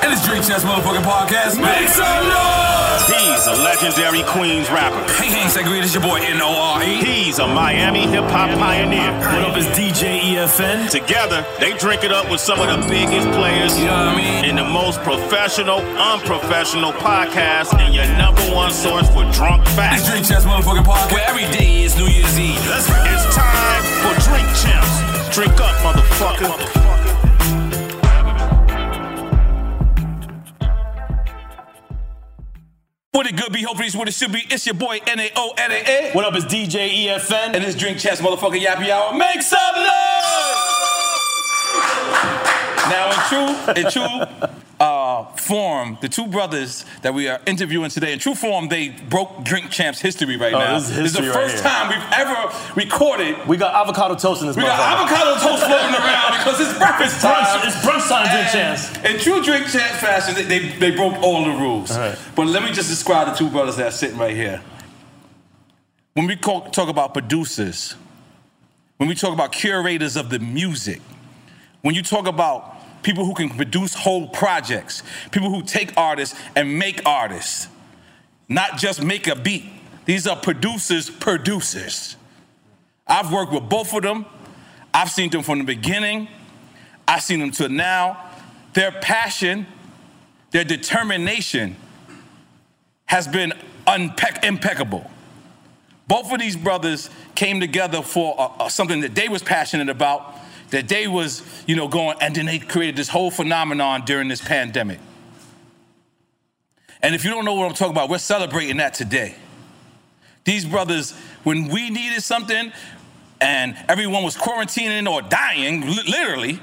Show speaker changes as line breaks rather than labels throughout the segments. And it's Drink Chess Motherfucking Podcast. Make some noise!
He's a legendary Queens rapper.
Hey, Hanks, I greet. It's your boy N-O-R-E.
He's a Miami hip hop pioneer.
E. What up, is DJ EFN?
Together, they drink it up with some of the biggest players
You know what I mean?
in the most professional, unprofessional podcast, and your number one source for drunk
It's
facts.
Drink Chess Motherfucking Podcast, where every day is New Year's Eve. Let's go!
It's time for Drink Champs. Drink up, motherfucker.
What it good be, hope it is what it should be. It's your boy N-A-O-N-A-A.
What up, it's E DJ EFN.
And it's Drink Chess Motherfucking Yappy Hour. Make some noise! Now, in true, in true uh, form, the two brothers that we are interviewing today, in true form, they broke Drink Champs history right
Oh,
now.
this is
the
history right
first
here.
time we've ever recorded
We got avocado toast in this
We got
motherfucker.
avocado toast floating around because it's breakfast time.
brunch- it's brunch time, Drink
And
Champs.
In true drink chance fashion, they, they, they broke all the rules.
All right.
But let me just describe the two brothers that are sitting right here. When we talk, talk about producers, when we talk about curators of the music, when you talk about people who can produce whole projects, people who take artists and make artists, not just make a beat. These are producers, producers. I've worked with both of them. I've seen them from the beginning. I've seen them till now. Their passion, their determination has been unpe- impeccable. Both of these brothers came together for uh, uh, something that they was passionate about, that they was, you know, going, and then they created this whole phenomenon during this pandemic. And if you don't know what I'm talking about, we're celebrating that today. These brothers, when we needed something and everyone was quarantining or dying, li- literally,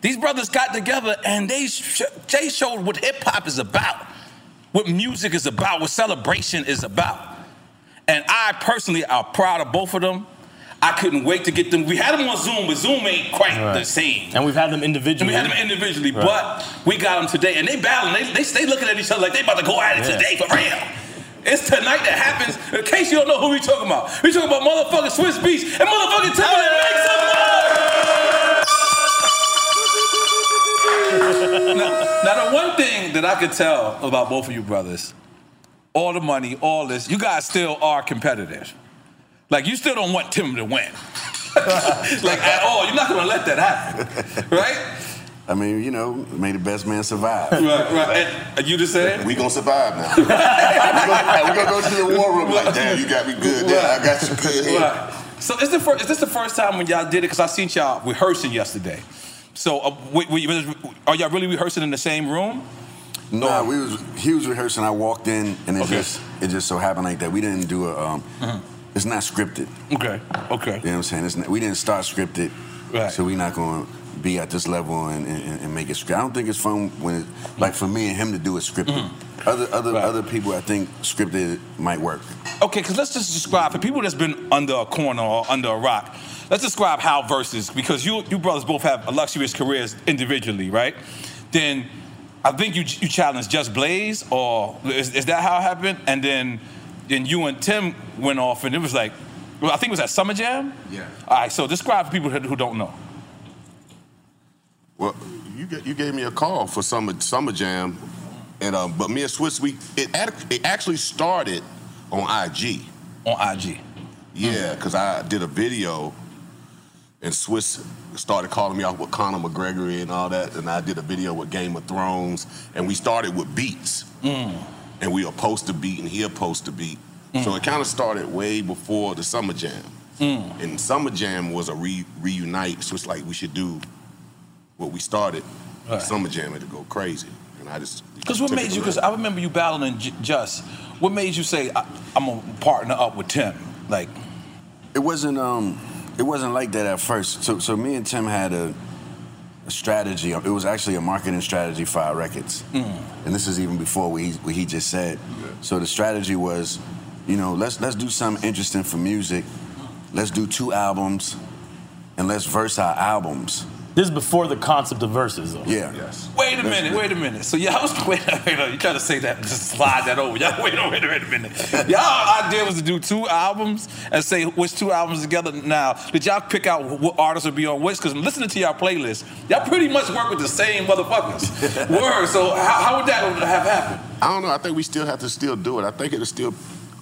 these brothers got together and they, sh- they showed what hip hop is about, what music is about, what celebration is about. And I personally are proud of both of them. I couldn't wait to get them. We had them on Zoom, but Zoom ain't quite
Right.
the same.
And we've had
And
them individually.
we had them individually,
Right.
but we got them today, and they battling. They, they stay looking at each other like they about to go at it
Yeah.
today for real. It's tonight that happens. In case you don't know who we talking about, we talking about motherfucking Swiss Beats and motherfucking Timberland. Make some noise! now, now, the one thing that I could tell about both of you brothers, all the money, all this, you guys still are competitive. Like you still don't want Tim to win, like at all. You're not gonna let that happen, right?
I mean, you know, may the best man survive.
Right, right. And- And you just said
we gonna survive now. we gonna, we gonna go to the war room like, damn, you got me good. Damn, I got you good. Here.
Right. So is, the first, is this the first time when y'all did it? Because I seen y'all rehearsing yesterday. So uh, wait, wait, are y'all really rehearsing in the same room?
No, we was he was rehearsing. I walked in, and it
Okay.
just it just so happened like that. We didn't do a. Um, It's not scripted.
Mm-hmm. Okay. Okay. You
know what I'm saying? It's not, we didn't start scripted,
Right.
so we're not going to be at this level and, and, and make it scripted. I don't think it's fun when it, like for me and him to do it scripted.
Mm-hmm.
Other other other people, I think scripted might work.
Okay, because let's just describe for people that's been under a corner or under a rock. Let's describe how versus because you you brothers both have illustrious careers individually, right? Then I think you you challenged Just Blaze, or is, is that how it happened? And then then you and Tim went off, and it was like, well, I think it was at Summer Jam.
Yeah.
All right, so describe for people who who don't know.
Well,
you ga- you gave me a call for summer summer jam, and um, but me and Swiss we it act- it actually started on IG.
On IG.
Yeah, because I did a video, and Swiss started calling me off with Conor McGregor and all that, and I did a video with Game of Thrones, and we started with beats,
Mm.
and we will post a beat, and he'll post a beat, so it kind of started way before the summer jam.
Mm.
And Summer Jam was a re- reunite, so it's like we should do what we started.
Right.
Summer Jam had to go crazy, and I just
Because what
took
made
it
you?
from
Because
there.
I remember you battling J- Just. What made you say I, I'm gonna partner up with Tim? Like,
it wasn't um it wasn't like that at first. So so me and Tim had a, a strategy. It was actually a marketing strategy for our records.
mm.
And this is even before what he, what he just said. So the strategy was, you know, let's let's do something interesting for music. Let's do two albums, and let's verse our albums.
This is before the concept of verses, though.
Yeah.
Wait a minute, wait a minute. So y'all was wait, wait, wait, you try to say that, just slide that over. Y'all wait, wait, wait a minute. Y'all idea was to do two albums and say which two albums together. Now, did y'all pick out wh- what artists would be on which? Because listening to y'all playlist, y'all pretty much work with the same motherfuckers. Word. So how, how would that have happened?
I don't know. I think we still have to still do it. I think it'll still.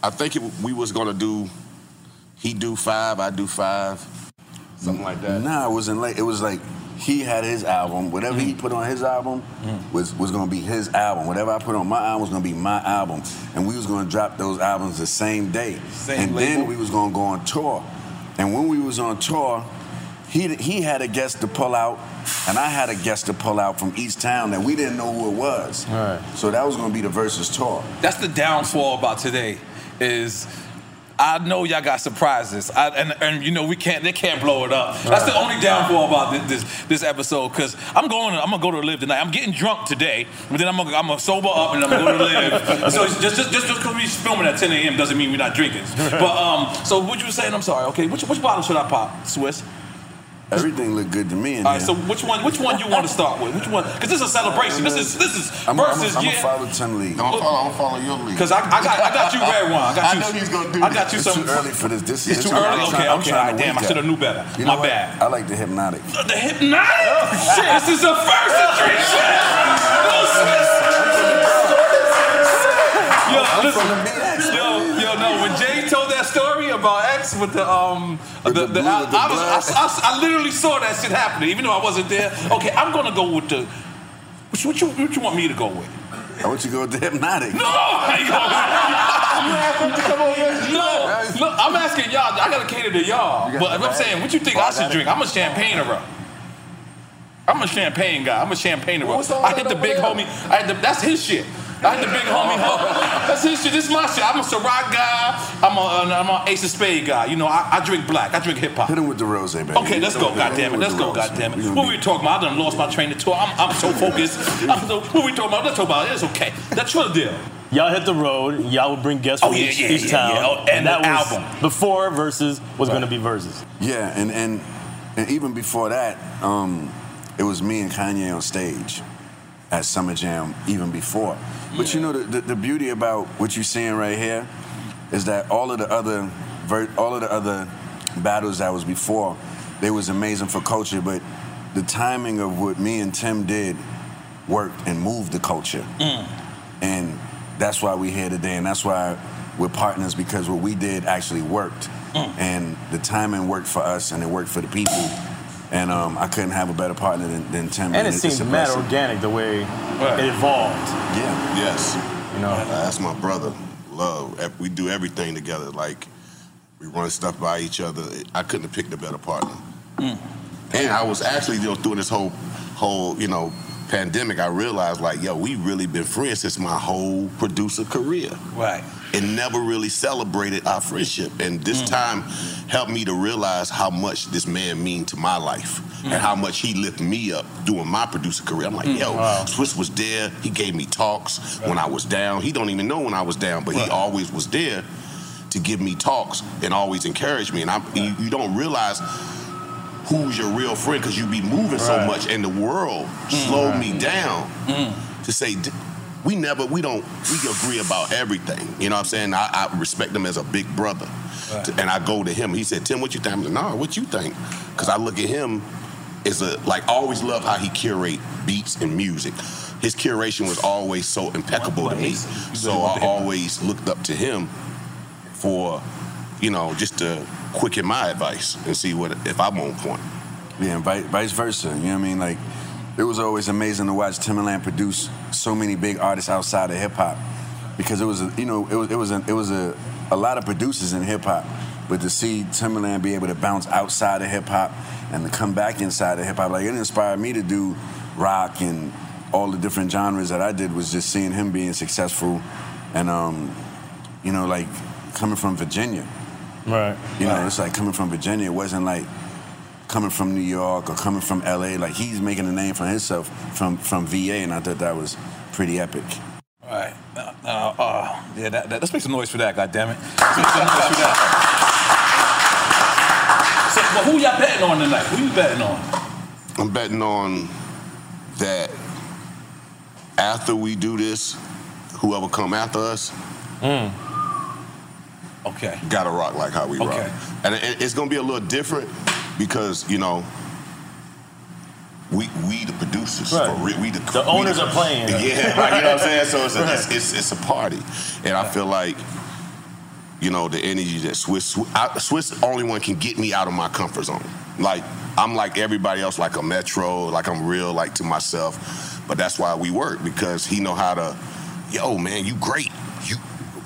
I think it, we was gonna do. He do five. I do five. Something like that.
Nah, it wasn't like it was like he had his album. Whatever
Mm.
he put on his album was was gonna be his album. Whatever I put on my album was gonna be my album. And we was gonna drop those albums the same day.
Same
and
label.
then we was gonna go on tour. And when we was on tour, he he had a guest to pull out, and I had a guest to pull out from each town that we didn't know who it was. So that was gonna be the versus tour.
That's the downfall about today. Is I know y'all got surprises, I, and and you know we can't they can't blow it up. That's the only downfall about thi- this this, episode. Because I'm going I'm gonna go to live tonight. I'm getting drunk today, but then I'm gonna I'm gonna sober up and I'm gonna go to live. so it's just just just because we filming at 10 a.m. doesn't mean we're not drinking. But um, so what you were saying? I'm sorry. Okay, which which bottle should I pop, Swiss?
Everything looked good to me. In
All right,
there.
so which one which one you want to start with? Which one? Because this is a celebration. This is this is
I'm gonna
versus yeah.
follow Tim Lee.
Don't follow- don't follow
your lead.
Because I, I got I got you red wine. I got you. I got you
it's
something.
too early for this. This
It's
this-
too
I'm
early.
trying-
Okay,
I'm
okay.
trying to
Alright, damn,
wake
I shoulda
up.
knew better.
You know
My
what?
bad.
I like the hypnotic.
The hypnotic. Shit, this is a first in three shots. Yo, Swiss. Yo, listen. Yo, yo, no. When Jay told that story about X with the um, the, the, I, I was I, I- I literally saw that shit happening, even though I wasn't there. Okay, I'm gonna go with the. Which, what you what you want me to go with?
I want you to go with the hypnotic.
No, no, no. I'm asking y'all. I gotta cater to y'all.
You got
But
the
I'm saying, what you think I should drink? I'm a champagneer. I'm a champagne guy. I'm a champagneer. I hit the big homie. I hit the, that's his shit. I hit the big homie. Ho. That's his shit. This is my shit. I'm a Ciroc guy. I'm a uh, I'm an Ace of Spade guy. You know, I, I drink black. I drink hip hop.
Hit him with the rose, baby.
Okay, let's go, goddammit. Let's go, goddammit. What we talking about? I done lost my train of thought. I'm, I'm so focused. I'm so, what we talking about? Let's talk about it. It's okay. That's your deal.
Y'all hit the road. Y'all would bring guests from
Oh, yeah,
each,
yeah,
each
yeah,
town.
yeah. Oh, and
that
the
was
album.
before versus was going to be versus.
Yeah, and and, and even before that, um, it was me and Kanye on stage at Summer Jam. Even before, but you know the, the, the beauty about what you're seeing right here is that all of the other ver- all of the other battles that was before, they was amazing for culture, but the timing of what me and Tim did worked and moved the culture. And that's why we're here today, and that's why we're partners because what we did actually worked.
Mm.
Mm.
And the timing worked for us, and it worked for the people. And um, I couldn't have a better partner than, than Tim.
And it
it's- it's
seemed
a
mad
blessing.
organic the way it evolved.
Yeah.
Yes. Uh,
You know,
that's my brother. Love. Ev- We do everything together. Like we run stuff by each other. I couldn't have picked a better partner. And I was actually, you know, through this whole, whole, you know, pandemic, I realized like, yo, we really been friends since my whole producer career.
Right.
And never really celebrated our friendship. And this
Mm.
time helped me to realize how much this man mean to my life and how much he lift me up during my producer career. I'm like,
Mm.
yo,
Wow.
Swiss was there. He gave me talks when I was down. He don't even know when I was down, but he always was there to give me talks and always encourage me. And I'm, you, you don't realize who's your real friend because you be moving so
Right. Mm.
much, and the world slowed
Right.
me down to say. "D- We never, we don't, we agree about everything. You know what I'm saying? I, I respect him as a big brother.
Right.
And I go to him. He said, Tim, what you think? I'm like, nah, what you think? Because I look at him as a, like, I always love how he curate beats and music. His curation was always so impeccable to me. So I always looked up to him for, you know, just to quicken my advice and see what if I'm on point.
Yeah, and vi- vice versa. You know what I mean? Like, it was always amazing to watch Timbaland produce so many big artists outside of hip hop, because it was, a, you know, it was it was a, it was a, a lot of producers in hip hop, but to see Timbaland be able to bounce outside of hip hop and to come back inside of hip hop, like it inspired me to do rock and all the different genres that I did was just seeing him being successful, and um, you know, like coming from Virginia.
Right.
You know, it's like coming from Virginia. It wasn't like coming from New York or coming from LA. Like he's making a name for himself from from VA, and I thought that was pretty epic.
All right. Uh, uh, uh, yeah, that, that, let's make some noise for that, goddammit. Let's make some noise for that. So, but who y'all betting on tonight? Who you betting on?
I'm betting on that after we do this, whoever come after us,
Mm. okay,
gotta rock like how we rock, and it- it's gonna be a little different because you know. We, we the producers for real. We the,
The
we
owners are playing.
Yeah, like, you know what I'm saying. So it's a,
Right.
it's, it's, it's a party, and I feel like you know the energy that Swiss I, Swiss only one can get me out of my comfort zone. Like I'm like everybody else, like a metro, like I'm real, like to myself. But that's why we work because he know how to. Yo, man, you great. You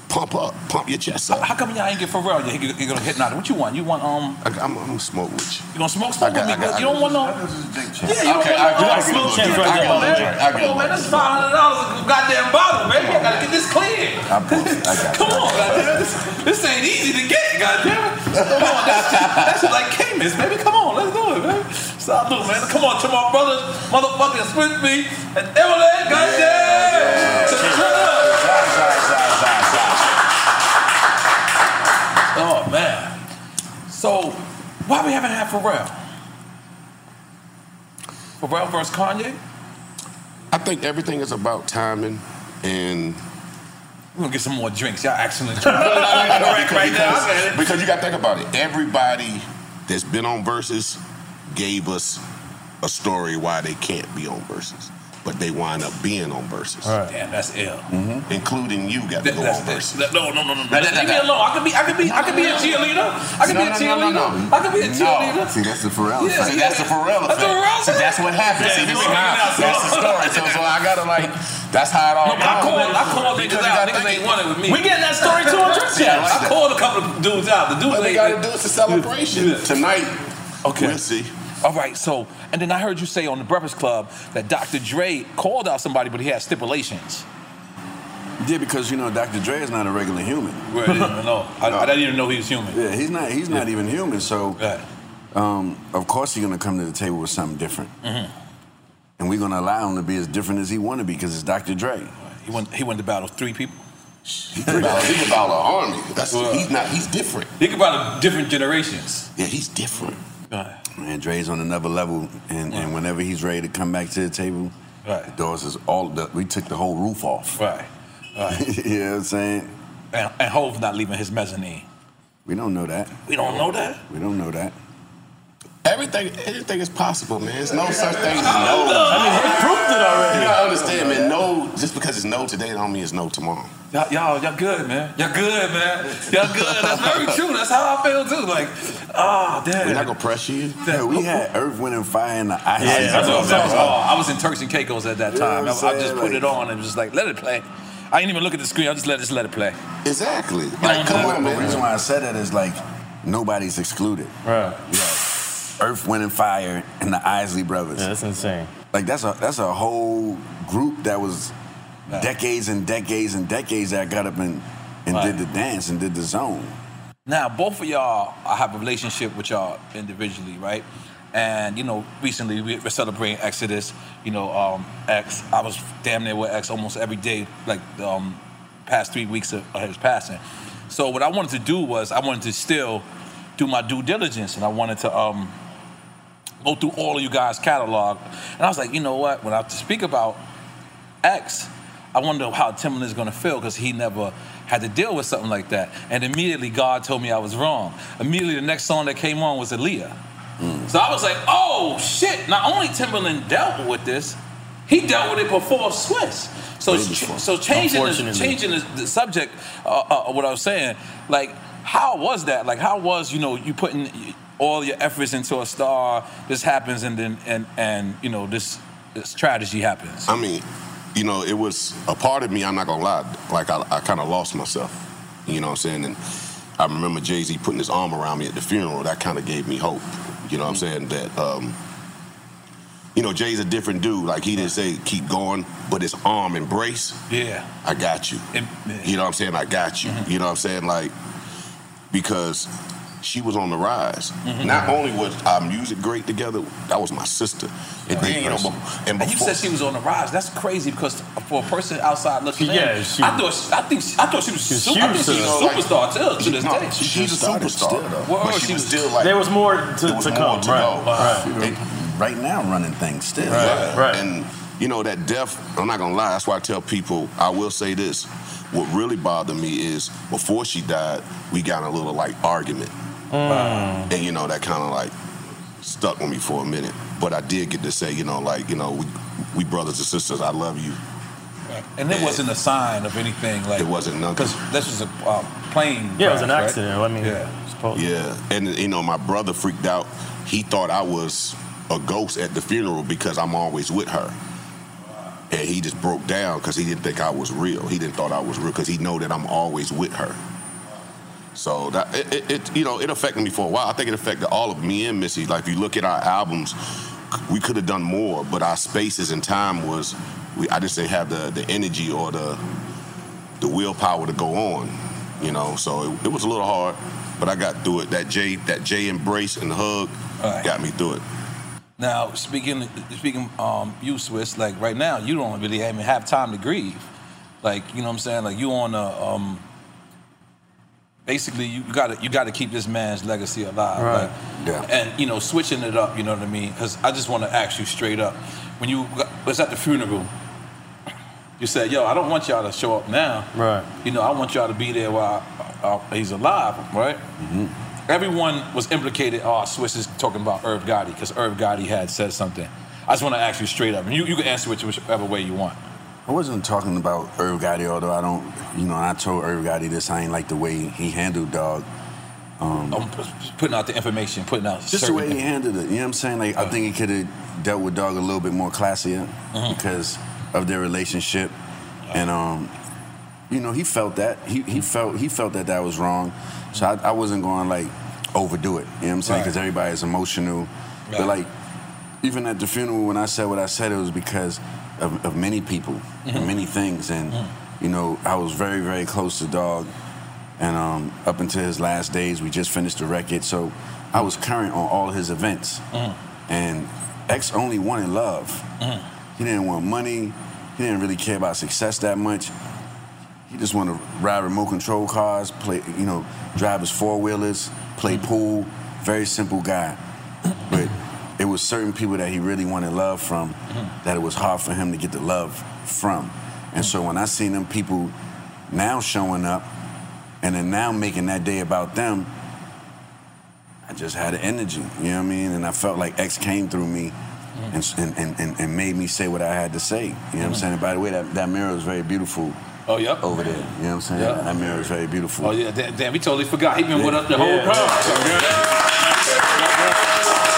pump up, pump your chest up.
How come y'all ain't get Pharrell? You, you, you gonna hit nothing. What you want? You want um?
I, I'm, I'm gonna smoke with you.
You gonna smoke smoke
I got-
with
I
me?
got-
you don't want no. Yeah, you don't
Okay, I
want no um,
got- I got a little
smoke
drink.
chance right
I
there,
got a little
man.
drink. I got a
Come on, man. That's five hundred dollars a goddamn bottle, baby. I gotta get this cleared. Come on, goddamn. This, this ain't easy to get, goddamn. Come on, that's that's like Camus, baby. Come on, let's do it, man. Stop doing, man. Come on, to my brothers, motherfucking Smith me and Evelyn, goddamn. To the Oh man. So why we haven't had Pharrell? Pharrell versus Kanye?
I think everything is about timing and.
We're gonna get some more drinks. Y'all actually
because,
right now. I
because- because you got to think about it. Everybody that's been on Versus gave us a story why they can't be on Versus, but they wind up being on Versus.
Damn, that's ill.
Including you got to
Mm-hmm. That-
go
that's-
on Versus.
that- no, no, no, no.
That-
Leave me
that- that-
alone. I could be, I could be, I could be a cheerleader. I could be a E
No, no,
cheerleader.
no, no, no.
I could be a cheerleader.
See, that's the Pharrell.
Yeah,
effect.
yeah. That's the Pharrell
So that's
effect.
what happens.
Yeah,
See,
you
this is
know,
how,
you know,
that's the story. So, so I gotta like, that's how it all.
No, but I
comes.
called, I called
Because
niggas
you
out.
gotta
Niggas
think-
ain't want it with me.
We getting that story too on Drip Chat.
Yeah, I
Like
called a couple of dudes out. The dudes
But we
ain't-
gotta do it to celebration.
Yeah.
Tonight,
Okay.
we'll see.
All right, so, and then I heard you say on the Breakfast Club that Dr. Dre called out somebody, but he had stipulations.
Yeah, because you know Dr. Dre is not a regular human.
Right, I didn't even know. I, I didn't even know he was human.
Yeah, he's not. He's not even human. So, um, of course, he's gonna come to the table with something different,
Mhm.
Mm-hmm.
and we're gonna allow him to be as different as he want to be because it's Dr. Dre.
He went. He went to battle three people.
He could about, he could about an army. That's he's not. He's different.
Think about different generations.
Yeah, he's different. Man, Dre's on another level, and, and whenever he's ready to come back to the table,
Right.
the doors is all. The, we took the whole roof off.
Right. Right.
you know what I'm saying?
And, and Hove not leaving his mezzanine.
We don't know that.
We don't know that.
We don't know that.
Everything, everything is possible, man. There's no such thing as no.
I mean, he proved it already.
You gotta understand, man. No, just because it's no today, don't mean it's no tomorrow.
Y'all, y'all, y'all good, man. Y'all good, man. Y'all good. That's very true. That's how I feel too. Like, ah, damn.
We're not gonna pressure you. Yeah, we had Earth, Wind, and Fire in the ice.
Yeah, that's what I'm saying.
Bro.
Oh, I was in Turks and Caicos at that
You know
time.
what I'm
I, I just
saying?
put
Like-
it on and was just like, let it play. I didn't even look at the screen. I just let just let it play.
Exactly.
Like, come on,
The reason why I said that is like nobody's excluded.
Right.
Earth, Wind, and Fire, and the Isley Brothers.
that's insane.
Like that's a that's a whole group that was decades and decades and decades that got up and and did the dance and did the zone.
Now, both of y'all, I have a relationship with y'all individually, right? And you know, recently we were celebrating Exodus. You know, um, X. I was damn near with X almost every day, like the um, past three weeks of, of his passing. So what I wanted to do was I wanted to still do my due diligence, and I wanted to um, go through all of you guys' catalog. And I was like, you know what? When I speak about X, I wonder how Timbaland is going to feel because he never had to deal with something like that. And immediately God told me I was wrong. Immediately the next song that came on was Aaliyah.
Mm.
So I was like, oh shit! Not only Timbaland dealt with this, he dealt with it before Swiss. So ch- so changing the,
Unfortunately.
changing the, the subject, uh, uh, what I was saying, like how was that? Like how was you know you putting all your efforts into a star? This happens and then and and you know this, this tragedy happens.
I mean, you know, it was a part of me, I'm not gonna lie, like I, I kind of lost myself. You know what I'm saying? And I remember Jay Z putting his arm around me at the funeral. That kind of gave me hope. You know what I'm saying? That, um, you know, Jay's a different dude. Like he didn't say keep going, but his arm embrace,
Yeah.
I got you. You know what I'm saying? I got you. You know what I'm saying? Like, because she was on the rise.
Mhm.
Not only was our music great together, that was my sister. And, then, you know,
person.
bef-
And,
and
Oh, you
before,
said she was on the rise. That's crazy because for a person outside looking
Yeah,
in,
she-
I thought she, I think she, I thought she was,
She was
super, I
huge
think she's a
to us.
superstar till to this
No,
day.
she- she's a superstar.
Well,
But she
she
was
was
still like
there was more to,
there was
to
more
come,
to
right?
go.
right.
Right. now, running things still.
Yeah. And you know that death. I'm not gonna lie. That's why I tell people. I will say this. What really bothered me is before she died, we got in a little like argument,
Mm.
and you know that kind of like stuck with me for a minute. But I did get to say, you know, like you know, we we brothers and sisters. I love you.
And it wasn't a sign of anything. Like
It wasn't nothing.
Because this was a uh, plane.
Yeah, it was
crash,
an
right?
accident.
I mean,
yeah.
Yeah, and you know, my brother freaked out. He thought I was a ghost at the funeral because I'm always with her. And he just broke down because he didn't think I was real. He didn't thought I was real because he know that I'm always with her. So that it, it, it, you know, it affected me for a while. I think it affected all of me and Missy. Like if you look at our albums, we could have done more, but our spaces and time was, we, I just didn't have the the energy or the the willpower to go on. You know, so it, it was a little hard, but I got through it. That J that J embrace and hug got me through it.
Now speaking speaking um you Swiss, like right now you don't really even have time to grieve. Like, you know what I'm saying? Like you on a um basically you gotta you gotta keep this man's legacy alive.
Right.
Like, and you know, switching it up, you know what I mean? Because I just want to ask you straight up. When you got, was at the funeral, you said, "Yo, I don't want y'all to show up now.
Right.
You know, I want y'all to be there while uh, he's alive, right?"
Mm-hmm.
Everyone was implicated. Oh, Swiss is talking about Irv Gotti because Irv Gotti had said something. I just want to ask you straight up, and you, you can answer it whichever way you want.
I wasn't talking about Irv Gotti, although I don't, you know, I told Irv Gotti this. I ain't like the way he handled dog. Um,
I'm p- putting out the information, putting out
just the
certain
way he handled it. You know what I'm saying? Like I think he could have dealt with dog a little bit more classier
Mm-hmm.
because of their relationship, and um, you know, he felt that he, he felt he felt that that was wrong. So I, I wasn't going like overdo it. You know what I'm saying?
Right.
Because everybody's emotional, but
Right.
like even at the funeral when I said what I said, it was because of, of many people and
Mhm.
many things, and you know, I was very very close to dog. And um, up until his last days, we just finished the record. So I was current on all his events.
Mm-hmm.
And X only wanted love. He didn't want money. He didn't really care about success that much. He just want to ride remote control cars, play, you know, drive his four wheelers, play pool. Very simple guy. But it was certain people that he really wanted love from that it was hard for him to get the love from. And so when I seen them people now showing up and then now making that day about them, I just had the energy, you know what I mean? And I felt like X came through me and, and, and- and, and made me say what I had to say. You know what I'm
Mhm.
saying? By the way, that, that mirror is very beautiful.
Oh, yep.
Over there. You know what I'm saying?
Yep.
That mirror is very beautiful.
Oh yeah, damn, damn, we totally forgot. He been with us the whole
Yeah.
time. You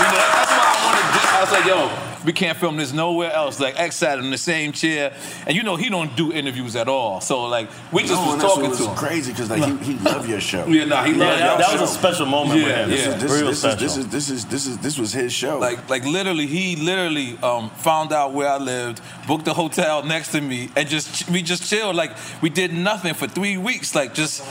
know, that's why I wanted. This. I was like, yo, we can't film this nowhere else. Like X sat in the same chair, and you know he don't do interviews at all. So like, we just
No,
was
and that's
talking
what
to
was
him.
crazy because like he, he loved your show.
Yeah, nah, he loved
y'all
y'all show. Yeah,
This
yeah.
is- this is- this is- this is this is this is this was his show.
Like, like literally, he literally um, found out where I lived, booked a hotel next to me, and just we just chilled. Like, we did nothing for three weeks. Like, just.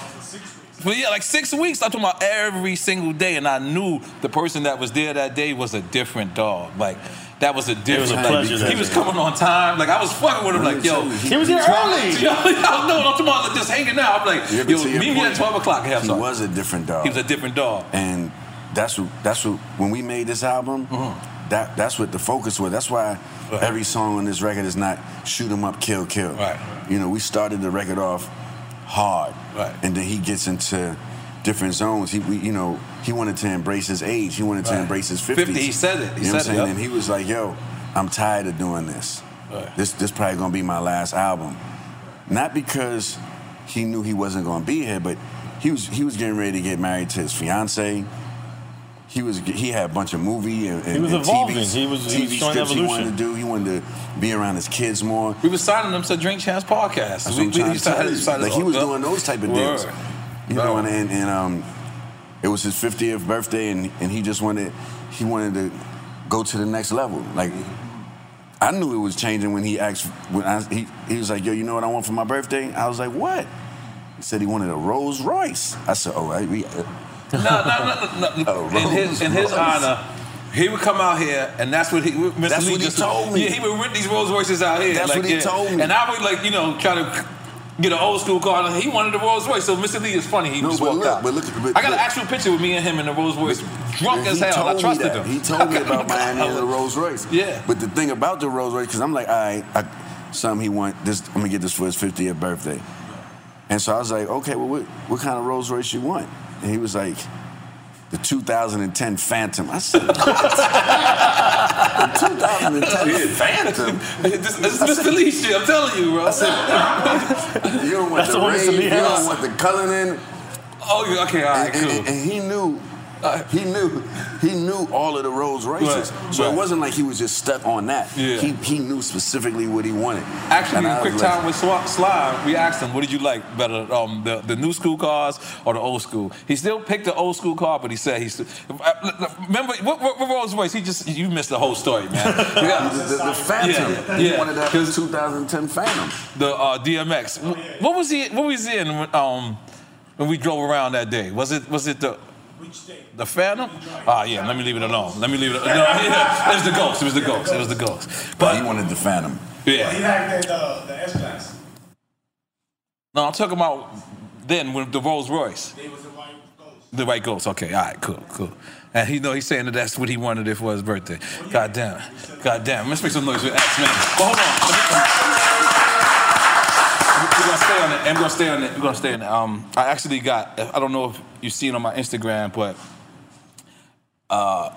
But yeah, like six weeks. I'm talking about every single day, and I knew the person that was there that day was a different dog. Like, that was a different.
was a
like,
pleasure that
He was
day.
coming on time. Like I was fucking with him. Like yo,
He was there early.
Yo, I know. I'm talking about like, just hanging out. I'm like,
Yeah, but
yo,
to your
meet me at
point,
twelve o'clock. Have
He was a different dog.
He was a different dog.
And that's what that's what when we made this album,
Mm-hmm.
that that's what the focus was. That's why every song on this record is not shoot 'em up, kill, kill. Right. You know, we started the record off hard. Right. And then he gets into different zones. He we, you know, he wanted to embrace his age. He wanted to
Right.
embrace his 50s.
50, he said it. He
you know what I'm
said it,
saying?
yep.
And he was like, yo, I'm tired of doing this.
Right.
This this probably gonna be my last album. Not because he knew he wasn't gonna be here, but he was he was getting ready to get married to his fiance. He was he had a bunch of movie and, and
He was
and
evolving.
TV,
He was- he was
TV
showing
scripts he wanted
evolution.
to do. He wanted to be around his kids more.
We were signing them to Drink Chance Podcast.
That's what
we,
I'm trying
we
to tell you.
signing-
Like he was doing those type of deals.
Word.
You know, and, and, and um, it was his 50th birthday, and, and he just wanted he wanted to go to the next level. Like I knew it was changing when he asked when I, he he was like, "Yo, you know what I want for my birthday?" I was like, "What?" He said he wanted a Rolls Royce. I said, "Oh, I, we." Uh,
No, no, no, no.
Oh,
no. In his, in his
Rolls Royce.
honor, he would come out here, and that's what he. Mr.
That's
Lee
what he
just,
told me.
Yeah, he would rent these Rolls Royces out here.
That's
like,
what he
yeah.
told me.
And I would like you know try to get an old school car. and He wanted the Rolls Royce, so Mr. Lee is funny. He just
but
walked
look,
out.
but look- but
I got
look.
an actual picture with me and him in the Rolls Royce, drunk
Yeah,
as
he
hell.
told
I
me
trusted
that.
him.
He told me about buying him the Rolls Royce.
Yeah.
But the thing about the Rolls Royce, because I'm like, all right, I, something he want this. I'm gonna get this for his 50th birthday. And so I was like, okay, well, what, what kind of Rolls Royce you want? And he was like, the 2010 Phantom. I said, what? the 2010 Phantom.
this, this is Mr. Lee shit. I'm telling you, bro.
you don't want
That's the
the
one Mr.
Rave,
Lee
you
has.
don't want the Cullinan.
Oh, yeah, okay, all right,
and,
cool.
and- and he knew, he knew, he knew all of the Rolls Royces.
Right,
so
right.
it wasn't like he was just stuck on that.
Yeah.
He he knew specifically what he wanted.
Actually,
And
in
I
quick
was
time
like,
with Swa- Slime, we asked him, "What did you like better, um, the the new school cars or the old school?" He still picked the old school car, but he said he. St- I- I- remember what, what, what Rolls Royce? He just you missed the whole story, man. Yeah.
The, the- the Phantom.
Yeah,
He
yeah.
wanted that 2010 Phantom.
the uh, DMX. Wh- What was he? What was he in when, um, when we drove around that day? Was it was it the the Phantom? Ah, yeah. Let me leave it alone. Let me leave it. No, it was the Ghost. It was the Ghost. It was the Ghost. But
he wanted the Phantom.
Yeah.
liked the, the S Class.
No, I'm talking about then with the Rolls Royce. The white ghost. Okay, all right, cool, cool. And he know he's saying that that's what he wanted it for his birthday. God damn, God damn. Let's make some noise with X, man. Well, hold on. We're gonna stay on it. and We're gonna stay on it. We're gonna stay on it. Um, I actually got. I don't know if you've seen on my Instagram, but uh,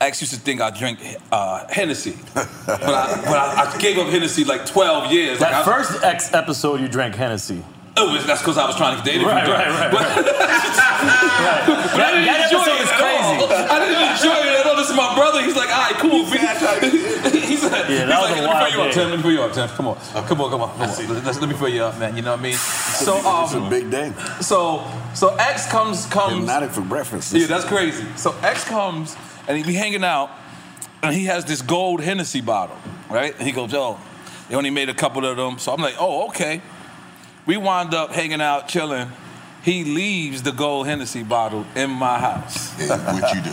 X used to think I drink uh, Hennessy, but I, but I, I gave up Hennessy like 12 years.
That
like I,
first X episode, you drank Hennessy.
Oh, that's because I was trying to get dated.
Right,
from
right, right,
But, but I didn't
That- that
enjoy
episode
it
is
at all.
crazy.
I didn't enjoy it at all. This is my brother. He's like, all right, cool. He he said,
Yeah, that
he's
was
like,
a
let me
wild
fill you
day.
up, Tim. Let me fill you up, Tim. Come on, come on, come on, come on. Let's, let me fill you up, man. You know what I mean? So, um,
it's a big day.
So, so X comes comes.
Hypnotic for breakfast.
Yeah, that's crazy. So X comes and he be hanging out, and he has this gold Hennessy bottle, right? And he goes, "Yo, they only made a couple of them." So I'm like, "Oh, okay." We wind up hanging out, chilling. He leaves the gold Hennessy bottle in my house.
what you do?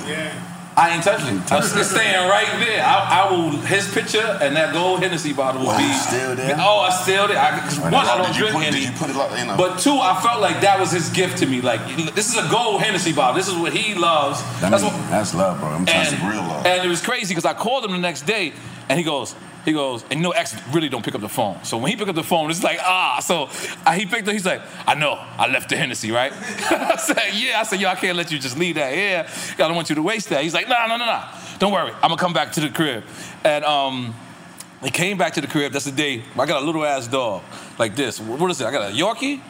I ain't touching it. I'm st- staying right there. I, I will. His picture and that gold Hennessy bottle will be still there. Oh, I still there. I, 'cause one, I don't
did you
drink
put,
any.
Did you put it like, in a
But two, I felt like that was his gift to me. Like this is a gold Hennessy bottle. This is what he loves. That's what
That's love, bro. I'm trying to
and,
see real love.
and it was crazy because I called him the next day, and he goes, he goes, and you know, X really don't pick up the phone. So when he picked up the phone, it's like ah. So I, he picked up. He's like, I know, I left the Hennessy, right? I said, yeah. I said, yo, I can't let you just leave that here. I don't want you to waste that. He's like, nah, no, no, no. Don't worry, I'm gonna come back to the crib, and um. He came back to the crib. That's the day I got a little ass dog like this. Wh- What is it? I got a Yorkie.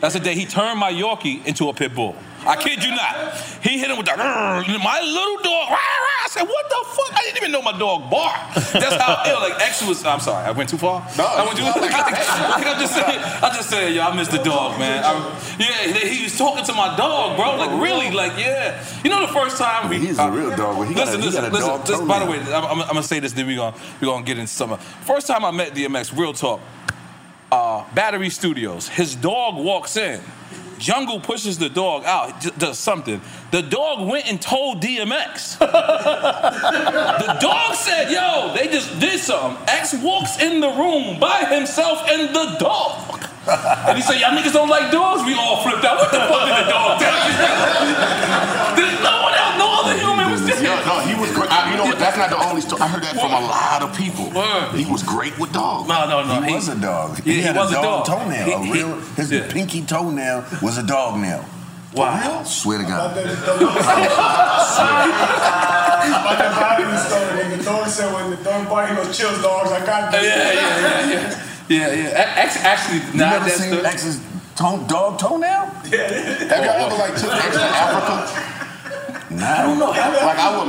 That's the day he turned my Yorkie into a pit bull. I kid you not. He hit him with the my little dog. rah, rah. I said, what the fuck? I didn't even know my dog barked. That's how ill. Like X was. I'm sorry. I went too far. No, I went too. Like, like, I'm just saying. I just said, yo, I missed the dog, man. I- yeah, he he was talking to my dog, bro. Like really, like yeah. You know the first time we.
He's a real dog. but He
listen,
got a,
listen,
he got a
listen.
dog
just, by the
toenail.
way, I'm, I'm, I'm gonna say this. Then we gonna we gonna get into something. First time I met DMX, real talk. Uh, Battery Studios. His dog walks in. Jungle pushes the dog out, j- does something. The dog went and told DMX. the dog said, Yo, they just did something. X walks in the room by himself and the dog. And he said, Y'all niggas don't like dogs? We all flipped out. What the fuck did the dog tell you? did no one else, no other human was there?
No, no, he was great. I, you know what? That's not the only story. I heard that from a lot of people. He was great with dogs.
No, no, no.
He, was a dog.
Yeah,
he,
he
had
was
a
a
dog,
dog.
toenail.
He-
a
he-
real, his pinky toenail was a dog nail.
Wow.
Swear to God.
About that body in the store, nigga. Thorne said when the Thorne bought him those chills dogs, I got this.
Yeah, yeah, yeah, yeah. Yeah, yeah. X actually,
You
nah,
never
that's
seen
the-
X's toe, dog toenail?
That guy ever like took X to Africa?
I
don't know. Like I would,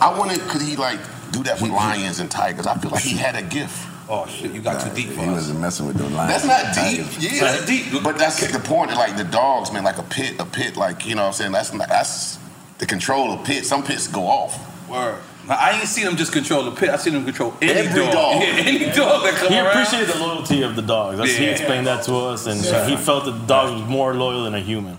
I wanted. Could he like do that with lions and tigers? I feel like he had a gift.
Oh shit, you got too deep.
He wasn't messing with those lions.
That's not deep. Yeah,
That's
deep.
But that's the point. Like the dogs, man. Like a pit, a pit. Like you know what I'm saying. That's not, that's the control of pits. Some pits go off.
Word. I ain't seen him just control the pit. I seen him control any
Every
dog.
dog.
Yeah, any dog that come
he
around.
appreciated the loyalty of the dogs. That's, He
Yeah.
explained that to us, and
Yeah.
he felt that the dog was more loyal than a human.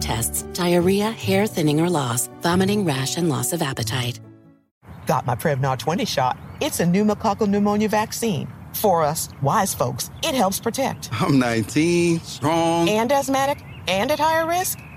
tests, diarrhea, hair thinning or loss, vomiting, rash, and loss of appetite.
Got my
Prevnar
20 shot. It's a pneumococcal pneumonia vaccine. For us, wise folks, it helps protect.
I'm 19, strong.
And asthmatic and at higher risk?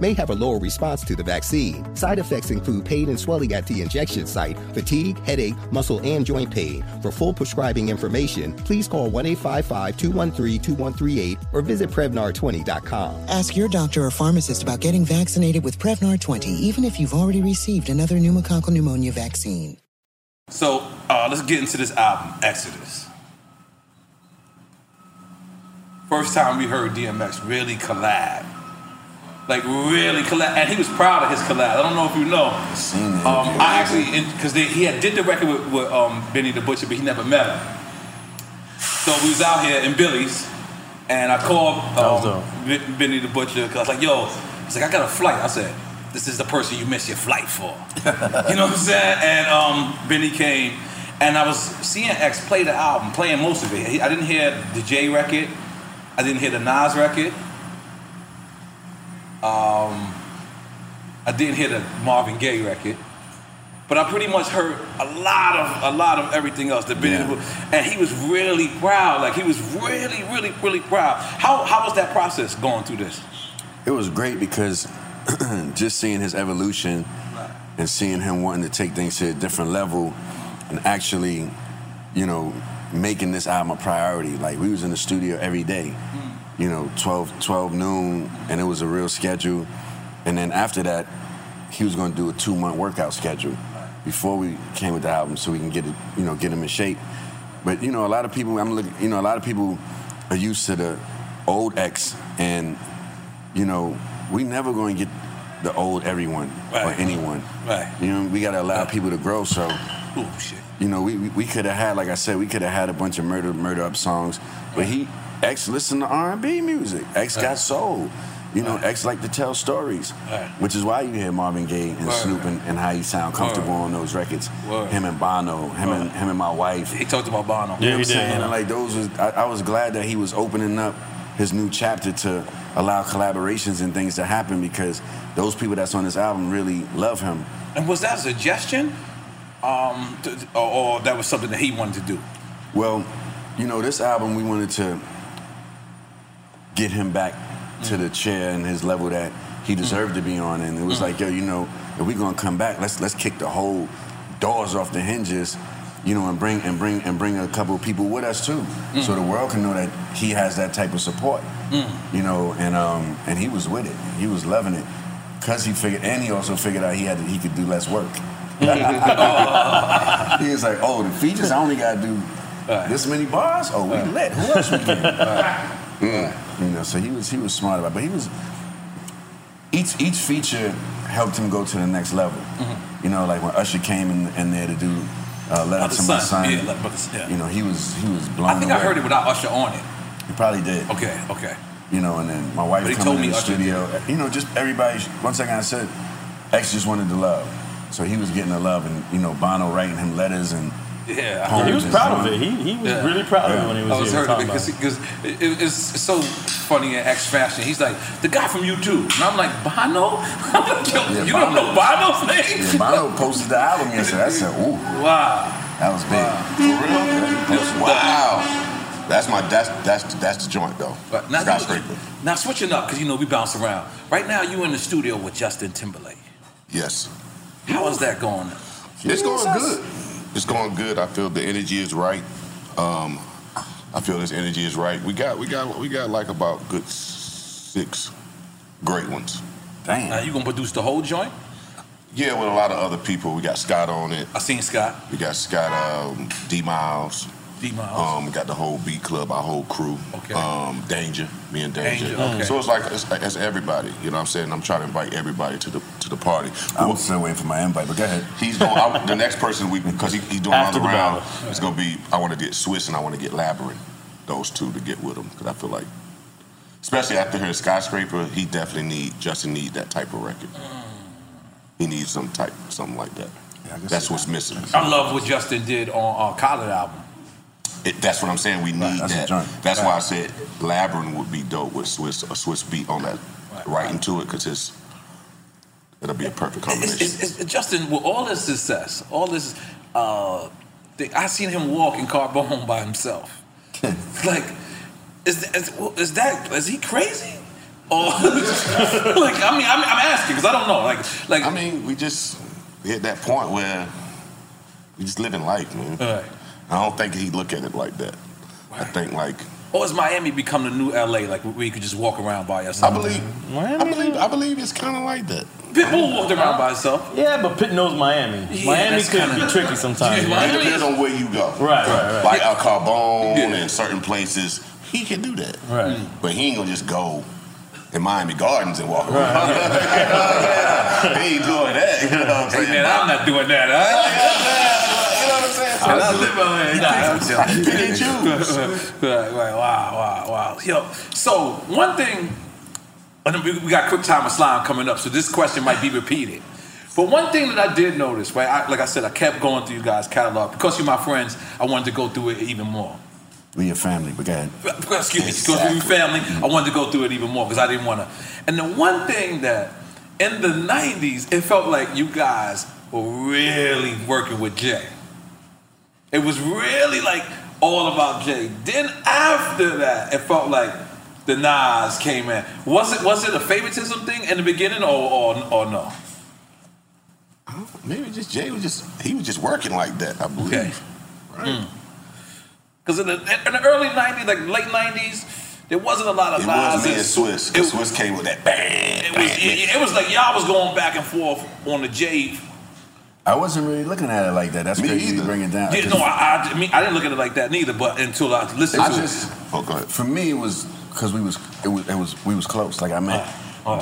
may have a lower response to the vaccine. Side effects include pain and swelling at the injection site, fatigue, headache, muscle, and joint pain. For full prescribing information, please call 1 855 213 2138 or visit Prevnar20.com.
Ask your doctor or pharmacist about getting vaccinated with Prevnar 20, even if you've already received another pneumococcal pneumonia vaccine.
So uh, let's get into this album, Exodus. First time we heard DMX really collab. Like really collab, and he was proud of his collab. I don't know if you know. Um, I actually, because he had did the record with, with um, Benny the Butcher, but he never met him. So we was out here in Billy's, and I called um, Ben- Benny the Butcher because I was like, "Yo," he's like, "I got a flight." I said, "This is the person you missed your flight for." you know what I'm saying? And um, Benny came, and I was seeing X play the album, playing most of it. He- I didn't hear the J record, I didn't hear the Nas record. Um, I didn't hear the Marvin Gaye record, but I pretty much heard a lot of a lot of everything else. The Benny, and he was really proud. Like he was really, really, really proud. How how was that process going through this?
It was great because just seeing his evolution and seeing him wanting to take things to a different level and actually, you know, making this album a priority. Like we was in the studio every day, you know, 12, 12 noon, and it was a real schedule. And then after that, he was going to do a two month workout schedule before we came with the album, so we can get it, you know, get him in shape. But you know, a lot of people, I'm looking, you know, a lot of people are used to the old X, and you know, we never going to get the old everyone or anyone.
Right.
You know, we got to allow people to grow. So, you know, we, we, we could have had, like I said, we could have had a bunch of murder murder up songs, but he X listened to R and B music. X got soul. You know, X like to tell stories,
Right.
which is why you hear Marvin Gaye and
Right.
Snoop and, and how he sound comfortable on those records.
Word.
Him and Bono, him and him and my wife.
He talked about Bono.
You know what I'm saying? And, Like those was I, I was glad that he was opening up his new chapter to allow collaborations and things to happen because those people that's on this album really love him.
And was that a suggestion, um, th- th- or, or that was something that he wanted to do?
Well, you know, this album we wanted to get him back to the chair and his level that he deserved to be on, and it was like, yo, you know, if we gonna come back, let's let's kick the whole doors off the hinges, you know, and bring and bring and bring a couple of people with us too, so the world can know that he has that type of support,
Mm.
you know, and um and he was with it, he was loving it, cause he figured, and he also figured out he had to, he could do less work. he was like, oh, the features, I only gotta do this many bars. Oh, we lit. Who else we get? You know, so he was he was smart about, it. but he was each each feature helped him go to the next level.
mm-hmm.
You know, like when Usher came in, in there to do uh, "Let Up
Mother
to My
Son,
Son,"
yeah, like Mother Son, yeah.
you know, he was he was blown
I think
away.
I heard it without Usher on it.
He probably did.
Okay, okay.
You know, and then my wife
But he
coming
told
in
me
the
Usher
studio. You know, just everybody. One second, I said X just wanted the love, so he was getting the love, and you know, Bono writing him letters and.
Yeah,
Paul
he was
just
proud of
won.
it. He, he was
Yeah.
really proud of
Yeah.
it when he was
I
I was
here.
heard of it
talking about it.
because it, it's so funny in X fashion. He's like the guy from U2, and I'm like Bono. I'm like, Yo, you don't know Bono's name?
Yeah, Bono posted the album yesterday. I said, ooh,
wow,
that was big.
Wow. That's my that's that's that's the joint though.
But now,
Skyscraper.
now switching up because you know we bounce around. Right now, you in the studio with Justin Timberlake.
Yes.
How is that going?
It's going good. It's going good. I feel the energy is right. Um, I feel this energy is right. We got we got we got like about good six great ones.
Damn.
Now you gonna produce the whole joint?
Yeah, with a lot of other people. We got Scott on it.
I seen Scott.
We got Scott um, D Miles.
D
Miles. Um, we got the whole B Club, our whole crew. Okay. Um, Danger, me and Danger.
Danger, okay.
So it's like it's, like- it's everybody. You know what I'm saying? I'm trying to invite everybody to the to the party.
I'm still waiting for my invite, but go ahead.
He's going. I, the next person we because he, he's doing
After
another
the
round. It's gonna be. I want to get Swiss and I want to get Labyrinth. Those two to get with him because I feel like, especially after hearing skyscraper, he definitely need Justin need that type of record. He needs some type something like that. That's what's missing.
I love what Justin did on uh, Khaled album.
It, that's what I'm saying. We need
that's a
that.
joint.
That's
Right.
why I said Labyrinth would be dope with Swiss a Swiss beat on that, right, into it, because it's it'll be a perfect combination.
It's- it's- it's- Justin, with all his success, all this, uh, thing, I seen him walk in Carbone by himself. like, is, th- is is that is he crazy? Or like, I mean, I'm, I'm asking because I don't know. Like, like
I mean, we just hit that point where we just living life, man. I don't think he look at it like that. I think like
or is Miami become the new LA? Like, where you could just walk around by
I
yourself.
believe, I believe, I believe it's kind of like that.
Pitbull walked around by himself.
Yeah, but Pitt knows Miami.
Yeah,
Miami
that's
could
kinda-
be tricky sometimes.
Yeah, it depends on where you go.
Right, right, right.
Like El Carbone and certain places, he can do that.
Right.
But he ain't gonna just go in Miami Gardens and walk around. he ain't doing that. You know what I'm saying?
Hey, man, I'm not doing that. Huh?
You know what I'm saying?
And I live out here. Nah, I'm
Pick and choose.
right, right, wow, wow, wow. Yo, so one thing, and then we we got quick time of slime coming up, so this question might be repeated. But one thing that I did notice, right, I, like I said, I kept going through you guys' catalog. Because you're my friends, I wanted to go through it even more.
We your family, but go ahead.
excuse me, because we were family, I wanted to go through it even more because I didn't want to. And the one thing that in the '90s, it felt like you guys were really working with Jay. It was really like all about Jay. Then after that, it felt like the Nas came in. Was it was it a favoritism thing in the beginning, or or, or no?
Maybe just Jay was just he was just working like that. I believe.
Because in the, in the early '90s, like late '90s, there wasn't a lot of
It
Nas
was me
and
and Swiss. 'cause Swiss came with that bang.
It was, it, it was like y'all was going back and forth on the J.
I wasn't really looking at it like that. That's crazy. You bring it down.
Yeah, no, I, I, I mean, I didn't look at it like that neither. But until I listened
I
to
just-
it,
For me, it was because we was it was it was we was close. Like I met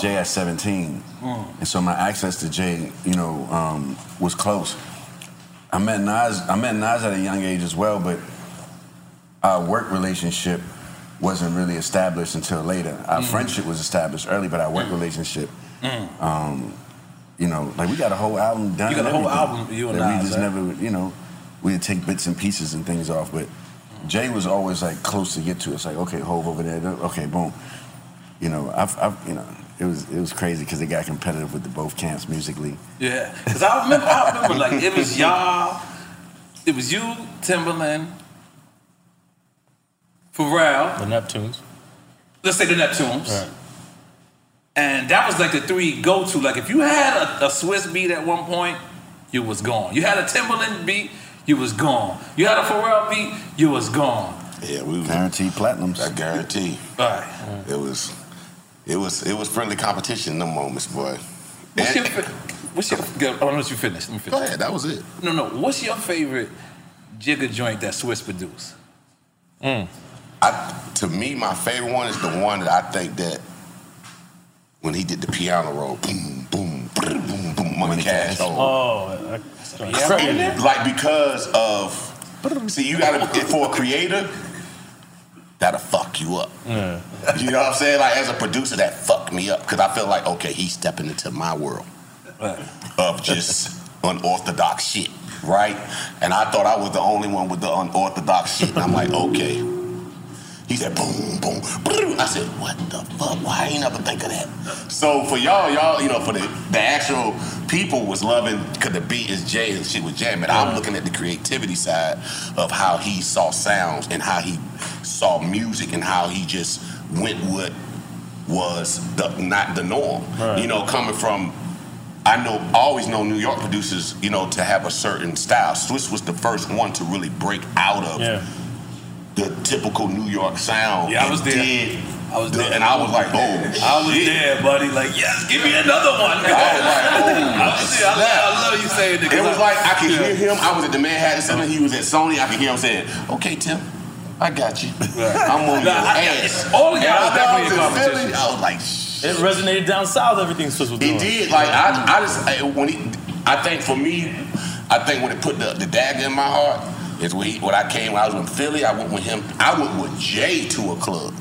Jay at 17, and so my access to Jay, you know, um, was close. I met Nas. I met Nas at a young age as well, but our work relationship wasn't really established until later. Our friendship was established early, but our work relationship,
mm.
um, you know, like we got a whole album done.
You got
and
a whole
everything
album, you and
that
Nas,
we just
huh?
never, would- you know, we'd take bits and pieces and things off, but. Jay was always like close to get to. It's like okay, Hove over there. Okay, boom. You know, I've, I've you know, it was it was crazy because it got competitive with the both camps musically.
yeah, because I remember, I remember like it was y'all, it was you, Timberland, Pharrell,
the Neptunes.
Let's say the Neptunes, and that was like the three go-to. Like if you had a, a Swiss beat at one point, you was gone. You had a Timberland beat, you was gone. You had a Pharrell beat, you was gone.
Yeah, we was
guaranteed platinums.
I guarantee. It was, it was, it was friendly competition in them moments, boy.
What's your, fa- what's your, go- oh, no, you finish. Let me finish.
Go ahead, that was it.
No, no. What's your favorite jigger joint that Swiss produced?
Mm. I, to me, my favorite one is the one that I think that when he did the piano roll, boom, boom, boom, boom, boom, money cash.
Oh,
Yeah, like because of see, you gotta for a creator, that'll fuck you up.
Yeah.
You know what I'm saying? Like as a producer, that fucked me up because I felt like okay, he's stepping into my world of just unorthodox shit, right? And I thought I was the only one with the unorthodox shit. And I'm like, okay. He said, boom, boom, brrr. I said, what the fuck? Why I ain't never think of that? So for y'all, y'all, you know, for the, the actual people was loving because the beat is Jay and shit was jamming. I'm looking at the creativity side of how he saw sounds and how he saw music and how he just went with was the, not the norm.
Right.
You know, coming from I know I always know New York producers, you know, to have a certain style. Swiss was the first one to really break out of the typical New York sound.
Yeah, I
and
was there.
did
I was
the-
there.
and I was like, oh,
I was there, buddy. Like, yes, give me another one. I was there. I, love- I Oh. love you saying
oh, it was like I could hear him. I was at the Manhattan Center. He was at Sony. I could hear him saying, "Okay, Tim, I got you. I'm on
Nah,
your
I-
ass."
all of y'all
And Oh, I
definitely
was in
in
Philly,
competition.
I was like,
It resonated down south. Everything Swiss was doing.
He did. Like I, I just I, when he, I think for me, I think when it put the, the dagger in my heart is when, he, when I came. When I was in Philly. I went with him. I went with Jay to a club,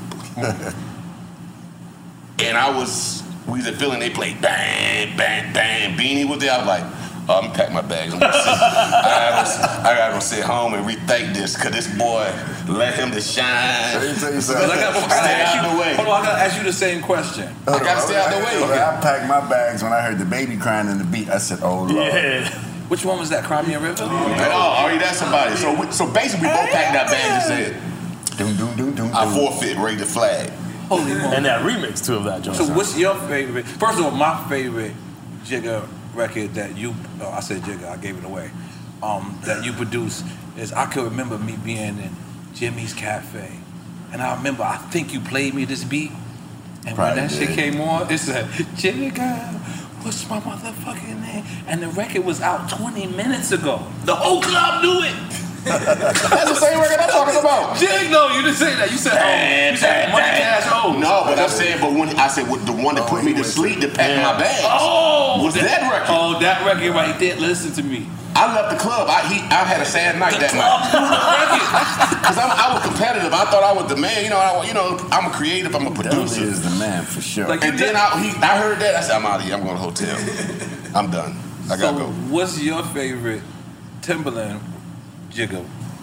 and I was we was in Philly. and They played bang, bang, bang. Beanie was there. I was like, oh, I'm gonna pack my bags. I'm gonna sit. I, gotta, I gotta sit home and rethink this, cause this boy let him to shine.
Let me tell you
Cause I gotta- I gotta ask you-
Hold on, I gotta ask you the same question.
Oh,
Hold
I
on,
gotta stay out the
hold
way.
on. I packed my bags when I heard the baby crying in the beat. I said, "Oh Lord."
Which one was that? Crimea River?
At all, already that's somebody. So, we, so basically, we both packed our bags and said,
doom, doom, doom, doom,
"I forfeit, raise the flag."
Holy moly.
And that remix too of that joint.
So what's your favorite? First of all, my favorite Jigga record that you, oh, I said Jigga, I gave it away, um, that you produced is I could remember me being in Jimmy's Cafe, and I remember I think you played me this beat, and
Probably
when that
did.
shit came on, it said Jigga, what's my motherfucking name? And the record was out 20 minutes ago. The whole club knew it.
That's the same record I'm talking about.
Jig, no, you didn't say that. You said, oh, you said money cash, oh.
No, but I'm saying, but when I said, well, the one that put me to sleep to pack my bags.
Oh,
was that, record?
Oh, that record right there. Listen to me.
I left the club. I he, I had a sad night that night. Because I was competitive. I thought I was the man. You know, I, you know, I'm a creative. I'm a producer.
is the man for sure.
and then I, he, I heard that. I said, I'm out of here. I'm going to the hotel. I'm done. I gotta
so
go.
What's your favorite Timberland Jigga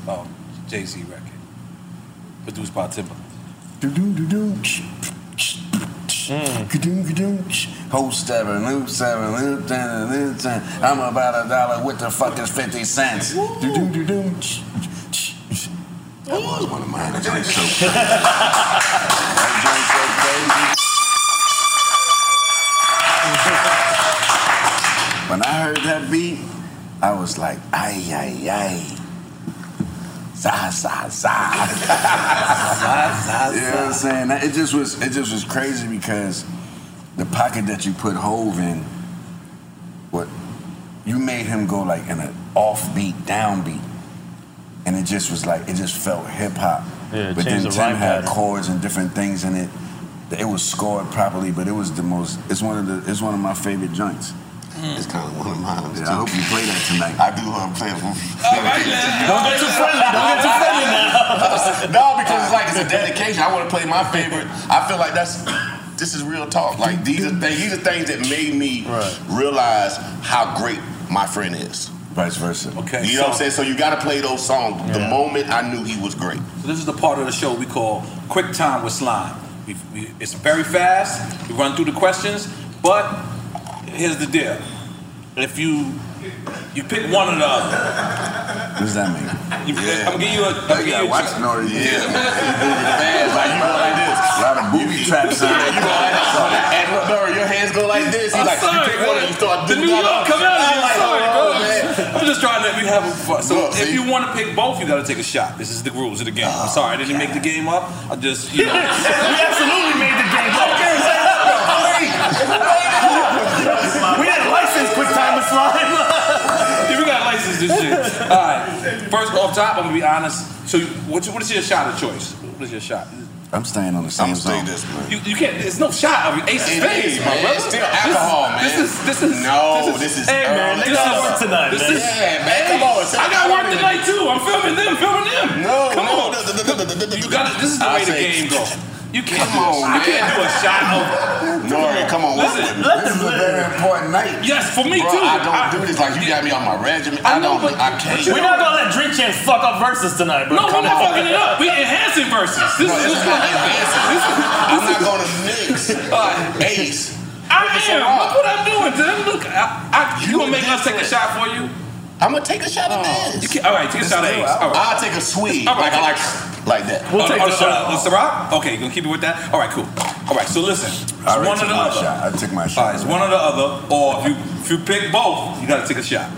oh, Jay Z record? Produced by Timberland.
Whole seven, loop seven, loop ten, loop ten. I'm about a dollar. What the fuck is fifty cents? Do-do-do-do. That was one of mine. That joint's so crazy. That joint's so crazy. When I heard that beat, I was like, ay, ay, ay. Za, za, za. you know what I'm saying? It just was, it just was crazy because the pocket that you put Hove in, what you made him go like in an offbeat, downbeat, and it just was like it just felt hip hop.
Yeah, it
but then
changed the
Tim
rhyme
had
pattern.
chords and different things in it. that It was scored properly, but it was the most. It's one of the. It's one of my favorite joints.
It's kind of one of mine.
Yeah, I hope you play that tonight.
I do love playing.
Don't get too friendly. Don't get too friendly
no, because it's like it's a dedication. I want to play my favorite. I feel like that's this is real talk. Like these are things. These are things that made me realize how great my friend is.
Vice versa.
Okay.
You know what I'm
so-
saying? So you got to play those songs. The
Yeah.
moment I knew he was great.
So this is the part of the show we call Quick Time with Slime. We, we, it's very fast. We run through the questions, but here's the deal: if you you pick one or the other,
What does that mean?
you, I'm giving you a. I'm giving you a
watch
choice.
in order to get it. Fast, like you go like this. A lot of booby traps on
Yeah, you go like this. And look, Nora, your hands go like this.
I'm
You like
sorry,
you pick one and you start
The
doing
New
that.
York, come out
I'm
here.
like,
Sorry,
oh, man.
bro. I'm just trying to let you have a fun. So
Look,
if
see-
you want to pick both, you got to take a shot. This is the rules of the game. I'm sorry, I didn't make the game up. I just, you know.
We absolutely made the game up. We had licensed quick time with slime.
If we got license this shit. All right. First off top, I'm gonna be honest. So, you- what, you- what is your shot of choice? What is your shot?
I'm staying on the same zone.
You, you can't. There's no shot of ace
It
of spades,
is,
my
man.
brother.
It's still alcohol,
this,
man.
This is this is
No, this is
hey, man.
early.
This
Gotta
is
work tonight,
This
man.
is
Yeah, man, come on, it's
I got work
early.
tonight too. I'm filming them. Filming them. No, come on. You got This is the
I
way the
say-
game goes. You can't
Come
do a,
on,
You can't do
man.
a shot of.
Nori, come on,
Listen,
work with me.
let
This is a very important night.
Yes, for me
Bro,
too.
I don't do this. Like you got me on my regimen. I, don't. I can't.
We're not gonna let Drink Champs fuck up verses tonight, bro.
No, we're
Come
not
on.
fucking it up.
We enhancing verses.
This is what's gonna happen. I'm not gonna mix Ace.
I
with the
am.
Ciroc.
Look what I'm doing. Tim. Look, I, I, you gonna make us take a shot for you?
I'm gonna take a shot of this.
You can't, all right, take a
It's
shot of
still
Ace.
out.
All right.
I'll take a swig.
All right.
Like I like like that.
Oh, oh, oh, oh, Ciroc? Okay, you gonna keep it with that? All right, cool. All right, so listen, it's
I already
one
took
or the
my
other.
shot. I took my
All
shot.
right, it's one or the other, or if you if you pick both, you gotta take a shot.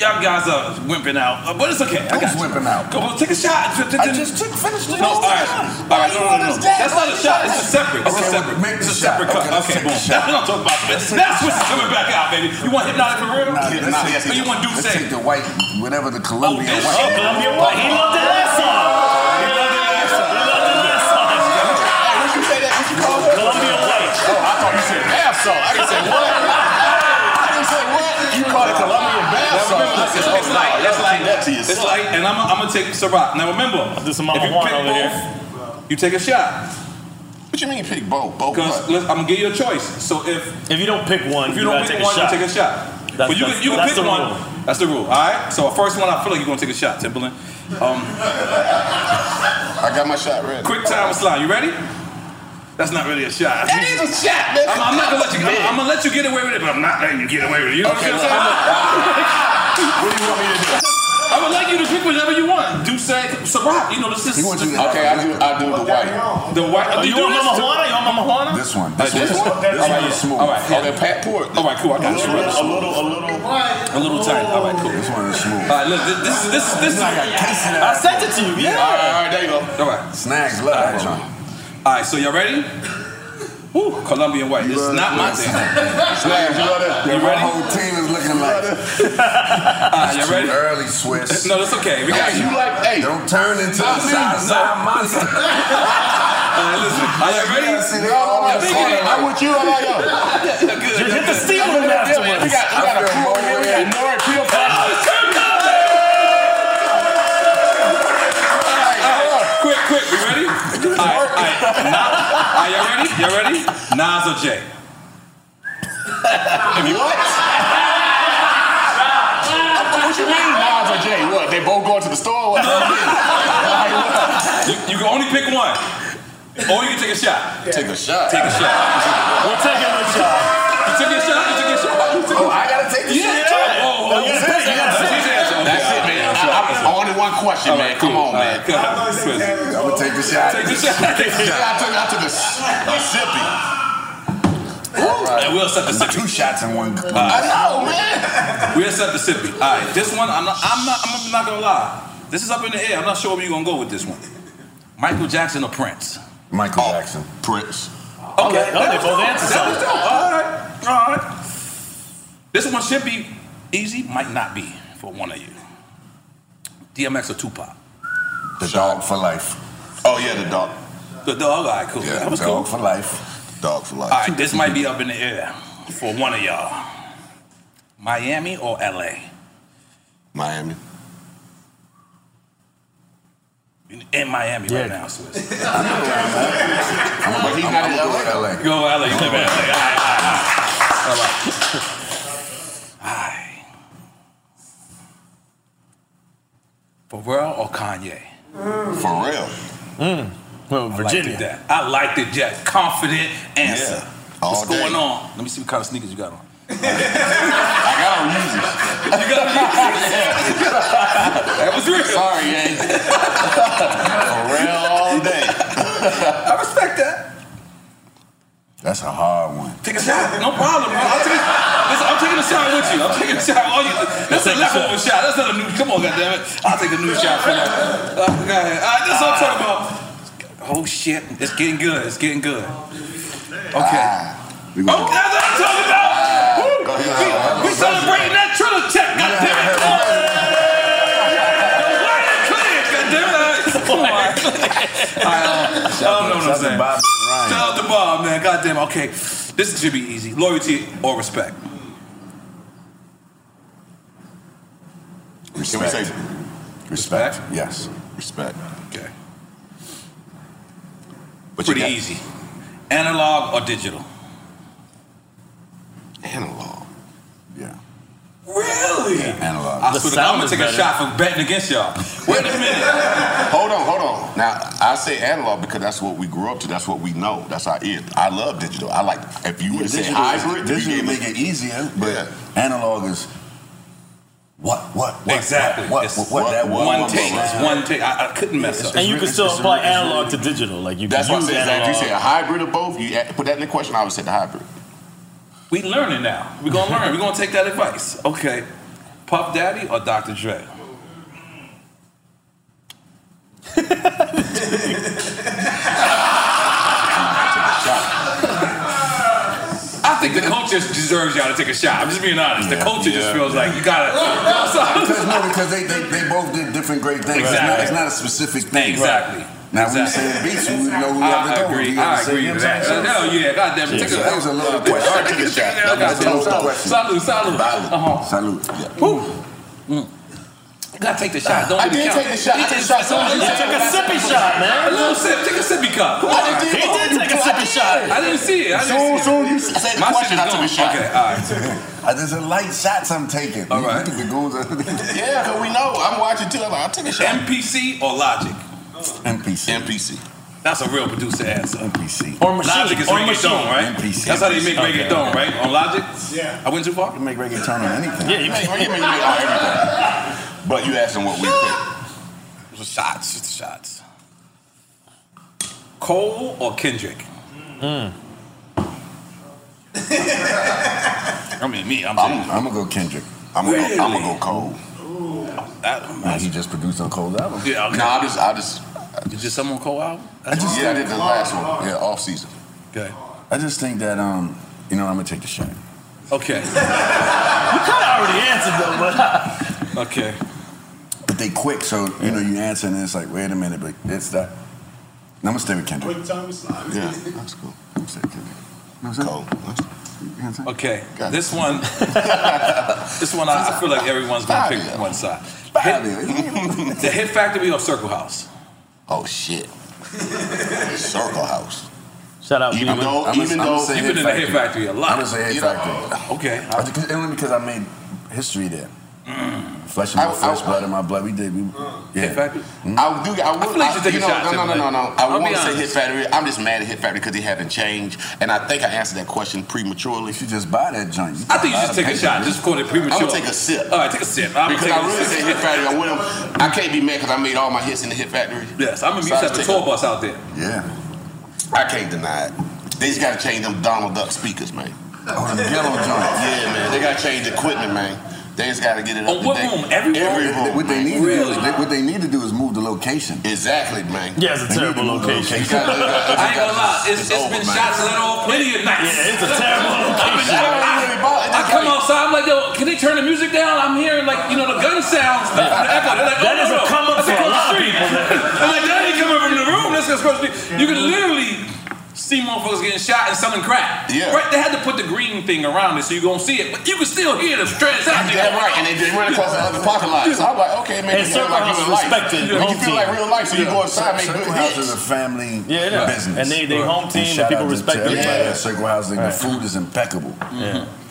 Y'all guys are wimping out, uh, but it's okay. I got wimping
out.
Go well, take a shot.
I just took finished the
No, all right, all right, no, no, no, no. That's not a shot. It's a separate. It's
Okay,
a
well,
separate.
make
It's a
the shot.
separate cut.
Okay, let's
Okay,
take
boom.
the
That's
shot.
what I'm talking about. But That's what's coming back out, baby. You want hypnotic for real?
Nah,
Yeah, nah,
let's
Or
take,
you want
let's
Duce?
take the white, whatever the Colombian
this oh,
white.
shit. Colombian
white. He loved that last song. He loved that last song. He loved that last song.
Hey, what you say that? What you call it?
Colombian white.
Oh, I thought you said bath salt. I didn't say what. I didn't say what. You called it Colombian bath
Now
salt.
remember,
I
it's,
said,
it's,
oh, no,
like it's
y'all
like
keep that to
it's
yourself.
like, and I'm I'm gonna take Ciroc. Now remember, if you
Mama Juan
pick
over
both, you take a shot.
What you mean pick both? Both
Because I'm gonna give you a choice. So if
If you don't pick one,
if you don't
gotta
pick
take
one,
a shot.
you take a shot. but you can, you can
that's
pick
the
one.
rule.
That's the rule. All right. So first one, I feel like you're gonna take a shot, Timberland. Um, I
got my shot ready.
Quick time with slime. You ready? That's not really a shot.
That is a shot, man.
I'm, I'm not gonna let you. I'm, I'm gonna let you get away with it, but I'm not letting you get away with it. You know
Okay,
what I'm
look,
saying? what do you want me to do? I would like you to pick whatever you want. Do say Ciroc. You know this is.
Okay, I do. I do the white.
The white.
Oh,
do
you want
this?
Mama Juana? You want
Mama Juana?
Oh, This one.
This
This
one.
one. This
All
one
right.
is
All
smooth.
right.
Oh, that Pat Port.
All right. Cool. I got
A
you. little.
little- a
A little. A little tight. All right. Cool. This
one is smooth.
All right. Look. thi- This. This. This. This. I sent it to you.
Yeah. All right, all right, there you go.
All right.
Snags love.
All right. So y'all ready? Woo. Colombian white. This is not my thing.
Snags, you love that?
You
Your
ready?
whole team is looking like.
Ah, you ready?
Early Swiss.
No, that's okay. We got
Hey, you like? Hey, don't turn into the
Nah,
size of monster.
All right, listen. Are you ready?
I think you did. I'm with you. I'm like, yo.
Just hit the steam room afterwards.
We got, we got a crew over here. We got Nora Peel.
Quick, quick, you ready? All right, all right. Nah, all right, y'all ready? Y'all ready? Nas or Jay?
What? What you mean, Nas or Jay? What? They both going to the store? What?
You, you can only pick one. Or you can take a shot.
Take a shot.
Take a shot. We're taking a shot. You took your shot? You took your shot? You took
Oh, I gotta take the
yeah,
shot.
Yeah. Oh, oh,
That's
oh,
it, that's it.
his answer. Okay,
That's it,
all right,
man.
all right, all right.
I- I- Only one question,
All right,
man. Come
cool.
on,
All right,
man.
go ahead. Chris.
I'm gonna take the shot.
Take the shot.
Take the shot. I took, I took a, s- a sippy.
And we'll set the sippy.
Two shots in one.
All right.
know, man.
We'll set the sippy. All right, this one, I'm not, I'm not, I'm not gonna lie. This is up in the air. I'm not sure where you're gonna go with this one. Michael Jackson or Prince?
Michael Jackson.
Prince.
Okay,
Oh, they
that was
both
dope.
answered
That was
something.
dope. All right, all right. This one should be easy, might not be for one of you. DMX or Tupac?
The dog for life.
Oh yeah, the dog.
The dog. All right, cool.
Yeah,
that was
dog
cool.
for life.
Dog for
All
life.
right, this might be up in the air for one of y'all. Miami or LA?
Miami.
In Miami right now, Swiss.
But he's not in LA.
Go LA. You live in LA. All right, all right, all right. All right. Pharrell or Kanye?
For real.
Mm.
Well, I
Virginia.
liked it, that. I liked it, Jack. Confident answer.
Yeah.
What's
All day.
going on? Let me see what kind of sneakers you got on.
I got on Yeezys.
You got on Yeezys. that was real.
Sorry, gang. For real all day.
I respect that.
That's a hard one.
Take a shot. No problem, bro. I'll take, listen, I'm taking a shot with you. I'm taking a shot. All you, that's a leftover shot. That's not a new. Come on, goddammit. I'll take a new shot for that. Uh, go ahead. All right, that's what I'm talking about. Oh shit, it's getting good. It's getting good. Okay.
Ah,
We
Oh, that's what I'm talking about. Woo. We, we celebrating that thriller check. Goddammit. Come on. The white and clear. Goddammit. All right. Come on. All right, um, I don't know what I'm saying. Shout out to Bob, man. Goddamn. Okay, this should be easy. Loyalty or respect.
Can we say
Respect. Yes.
respect?
Okay.
But you
Pretty
got-
easy. Analog or digital?
Analog.
Yeah.
Really?
Analog.
I swear to God, I'm gonna take a shot for betting against y'all. Wait a minute.
Hold on, hold on. Now I say analog because that's what we grew up to. That's what we know. That's our ear. I love digital. I like if you would say
digital is-
hybrid,
digital
you
make it easier,
But
Analog is what, what, what,
Exactly.
what,
It's
what, what, that
one,
one,
take. It's one take. I, I couldn't mess up.
And you can still apply analog
to digital. Like you
that's why I say that. If you say a hybrid of both, you add- put that in the question. I would say the hybrid.
We learning now. We're gonna learn. We're gonna take that advice. Okay. Puff Daddy or Dr. Dre? I think the culture deserves y'all to take a shot. I'm just being honest. The culture just feels like you gotta.
because no, because they, they, they both did different great things. It's, not,
Exactly.
it's not a specific thing.
Exactly.
Now when you
Exactly.
say beats, we would know who
I
have to go.
agree.
You gotta
I
say
agree
him
with that.
something.
Hell yeah, goddamn it.
Yeah,
Take
so
a-
that was a loaded question.
All right, take a shot.
That was a
Goddamn,
loaded
salute,
question.
Salute, salute. Uh-huh.
Salute. Yeah.
Woo. Mm. You gotta take the shot. Don't
I
let it
did
count.
take the shot.
You
I took a shot.
That's all
You
you
took a
said.
sippy
shot, man.
A little sip. Take a sippy cup. Come on.
He did take a sippy shot.
I didn't see it. I didn't
Soon, soon
see it.
you said the
My
question, I
shit is
took a
gone.
shot.
Okay, all right.
I just said light shots I'm taking. All right. You think the goons are.
Yeah, because we know. I'm watching too. I'm like, I took a shot.
MPC or Logic?
MPC.
MPC.
That's a real producer answer.
MPC.
Or Logic is
Or
reggaeton,
machine.
right?
MPC.
That's how they make
Okay.
reggaeton, right? On Logic?
Yeah.
I went too far? You
make reggaeton on anything.
Yeah, you make, you make, you make all everything. But you asking what we pick.
Just shots, just shots. Cole or Kendrick? I mean, me, I'm,
I'm, gonna go Kendrick. I'm gonna, go, I'm gonna
Really?
go Cole. Nah, he just produced on Cole's album.
Yeah, okay.
No, I just, I just.
Did you someone Cole album?
I just
yeah, I
said
did the
it.
last one. Yeah, off season.
Okay.
I just think that um, you know, I'm gonna take the shot.
Okay.
You kind of already answered though, but
Okay.
But they quick, so you know, you answer and it's like, wait a minute, but it's that. And I'm gonna stay with Kendrick.
Quick time slide.
Yeah, that's cool. I'm staying with Kendrick. Cole.
Okay. This one, this one, I, I feel like everyone's gonna pick one side. Hit, the Hit Factory or Circle House?
Oh shit. Circle House.
Shout out.
Even
Beeman.
though,
I'ma-
even
I'ma
though,
say
You've been in the Hit Factory a lot.
I'm gonna say Hit
You know-
Factory.
Okay.
I just- only because I made history there. Flesh in
I-
my
I-
flesh, blood in my blood. We did. We, yeah. Mm-hmm.
Hit Factory?
I do. I
I feel
would.
like
I
you take
you
a
know,
shot,
no, no, no,
Timberlake.
no, no.
I'll
I
be
want to say
honest.
Hit Factory. I'm just mad at Hit Factory because they haven't changed, and I think I answered that question prematurely.
You just buy that joint.
I think you should take a shot. Just call it premature.
I'm gonna take a sip.
All right, take a sip. I'm
because
gonna take
I
a
really
sip.
say Hit Factory. I, would've- I can't be mad because I made all my hits in the Hit Factory.
Yes, I remember you
So
used to
I just
have a
take
tour bus out there.
Yeah.
I can't deny it. They just gotta change them Donald Duck speakers, man.
On the Oh, yellow joint.
Yeah, man. They gotta change the equipment, man. They just gotta get it up
On what
to date.
room? Every room?
Every
They-
room.
What they
man.
need to do is they, what they need to do is move the location.
Exactly, man.
Yeah, it's a
They need to
terrible
move the
location.
You gotta- you gotta-
I ain't gonna lie, it's,
It's
it's
over,
been
man.
shots let off plenty of nights.
Yeah, it's a terrible
I've been-
location.
I, I- I come outside, I'm like, yo, can they turn the music down? I'm hearing like, you know, the gun sounds. The, the echo. They're like, oh,
That
no,
is a
no.
come up for
That's
a lot of
across the street.
people there.
I'm like, that ain't coming from the room. That's across the street. You can literally see motherfuckers getting shot and selling crack.
Yeah.
Right? They had to put the green thing around it so you gonna see it, but you can still hear the transaction.
That's right, and they, they run across the other parking lot. So I'm like, okay, man,
And
you feel
Circle
like
House
real life.
respected
When you
home
feel like
team.
real life, so you go outside, make
Circle
good
House is
hits.
a family
Yeah, it is.
business.
And they- they home team,
And
the
shout
people
out to-
respect
to everybody
everybody.
at Circle House. Like,
Right.
The food is impeccable.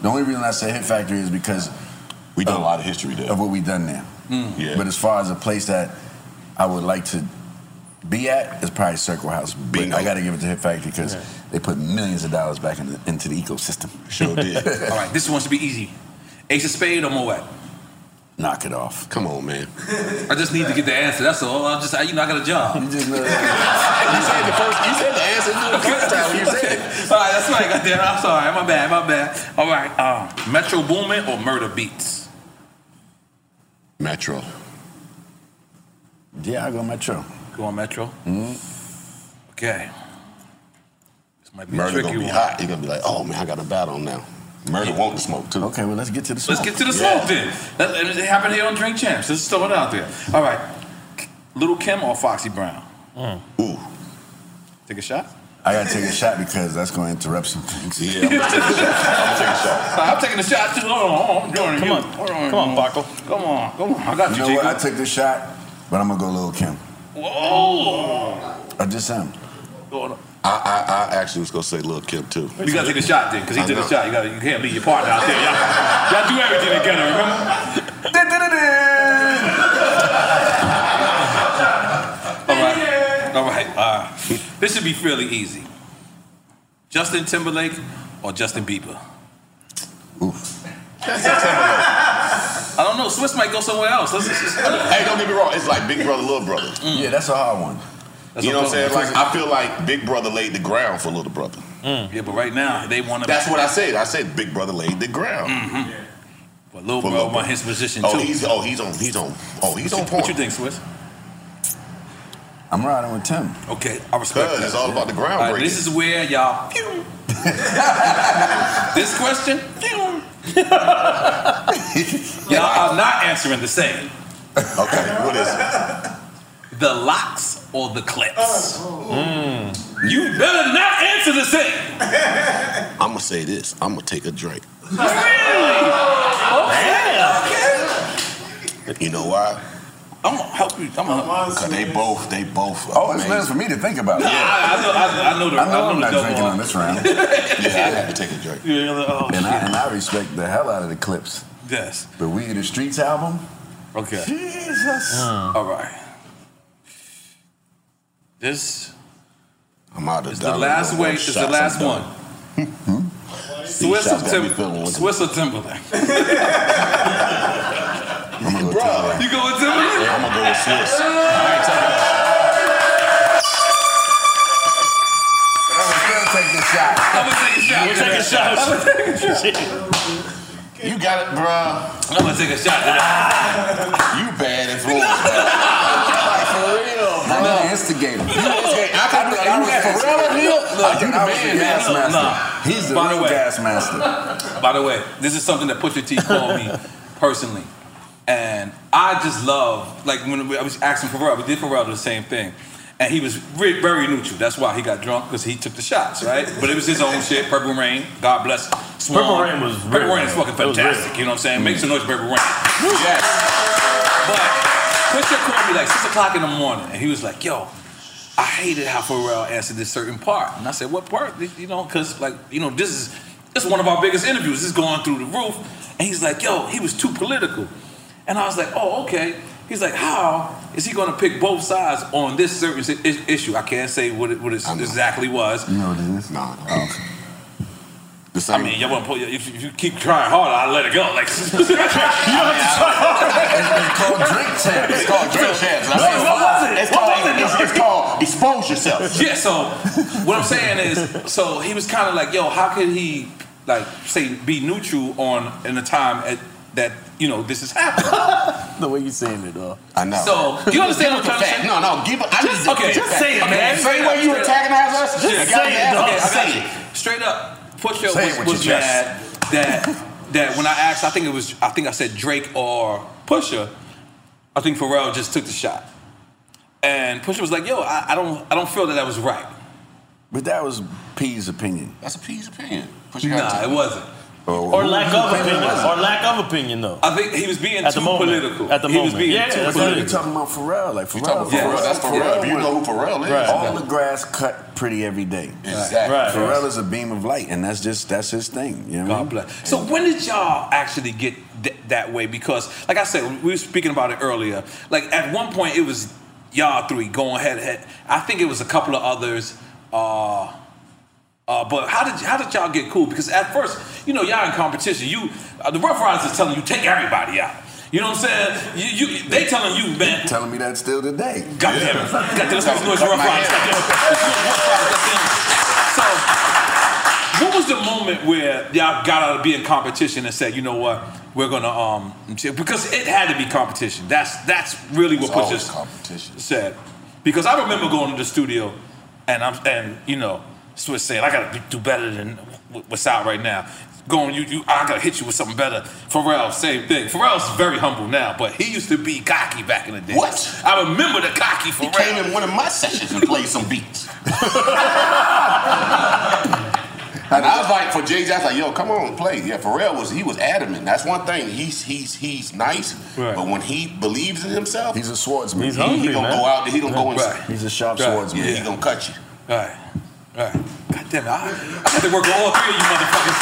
The only reason I say Hit Factory is because
We done a lot of history there. Mm.
of what we've done there.
Yeah.
But as far as a place that I would like to be at, is probably Circle House. But
Bingo.
I got to give it to Hit Factory because they put millions of dollars back in the, into the ecosystem.
Sure did.
All right, this one should be easy. Ace of Spade or Moet?
Knock it off.
Come on, Oh, man.
I just need to get the answer. That's all. I just, I, you know, I got a job.
You just know.
uh, You said the first. You said the answer to the first time. You said it.
All right, that's what I got there. I'm sorry. My bad. My bad. All right. Um, Metro Boomin or Murder Beats?
Metro.
yeah, I go Metro.
Go on, Metro. Okay. This might be a
Murder
tricky
gonna be
one.
hot. You're gonna be like, oh man, I got a battle now. Murder won't smoke too.
Okay, well, let's get to the smoke.
Let's get to the
Yeah.
smoke then. That, it happened here on Drink Champs. Let's throw it out there. All right. Little Kim or Foxy Brown?
Ooh.
Take a shot.
I got to take a shot because that's going to interrupt some things.
Yeah. I'm gonna take a shot. I'm gonna take a shot.
I'm taking a shot too. Hold on. hold on, I'm joining
come
you.
on,
Hold on.
come on, Buckle.
oh, Come on. Come on. I got
You
you,
know what? I
Jacob.
took the shot, but I'm gonna go Lil Kim.
Whoa.
I just am.
Hold on.
I, I, I actually was gonna say Lil Kim too.
You gotta take a shot then, because he
I
took a
know.
shot. You gotta, you can't leave your partner out there. Y'all, y'all do everything together. Remember? All right, all right. Uh, this should be fairly easy. Justin Timberlake or Justin Bieber?
Oof.
I don't know. Swiss might go somewhere else. Let's just, Mm.
Hey, don't get me wrong. It's like Big Brother, Little Brother.
Yeah, that's a hard one.
That's
You know what I'm saying?
problem.
Like I feel like Big Brother laid the ground for Little Brother.
yeah, but right now they want to.
That's what I said. I said Big Brother laid the ground.
But Lil
For
Bro
Lil
want
Bro.
his position
Oh,
too.
he's oh he's on he's on oh he's on
what,
point.
you think, Swiss?
I'm riding with Tim.
Okay, I respect
Cause
that.
it's all about the
All right,
groundbreaking.
this is where y'all. pew. this question, pew. y'all are not answering the same.
okay, what is it?
The locks or the clips?
Oh,
Hmm. You better not answer the same.
I'm gonna say this. I'm gonna take a drink.
Really?
You know why?
I'm gonna help you. I'm gonna.
Cause they both, they both.
Oh, it's
meant for me to think about.
Yeah, I, I know. I, I know the.
I know
the
I'm not
double
drinking
R.
on this round. yeah, I had to take a drink.
Yeah, like, oh,
and, I,
shit.
and I respect the hell out of the clips.
Yes.
But We in the Streets album.
Okay.
Jesus.
All right. This.
I'm out of
It's the last way. It's the last one. Swiss
shots got me
Timberlake. Swiss Timberlake.
Bro,
you go with Timberlake?
Yeah, I'm gonna go with Swiss. Take a shot.
I'm gonna take a shot.
We'll take a shot.
I'm gonna take a shot.
You got it, bro.
I'm gonna take a shot.
you bad influence. like for real. I'm an instigator. You instigate. I can I, you got for real. Neil? I think I was the gas master. He's the real gas master.
By the way, this is something that Pusha T called me personally, and I just love like when we, I was asking Pharrell, we did Pharrell the same thing. And he was re- very neutral. That's why he got drunk because he took the shots, right? But it was his own shit. Purple Rain, God bless. Swan.
Purple Rain was
Purple
real,
Rain is
man.
fucking
It was real.
fantastic. You know what I'm saying? Make some noise, Purple Rain. Yes. But Pusha called me like six o'clock in the morning, and he was like, "Yo, I hated how Pharrell answered this certain part. And I said, what part? You know, because like, you know, this is this is one of our biggest interviews. This is going through the roof. And he's like, yo, he was too political. And I was like, oh, okay. He's like, how is he going to pick both sides on this certain si- is- issue? I can't say what it, what it exactly was. Oh.
You know what it is? Nah.
I mean, y'all want to pull. If, if you keep trying hard, I'll let it go. Like, you don't
It's called drink champs. It's called drink champs. I mean, It's called, it's, it's called expose yourself.
Yeah, so what I'm saying is, so he was kind of like, yo, how could he, like, say, be neutral on in a time at, that, you know, this is happening?
The way you're saying it, though. I know.
So, you understand what
Give
I'm
up
trying
the
to
fact.
say?
No, no, give up. I
Just-
need to-
okay,
just say it,
okay,
man.
straight
Same way
up,
you
straight
antagonize
up.
us,
Just
I gotta
say it,
ask
dog.
you to
I got
say
you.
it.
Straight up. Pusha
Say it
was,
with
was
your chest.
mad that that when I asked, I think it was, I think I said Drake or Pusha. I think Pharrell just took the shot, and Pusha was like, "Yo, I, I don't, I don't feel that that was right."
But that was P's opinion.
That's a P's opinion.
Nah, it wasn't.
Or lack of opinion.
Or
lack of opinion, though.
I think he was being too political. he was being too
You're
political.
talking about Pharrell, like Pharrell.
You talking about Pharrell, that's Pharrell. If you know who Pharrell is, Right.
all the grass cut pretty every day.
Exactly. Right.
Pharrell is a beam of light, and that's just that's his thing. You know what I mean?
So when did y'all actually get th- that way? Because, like I said, we were speaking about it earlier. Like at one point, it was y'all three going head to head. I think it was a couple of others. Uh, uh, but how did how did y'all get cool? Because at first, you know, y'all in competition. You uh, the Rough Riders is telling you take everybody out. You know what I'm saying? You, you they telling you man.
Telling me that still today.
God damn it! God damn it! Let's make some noise for Rough Riders. God damn it. So, what was the moment where y'all got out of being competition and said, you know what, we're gonna um because it had to be competition. That's that's really what
It's
puts
always
us competition said. Because I remember going to the studio and I'm and you know Swiss saying I gotta do- do better than wh- what's out right now. Going you, you I gotta hit you with something better. Pharrell same thing. Pharrell's very humble now, but he used to be cocky back in the day. What? I remember the cocky Pharrell. He came in one of my sessions and played some beats.
And I was like, for Jay Z, I was like, yo, come on, play. Yeah, Pharrell was he was adamant. That's one thing. He's he's he's nice, but when he believes in himself,
He's a swordsman.
he, he gonna go out. there. He gonna go inside.
He's a sharp
Right.
swordsman.
Yeah, he gonna cut you.
Right. Right. God damn it. I, I had to work with all three of you motherfuckers.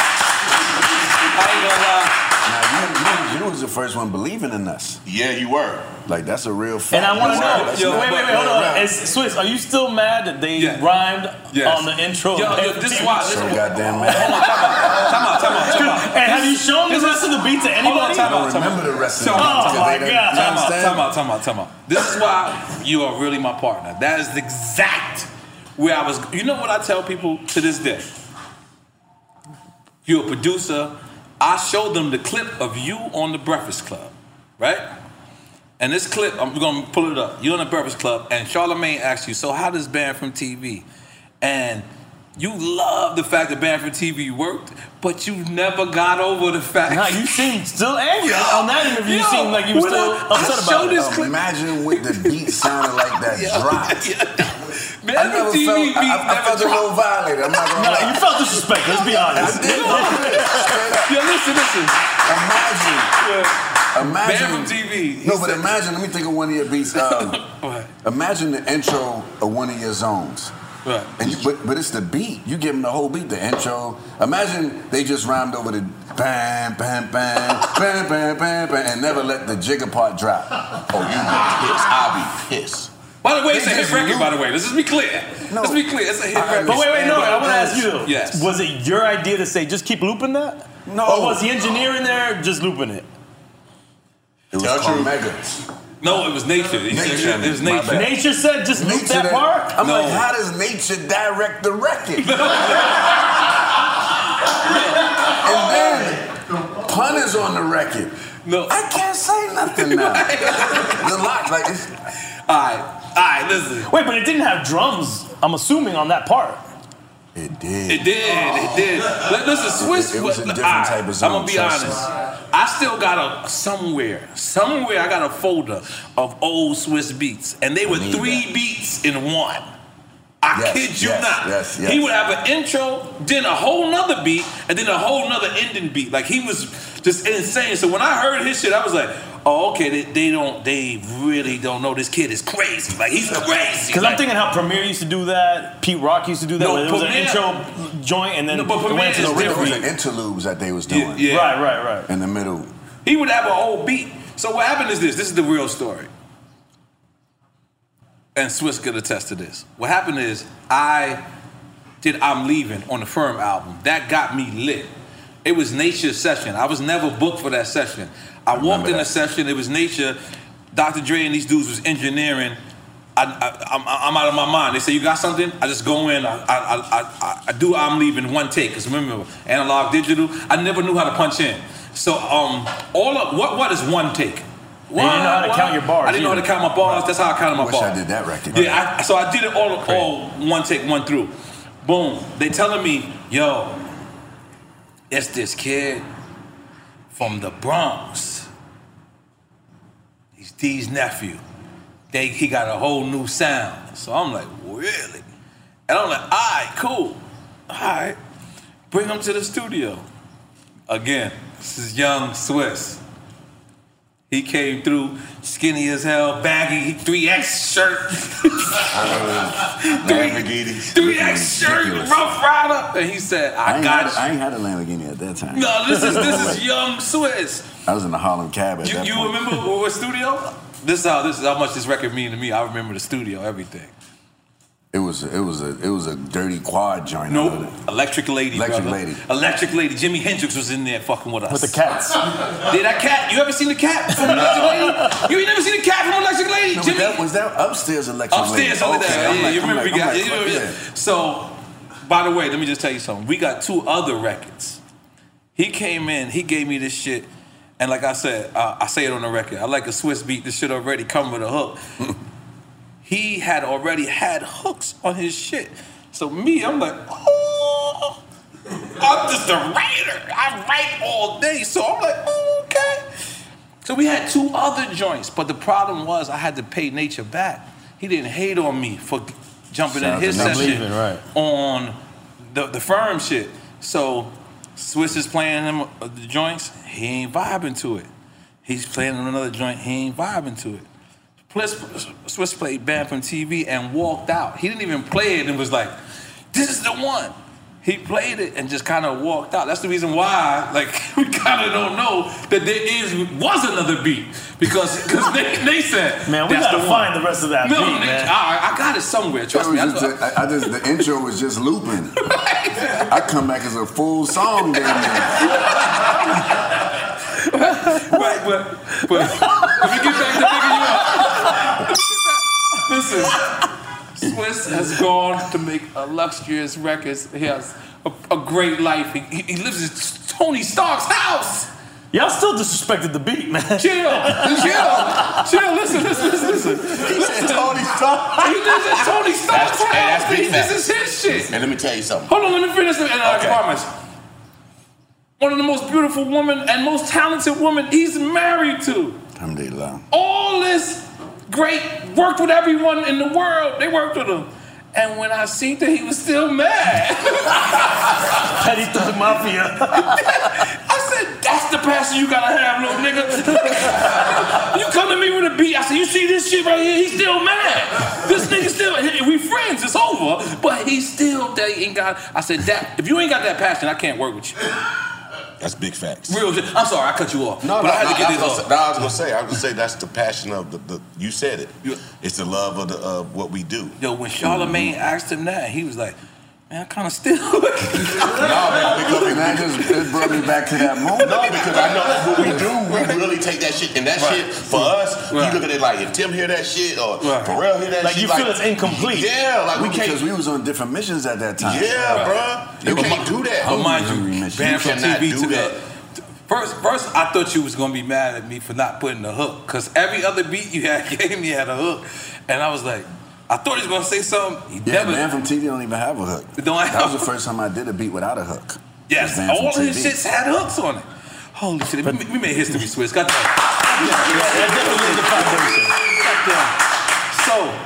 I ain't gonna lie.
Now, you, you, you was the first one believing in us.
Yeah, you were.
Like that's a real fact.
And I want to
That's
know.
not- that's
yo,
not-
wait, wait, wait, hold on. Is, Swiss, are you still mad that they rhymed
Yes.
on the intro?
Yo,
of
yo, this is why- this So
Hold on,
goddamn mad.
Time out, time out, time out.
And have you shown the rest of the beat to anybody?
Time out, time out. Time out,
Oh
time
my
out.
god!
Time out, time out, time out, time out. This is why you are really my partner. That is the exact where I was. You know what I tell people to this day? You're a producer. I showed them the clip of you on the Breakfast Club, right? And this clip, I'm gonna pull it up. You're on the Breakfast Club, and Charlamagne asks you, "So how does Band from TV?" And you love the fact that Band from TV worked, but you never got over the fact.
Nah, you seem still angry on that interview. You seem like you were
when
still
I- I
upset about
showed
it.
Oh,
this clip-
Imagine what the beat sounded like that dropped.
I
never felt. I, I, I felt a little violated. I'm not gonna
Nah,
lie.
you felt disrespect. Let's be honest.
I did. Straight up.
Yeah, listen, listen.
Imagine Imagine,
Banned from TV.
No, but imagine. Let me think of one of your beats. Um, imagine the intro of one of your zones.
Right.
And you, but but it's the beat. You give them the whole beat, the intro. Imagine they just rhymed over the bam bam bam bam bam bam bam and never let the jigger part drop. Oh, you be pissed. I'll be pissed.
By the way, it's a
They
hit
just
record.
knew.
By the way, let's just be clear. Let's be clear. It's a hit record.
But wait, wait, no. I want to ask you though.
Yes.
Was it your idea to say just keep looping that?
No.
Or was the engineer in there just looping it?
It was
Tell
called
truth.
Megas.
No, it was nature. He said
Nature.
It was
My
nature.
bad. Nature
said just
Nature that- I'm
No.
like, how does nature direct the record? and then pun is on the record.
No,
I can't say nothing now. the lot, like, it's,
Alright, alright, listen.
Wait, but it didn't have drums, I'm assuming, on that part.
It did.
It did. It did. Li- Listen, Swiss.
It was a
what-
different
alright,
type of
I'm gonna
zone,
be
trust
honest. I still got a somewhere, somewhere. I got a folder of old Swiss beats, and they were
need
three beats in one. I
Yes,
kid you
yes,
not.
yes, yes.
He would have an intro, then a whole nother beat, and then a whole nother ending beat. Like he was just insane. So when I heard his shit, I was like, oh, okay, they, they don't, they really don't know this kid is crazy. Like he's crazy.
Because I'm thinking how Premier used to do that, Pete Rock used to do that.
No,
where there was an
Premier-
intro joint and then
No, but
it
Premier
went to the
is
it
real
was
beat.
the interludes that they was doing.
yeah.
Right, right, right.
In the middle.
He would have a whole beat. So what happened is this. This is the real story. And Swiss could attest to this. What happened is I did I'm Leaving on the Firm album. That got me lit. It was Nature's session. I was never booked for that session. I, walked in the session. It was Nature. Dr. Dre and these dudes was engineering. I, I, I'm, I'm out of my mind. They say, you got something? I just go in. I, I, I, I, I do I'm Leaving one take. Because remember, analog, digital. I never knew how to punch in. So um, all of, what what is one take?
didn't know how to count your bars
I didn't know how to
either.
count my bars. That's how I counted my
Wish
bars.
I did that record.
Yeah, I, so I did it all, all one take, one through. Boom. They telling me, yo, it's this kid from the Bronx. He's D's nephew. They, he got a whole new sound. So I'm like, really? And I'm like, all right, cool. All right. Bring him to the studio. Again, this is young Swiss. He came through skinny as hell, baggy, 3X shirt.
Lamborghini.
3X shirt,
Ridiculous.
Rough Rider. And he said,
I,
I,
ain't
got
had,
you.
I ain't had a Lamborghini at that time.
No, this is this is young Swiss.
I was in the Harlem cab at
You,
that
you
point.
remember what was studio? This is how this is how much this record mean to me. I remember the studio, everything.
It was it was a it was a dirty quad joint.
Nope. Electric Lady.
Electric
brother.
Lady.
Electric Lady. Jimi Hendrix was in there fucking with us.
With the cats.
yeah, that cat. You ever seen the cat from Electric Lady? You ain't never seen the cat from Electric Lady,
No, but
Jimmy?
that, was that upstairs electric?
Upstairs,
lady?
only that.
I'm
Yeah,
like-
you
I'm
remember
like-
we
I'm
got.
like, oh,
you know,
yeah.
So, by the way, let me just tell you something. We got two other records. He came in, he gave me this shit, and like I said, uh, I say it on the record. I like a Swiss beat. This shit already come with a hook. he had already had hooks on his shit. So me, I'm like, oh, I'm just a writer. I write all day. So I'm like, oh, okay. So we had two other joints, but the problem was I had to pay Nature back. He didn't hate on me for jumping
Sounds
in his
enough.
session
Leaving, right.
on the, the firm shit. So Swiss is playing him uh, the joints. He ain't vibing to it. He's playing on another joint. He ain't vibing to it. Plus, Swiss played Bam from TV and walked out. He didn't even play it and was like, this is the one. He played it and just kind of walked out. That's the reason why, like, we kind of don't know that there is was another beat because because they, they said,
Man, we
"That's
gotta
the
find
one."
the rest of that
No,
beat,
they-
man.
all right, I got it somewhere. Trust
It
me.
was
I,
just a- I- I just- the intro was just looping. I come back as a full song damn near.
right, but but if you get back to picking you up, listen. Swiss has gone to make illustrious records. He has a, a great life. He, he- he lives in Tony Stark's house.
Y'all still disrespected the beat, man.
Chill, chill, chill. Listen, listen, listen, listen. He said
Tony Stark.
He lives in Tony Stark's house. this is his shit.
And let me tell you something.
Hold on, let me finish it, and I promise. One of the most beautiful women and most talented women he's married to.
Alhamdulillah.
All this great worked with everyone in the world. They worked with him. And when I seen that he was still mad,
Petty to the mafia.
I said,
That's the passion you gotta have, little nigga. you come to me with a beat. I say, you see this shit right here? He's still mad. This nigga still. We friends. It's over. But he still that he ain't got. I said that if you ain't got that passion, I can't work with you.
That's big facts.
Real. shit. I'm sorry, I cut you
Oh,
off.
No,
but
no,
I had
no,
to get this
was
off.
gonna say- no, I was gonna say, I was gonna say that's the passion of the, the you said it. It's the love of the of what we do.
Yo, when Charlemagne asked him that, he was like, man, I kind of still.
no,
man, just it brought me back to that moment.
No, because I know what we do. We really take that shit, and that shit for us. You look at it like if Tim hear that shit or Pharrell hear that shit, Yeah, like we
because
can't.
we was on different missions at that time.
Yeah, bruh. You can't do that.
Oh, mind you,
remission.
banned
You
from
cannot
TV
do
to the. First, first, I thought you was gonna be mad at me for not putting the hook, cause every other beat you had gave me had a hook, and I was like, I thought he was gonna say something. He
Yeah,
never.
man from TV don't even have a hook. that was the first time I did a beat without a hook.
Yes,
Man from
all his
TV.
shits had hooks on it. Holy shit, we, we made history, Swiss. God damn. So,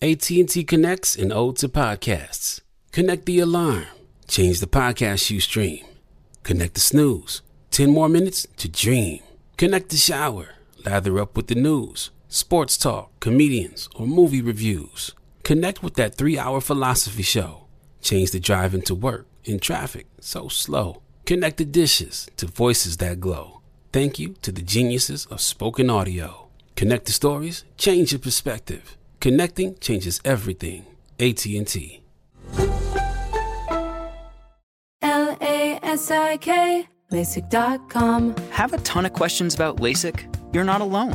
AT&T connects and ode to podcasts. Connect the alarm. Change the podcast you stream. Connect the snooze. 10 more minutes to dream. Connect the shower. Lather up with the news, sports talk, comedians, or movie reviews. Connect with that three hour philosophy show. Change the drive into work in traffic so slow. Connect the dishes to voices that glow. Thank you to the geniuses of spoken audio. Connect the stories, change your perspective. Connecting changes everything. AT&T.
L A S I K, LASIK.com.
Have a ton of questions about LASIK? You're not alone.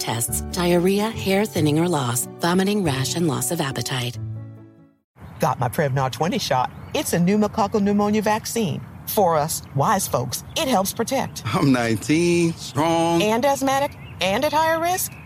tests, diarrhea, hair thinning or loss, vomiting, rash, and loss of appetite.
Got my Prevnar 20 shot. It's a pneumococcal pneumonia vaccine. For us, wise folks, it helps protect.
I'm 19, strong.
And asthmatic and at higher risk?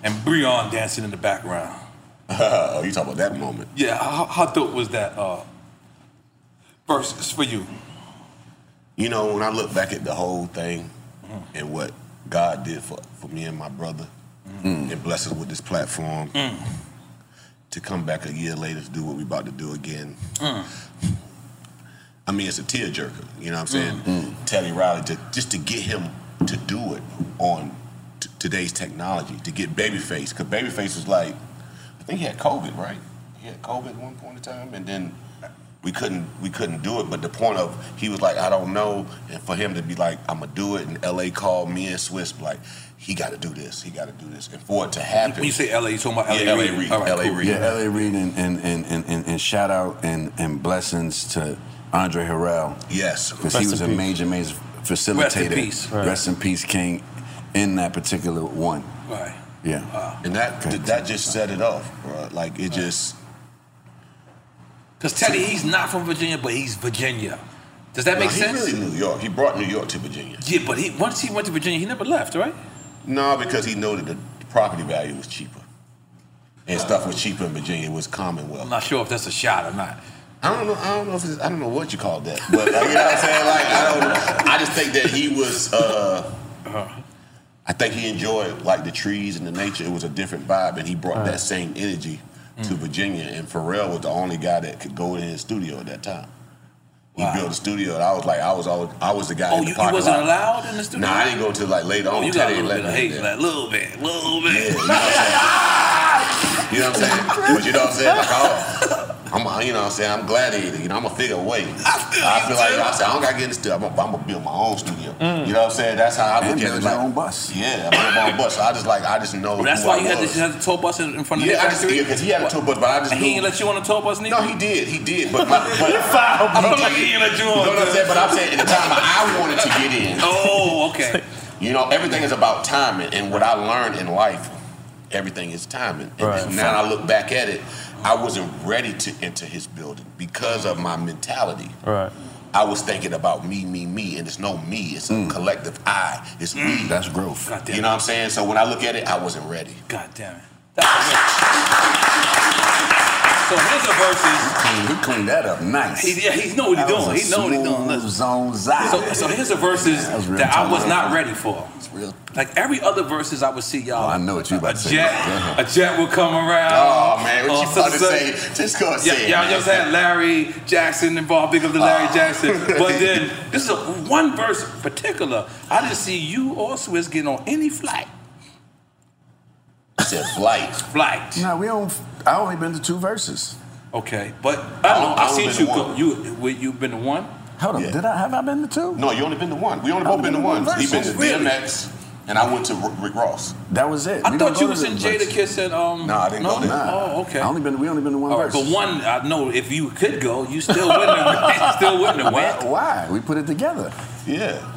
and Breon dancing in the background?
Oh, you talk about that moment.
Yeah, how, how dope was that uh, versus for you?
You know, when I look back at the whole thing
Mm.
and what God did for, for me and my brother
Mm.
and bless us with this platform to come back a year later to do what we about to do again.
Mm-hmm.
I mean, it's a tearjerker, you know what I'm saying?
Mm-hmm.
Teddy Riley, to, just to get him to do it on t- today's technology, to get Babyface, because Babyface was like, I think he had COVID, right? He had COVID at one point in time, and then we couldn't we couldn't do it. But the point of he was like, I don't know, and for him to be like, I'm gonna do it, and L.A. called me and Swiss like, he got to do this, he got to do this, and for it to happen.
When you say LA, you talking about LA
Yeah, LA
Reid.
Reid,
All right,
LA
cool.
Reid.
Yeah, LA Reid and, and, and, and, and, and shout out and, and blessings to Andre Harrell.
Yes.
Because
Rest
he
in
was a
peace.
major, major facilitator.
Rest in peace. Right.
Rest in peace, King, in that particular one.
Right.
Yeah.
And that that just set it off, bro. Like it just.
Because Teddy, he's not from Virginia, but he's Virginia. Does that
No,
make
he
sense?
really New York. He brought New York to Virginia.
Yeah, but he once he went to Virginia, he never left, right?
No, because he knew that the property value was cheaper, and stuff was cheaper in Virginia. It was Commonwealth.
I'm not sure if that's a shot or not.
I don't know. I don't know if it's, I don't know what you call that, but like, you know what I'm saying. Like I don't. I just think that he was. Uh,
Uh-huh.
I think he enjoyed like the trees and the nature. It was a different vibe, and he brought that
Uh-huh.
same energy
Mm.
to Virginia. And Pharrell was the only guy that could go in his studio at that time. He built a studio, and I was like, I was always, I was the guy.
Oh,
in
you,
the
you
parking
wasn't
lot.
allowed in the studio.
Nah, I didn't go to like later
Oh,
on.
you got a
Teddy
little
let
bit of
me in
hate,
there.
like little bit, little bit.
You know what I'm saying? But you know what I'm saying? Like, oh, I'm, a- you know what I'm saying? I'm gladiator. You know, I'm a figure away. I feel, like, you know what I'm saying? I don't got to get in the studio. I'm going to build my own studio.
Mm.
You know what I'm saying? That's how I
And
look at it.
build
like,
your own bus.
Yeah, I built my own bus. So I just like, I just know.
Well, that's
who
why
I
you had,
was.
this, you had the tour bus in, in front of the
Yeah, I just
factory?
yeah, because he had a tour bus, but I just
And he didn't let you on the tour bus, neither?
No, he did. He did, but my, but I'm
bro.
not like he
let you
on. know what I'm saying? But I'm saying at the time I wanted to get in.
Oh, okay.
You know, everything is about timing, and what I learned in life, everything is timing. And
Right.
now I look back at it, I wasn't ready to enter his building because of my mentality.
Right.
I was thinking about me, me, me, and it's no me. It's a collective I. It's we.
That's growth.
You know what I'm saying? So when I look at it, I wasn't ready.
God damn it. So his verses.
He cleaned that up nice.
He- yeah, he know what he
That was
doing.
a
He know what he doing.
smooth Zone zai.
So, so here's the verses
That was
that,
real
I was
time.
not ready for.
It's real. Oh,
Like every other verses I would see y'all.
I know what you about to say. Go ahead.
Jet, a jet would come around.
Oh, man, what
Or
you
some-
about to
some-
say? Just go
yeah,
say it,
y'all know
man.
what I'm saying? Larry Jackson involved. Big up to Larry
Oh.
Jackson. But then this is a, one verse in particular. I didn't see you or Swiss getting on any flight.
I said flight.
Flight.
No, we don't. I only been to two verses.
Okay, but I don't know.
I
I
only
seen
been
you.
to
Go, you well, you been to one?
Hold on. Did I have I been to two?
No, you only been to one. We only both been to one. He been to DMX, and I went to R- Rick Ross.
That was it.
I
We don't
thought
go
you
to
was
the
in
verses.
Jada Kiss and um.
No, I didn't go there.
Oh, okay.
I only been. We only been to one
All right,
verse.
but one, I know if you could go, you still wouldn't have, still wouldn't have went.
Why? We put it together.
Yeah.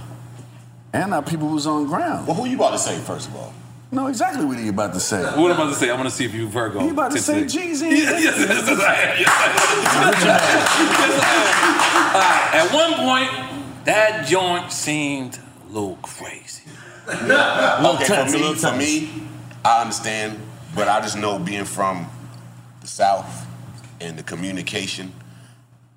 And our people was on ground. Well,
who you about to say first of all?
No, exactly what are you about to say.
What I'm about to say, I'm gonna see if you Virgo.
You about to say Jeezy?
Yes, yes, yes, yes, I am. Yes, I am. Yes, I am. All right, at one point, that joint seemed a little crazy.
okay, for me, for me, I understand, but I just know being from the South and the communication,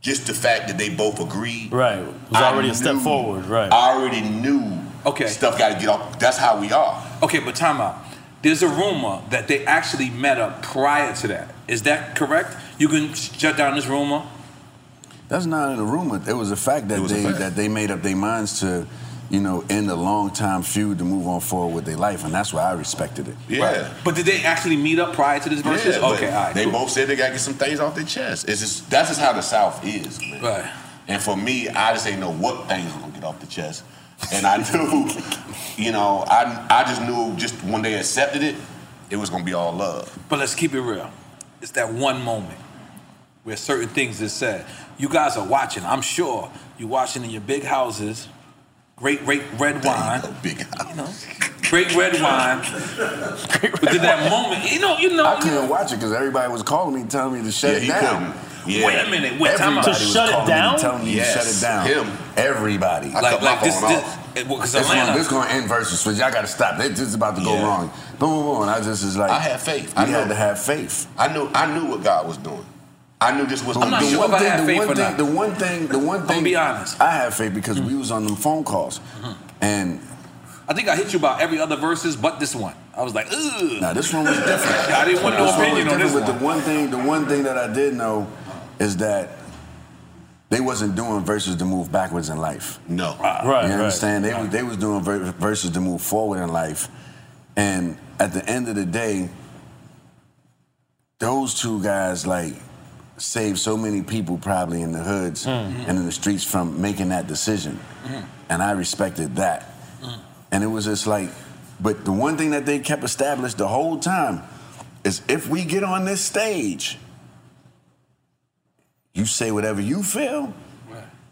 just the fact that they both agreed.
Right. It was
I
already a step
knew-
forward. Right.
I already knew.
Okay.
Stuff got to get off. That's how we are.
Okay, but time out. There's a rumor that they actually met up prior to that. Is that correct? You can shut down this rumor.
That's not in a rumor. It was a fact that
was a
they
fact.
that they made up their minds to, you know, end a long time feud to move on forward with their life, and that's why I respected it.
Yeah.
But did they actually meet up prior to this versus?
Yeah, but
okay, all right.
They
cool.
both said they got to get some things off their chest. It's just that's just how the South is, man.
Right.
And for me, I just ain't know what things was gonna get off the chest, and I knew, you know, I I just knew just when they accepted it, it was gonna be all love.
But let's keep it real. It's that one moment where certain things is said. You guys are watching. I'm sure you're watching in your big houses. Great, great red wine.
big house.
You know, great red wine. but did that moment, you know, you know.
I couldn't watch it because everybody was calling me, telling me to shut
Yeah,
it
he
down.
couldn't. Yeah. Wait a minute, wait, time out.
Everybody
To
was
shut it
calling me,
down?
telling me to shut
Yes,
it down.
him.
Everybody.
I Like- cut my like this- phone this- off. it- well, 'cause
It's gonna-
Atlanta-
This going to end versus switch. Y'all got to stop. This is about to go
Yeah.
wrong. Boom, boom, boom. And I just was like,
I had faith.
You
I
had
know.
to have faith.
I knew I knew what God was doing. I knew this was.
But the one thing- the one
for
thing- The one thing, the one thing. be honest. I have faith because
Mm.
we was on them phone calls, and
I think Mm-hmm. I hit you about every other verses but this one. I was like, ugh.
Now this one was different.
I didn't want no
This one was
opinion on
different,
this
but
one.
the one thing, the one thing that I did know is that they wasn't doing verses to move backwards in life.
No,
right,
right.
You understand? They was they was doing ver- verses to move forward in life, and at the end of the day, those two guys like saved so many people probably in the hoods
Hmm.
and in the streets from making that decision. And I respected that. And it was just like, but the one thing that they kept established the whole time is if we get on this stage, you say whatever you feel.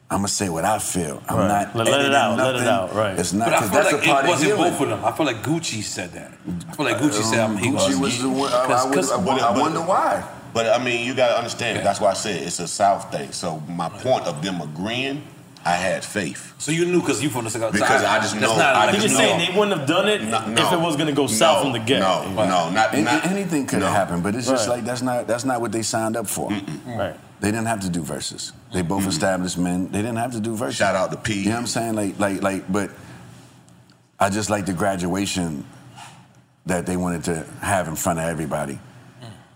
I'm gonna say what I feel. I'm not
Let, let it
editing
out. Let it
nothing.
out. Right.
It's not
But I
because
feel
that's
like
a part
it
of
wasn't
healing.
both of them. I feel like Gucci said that. I feel like Gucci said I'm
Um,
he
Gucci
Uh, was the one- I- I
Cause-
would-
cause-
I would- I wonder why.
But I mean, you gotta understand. That's why I said it's a South thing. So my point of them agreeing, I had faith.
So you knew because you from the South.
Because I just know. I
he
just
was
know.
saying they wouldn't have done it if it was going to go south from the get.
No, no, not,
An-
not
anything could have
no.
happened, but it's just
Right.
like that's not that's not what they signed up for.
Right.
They didn't have to do verses. They both established men. They didn't have to do verses. Shout
Mm-hmm. out to P.
You know what I'm saying? Like like like. But I just like the graduation that they wanted to have in front of everybody.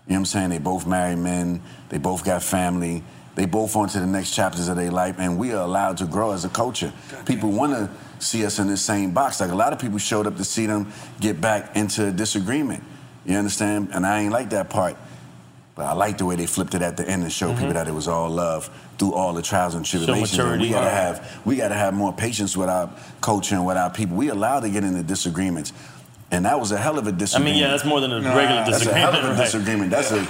You know what I'm saying? They both married men. They both got family. They both on to the next chapters of their life, and we are allowed to grow as a culture. People want to see us in the same box. Like a lot of people showed up to see them get back into a disagreement. You understand? And I ain't like that part. But I like the way they flipped it at the end and showed people that it was all love through all the trials and tribulations. And
maturity.
we gotta
Right.
have we gotta have more patience with our culture and with our people. We allowed to get into disagreements. And that was a hell of a
I
disagreement.
mean, yeah, that's more than a regular
That's a
disagreement.
hell of a
right.
disagreement. That's a,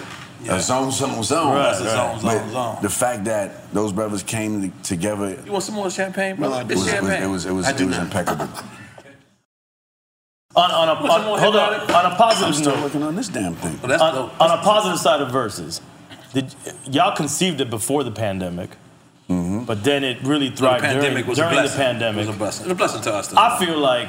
a zone, zone, zone.
Right, That's a right. zone,
But
zone, zone.
The fact that those brothers came to- together
You want some more champagne, brother?
was,
This
was, it was,
champagne.
it was, it was, impeccable.
On, on a, on, hold on, on a
I'm
positive
still
note,
working on this damn thing.
on, on a positive side of verses, did, y'all conceived it before the pandemic,
Mm-hmm.
but then it really thrived
the pandemic
during,
was a
during the
blessing.
pandemic.
It was a blessing. It was a blessing to us. though.
I feel like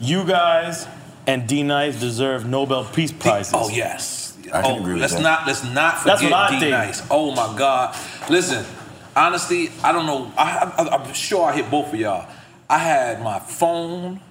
you guys and D Nice deserve Nobel Peace Prizes.
Oh yes.
I can
oh,
agree with
let's
that.
not let's not forget
That's what I
D
think.
Nice. Oh my God. Listen, honestly, I don't know. I, I, I'm sure I hit both of y'all. I had my phone,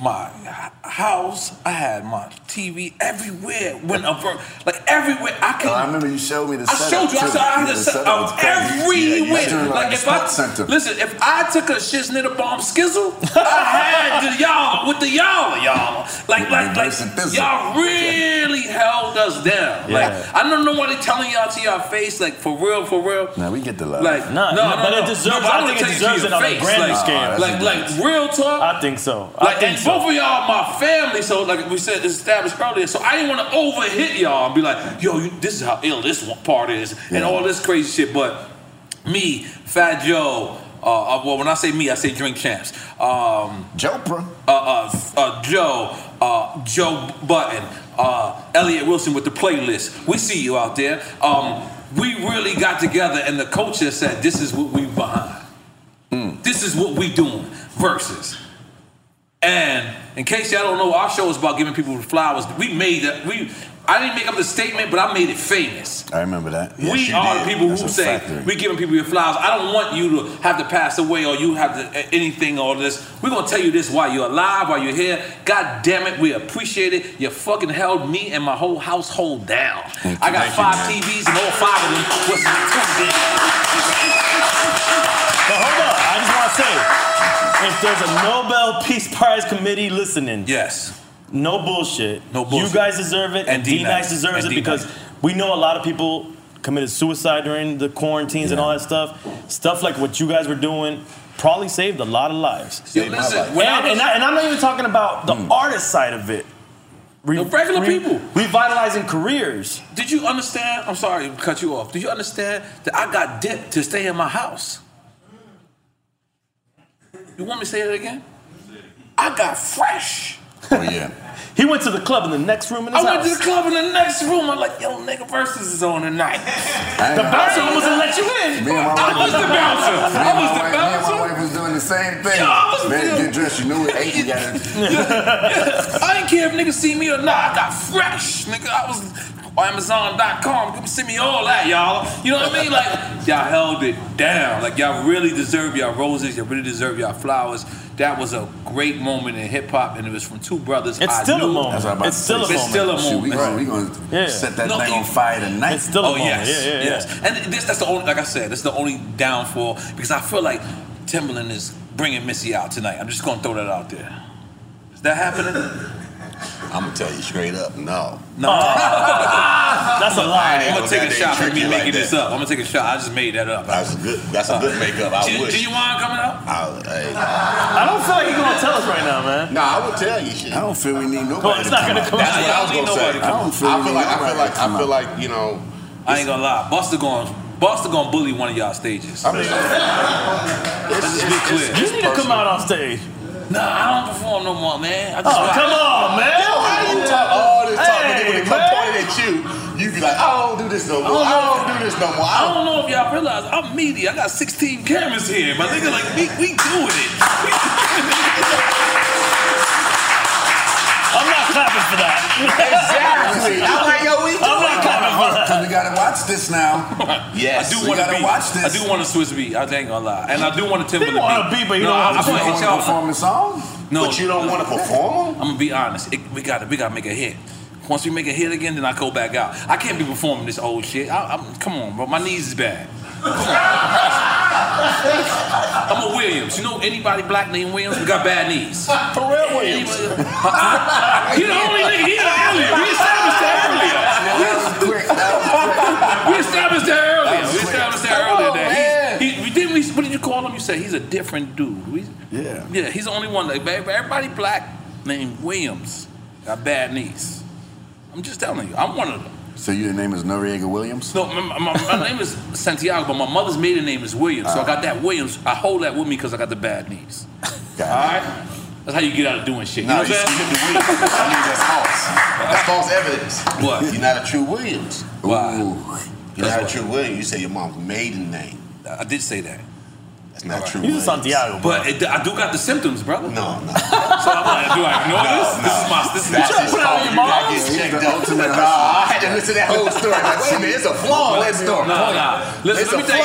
my h- house, I had my TV everywhere. When a ver- like everywhere I could.
Oh, I remember you showed me the
I
setup,
showed you. I
too.
said I
Yeah,
had
the
to set
setup was
up
crazy. Yeah, you
everywhere.
turned
like
like
if
a
I
spot center.
listen, if I took a shiz near bomb skizzle, I had the y'all with the y'all, y'all. Like like like y'all really held us
Yeah.
down. Like I don't know why they telling y'all to your face. Like for real, for real.
Now we get the love.
Like
Nah,
no,
nah,
no,
but
no.
it deserves-
No, but
I
I'm
think
gonna
it
tell you
deserves
to
it
your
on a
face,
grander
like-
scale.
Like like real talk.
I think so. I
Like,
think
and
so.
both of y'all my family, so like we said established earlier, so I didn't want to overhit y'all and be like, yo, you, this is how ill this one part is, and all this crazy shit. But me, Fat Joe, uh, uh, well, when I say me, I say Drink Champs. Um,
Jopra.
Uh, uh, uh, Joe, uh, Joe Button, uh, Elliot Wilson with the playlist. We see you out there. Um, we really got together, and the culture said, this is what we behind.
Mm.
This is what we doing versus. And in case y'all don't know, our show is about giving people flowers. We made that. We I didn't make up the statement, but I made it famous.
I remember that.
we are the people who say we giving people your flowers. I don't want you to have to pass away or you have to a- anything or this. We're gonna tell you this while you're alive, while you're here. God damn it, we appreciate it. You fucking held me and my whole household down. I
Thank
got
you,
five
man.
TVs and all five of them was tuned
But hold on, I just want to say, if there's a Nobel Peace Prize committee listening,
yes,
no bullshit. No
bullshit.
You guys deserve it, and,
And
D
D-Nice.
Nice deserves
And
it
D-Nice.
because we know a lot of people committed suicide during the quarantines and all that stuff. Stuff like what you guys were doing probably saved a lot of lives.
Yo, listen,
and,
when I was-
and I- and I'm not even talking about the
Hmm.
artist side of it. Re-
regular
re-
people.
revitalizing careers.
Did you understand? I'm sorry to cut you off. Did you understand that I got dipped to stay in my house? You want me to say that again? I got fresh.
Oh yeah.
He went to the club in the next room in
I
his
went
house.
to the club in the next room. I'm like, yo, nigga, versus is on tonight.
ain't
the
know.
bouncer almost didn't let you in.
Me and my
I
wife-
was the bouncer.
Me
I
and
was
my wife-
the bouncer.
Me and my wife was doing the same thing.
Yo, I was
Man,
doing-
get dressed. You knew it. Eight, you got it.
I didn't care if niggas see me or not. I got fresh, nigga. I was on Amazon.com. You can see me all that, y'all. You know what I mean? Like y'all held it down. Like y'all really deserve y'all roses. Y'all really deserve y'all flowers. That was a great moment in hip hop, and it was from two brothers.
It's
I
still a
knew.
moment. That's what I'm about It's to still say. a
It's still a
moment. Shoot,
moment.
we gonna- we gonna Yeah.
set that thing on fire tonight. It's still a
oh
moment.
yes,
Yeah, yeah, yeah.
yes. And this, that's the only, like I said, that's the only downfall because I feel like Timberland is bringing Missy out tonight. I'm just gonna throw that out there. Is that happening?
I'm gonna tell you straight up, no.
No. Oh. that's a lie. I'm gonna
Don't
take a
goddamn
shot for
trick
me
you
making
like that.
this up. I'm gonna take a shot. I just made that up. That's
good. That's a good makeup. I
do,
wish.
do you want coming up?
I
don't feel like he's gonna tell us right now, man.
Nah, I would tell you shit. I
don't feel we need
nobody
it's to not come gonna out. come
That's
out.
what I was
I don't
gonna
need
say.
nobody to come out.
I feel like I feel like
come
I feel like you know.
I ain't gonna lie. Buster going. Buster gonna bully one of y'all stages. I mean, let's just be clear.
You need to come out on stage.
Nah, I don't perform no more, man. I just
Oh, come on, man.
Yo, how you talk all this talk, but then when they come pointed at you, you be like, I don't do this no more. I don't do this no more.
I don't know if y'all realize I'm media. I got 16 cameras here. My nigga, like we we doing it.
I'm not clapping for that.
Exactly. I'm like, yo, we
I'm not clapping for that.
Because we gotta watch this now.
Yes, I
we
do want to
gotta
be.
watch
I do want to Swiss beat. I ain't gonna lie, and I do want to Timberland
want a beat, but you don't
I,
want to
I wanna
perform-
hit y'all.
perform a song.
No,
But you don't wanna perform
I'm gonna be honest. It, we got to we got to make a hit. Once we make a hit again, then I go back out. I can't be performing this old shit. I, I'm, come on, bro. My knees is bad. I'm a Williams. You know anybody black named Williams? We got bad knees.
Pharrell Williams.
He the only nigga. He the alien. We established that earlier. We established that earlier. We established that earlier. That he's, he, we didn't. We, what did you call him? You said he's a different dude. We,
yeah.
Yeah. He's the only one. Like everybody black named Williams got bad knees. I'm just telling you. I'm one of them.
So your name is Noriega Williams?
No, my, my, my name is Santiago, but my mother's maiden name is Williams. So I got that Williams. I hold that with me because I got the bad knees. All right. That's how you get out of doing shit. You
Nah,
know what I'm
you
saying?
skipped the Williams. I mean, that's false.
That's false evidence.
What?
You're not a true Williams.
Why?
You're not a true Williams. You say your mom's maiden name.
I did say that.
That's not true.
He's a
Williams.
Santiago, But it, I do got the symptoms, brother. No, no. So I'm like, do I ignore
No,
this? This is my. This is You
That's
tryna
his
put out
fault.
your
You gotta
mom's?
get checked out. Nah, I had to listen to that whole story. Like, wait a minute, it's a flaw in that story.
Nah, nah. Listen,
It's
let me
a
tell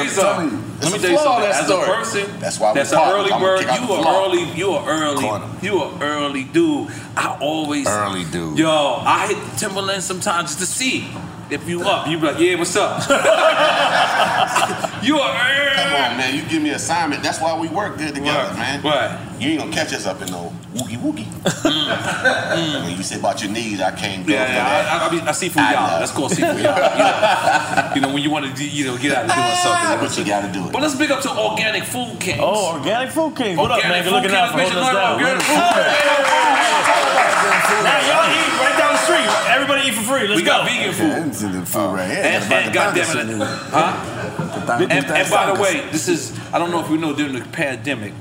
you
flaw in
something.
that story.
Let me tell you something. Let me tell you
I'm telling you. It's a flaw in
something.
that
As a
story.
person,
That's why we
that's an
partners.
early
I'ma
bird.
kick out
You
the
a
flaw.
early. You a early. You a early dude. I always
Early dude.
Yo, I hit Timberland sometimes just to see if you up. You be like, yeah, what's up? you are. Come
on, man. You give me assignment. That's why we work good together, man. Right. You ain't gonna catch us up in no woogie woogie. When you say about your knees, I can't go
Yeah,
for
yeah,
that.
I, I, I mean, I see for y'all. That's called see for y'all. You know, you know, when you want to, you know, get out of doing something. But
you got to do it.
But let's big up to Organic Food Kings.
Oh, Organic Food Kings. What up, man?
Organic
Good looking
Food
out for
Kings,
holding us
bitch,
down.
you know,
Organic Food Kings. Now y'all eat right down the street. Everybody eat for free. Let's
We got
go.
vegan
food. The food right here.
And, and goddamn it, huh? And, and by the way, this is I don't know if we know during the pandemic,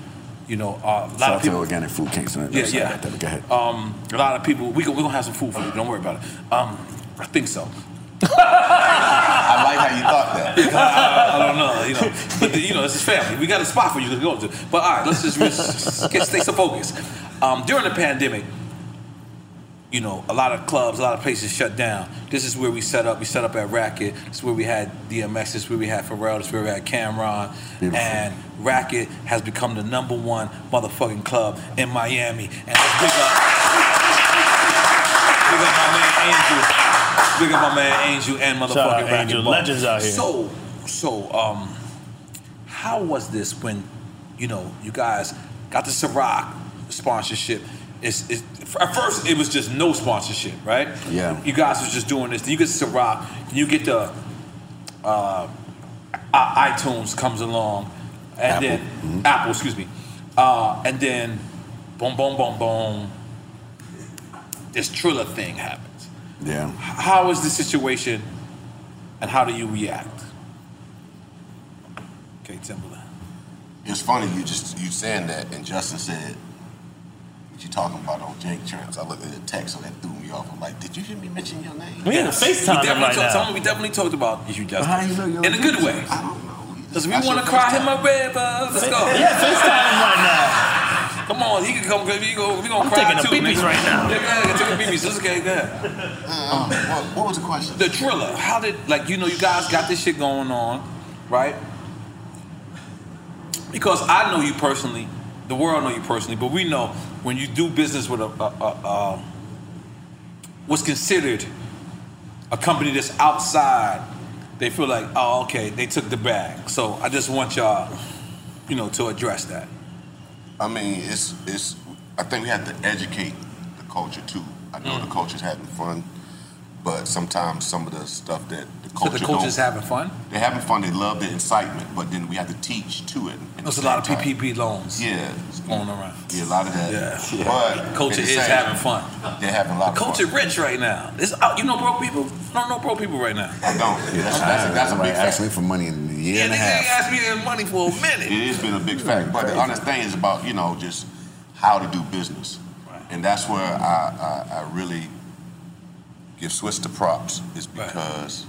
you know, uh, a lot of
Shout out to
people.
Organic Food Kings. man.
Yeah,
Sorry
yeah.
about that, but Go ahead.
Um, a lot of people. We gon- we gonna have some food for you. Don't worry about it. Um, I think so.
I like how you thought that.
I, I don't know, you know, but the, you know, this is family. We got a spot for you to go to. But all right, let's just, just get, stay so focused. Um, during the pandemic, you know, a lot of clubs, a lot of places shut down. This is where we set up. We set up at Racket. This is where we had DMX. This is where we had Pharrell. This is where we had Cameron.
Beautiful.
And Racket has become the number one motherfucking club in Miami. And let's big up, big up my man Angel. Big up my man Angel and motherfucking
Shout out
Racket
Angel.
Ball.
Legends out here.
So, so, um, how was this when, you know, you guys got the Ciroc sponsorship? It's, it's, at first, it was just no sponsorship, right?
Yeah.
You guys was just doing this. Then you get Ciroc, then you get the uh, I- iTunes comes along, and then Apple, excuse me, uh, and then boom, boom, boom, boom. This Triller thing happens.
Yeah.
How is the situation, and how do you react? Okay, Timberland.
It's funny you just you saying that, and Justin said, "What you talking about on Jake Trance?" I looked at the text, so that threw me off. I'm like, "Did you hear me mention your name?"
Yeah, We definitely, talked, Tom, we definitely talked about you, Justin. in a good way. I don't know. Because we
I
want to
should
cry
FaceTime.
him a river. Let's go.
Yeah, FaceTime him right
now.
Come on, he can come. We go. We gonna
I'm
cry
taking a
too,
pee-pees
nigga.
right now.
Yeah, yeah, take a pee-pees. It's okay. Go ahead.
Um, what, what was the question?
The Triller. How did like you know you guys got this shit going on, right? Because I know you personally, the world know you personally, but we know when you do business with a, a, a, a what's considered a company that's outside, they feel like oh okay they took the bag. So I just want y'all, you know, to address that.
I mean, it's it's.
Mm.
I think we have to educate the culture too. I know the culture's having fun, but sometimes some of the stuff that the
So
culture
the coaches
don't-
having fun?
They're having fun. They love the incitement, but then we have to teach to it. at
There's
the
a lot of
same time.
PPP loans.
Yeah,
going around.
Yeah, a lot of that.
Yeah.
But
culture
at
is
the same-
having fun.
They're having a lot
The
of fun.
culture rich right now. It's out. You know broke people? I don't know broke people right now.
I don't. Yeah, that's, that's, that's a
Somebody
big
asked
fact.
me for money in a year and a
They
half.
asked me their money for a minute.
It has been a big fact. But the honest thing is about, you know, just how to do business. And that's where I, I, I really give Swiss the props, is because,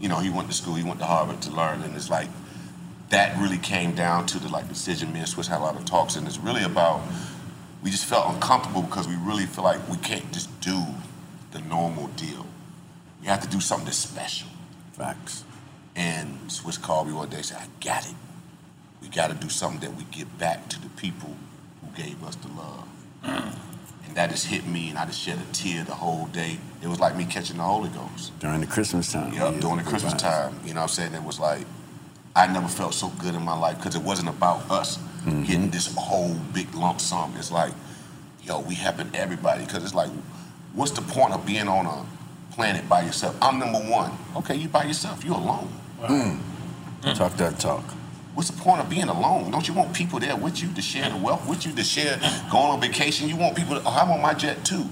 you know, he went to school, he went to Harvard to learn, and it's like, that really came down to the like decision. Me and Swiss had a lot of talks, and it's really about we just felt uncomfortable because we really feel like we can't just do the normal deal. We have to do something that's special. Facts. And Swiss called me one day and said, I got it. We got to do something that we give back to the people who gave us the love.
Mm.
And that just hit me, and I just shed a tear the whole day. It was like me catching the Holy Ghost.
During the Christmas time.
Yeah, during the Christmas time, you know what I'm saying? It was like, I never felt so good in my life because it wasn't about us
Mm-hmm.
getting this whole big lump sum. It's like, yo, we helping everybody because it's like, what's the point of being on a planet by yourself? I'm number one. Okay, you by yourself, you alone.
Mm. Talk that talk.
What's the point of being alone? Don't you want people there with you to share the wealth with you, to share going on vacation? You want people to, oh, I'm on my jet too.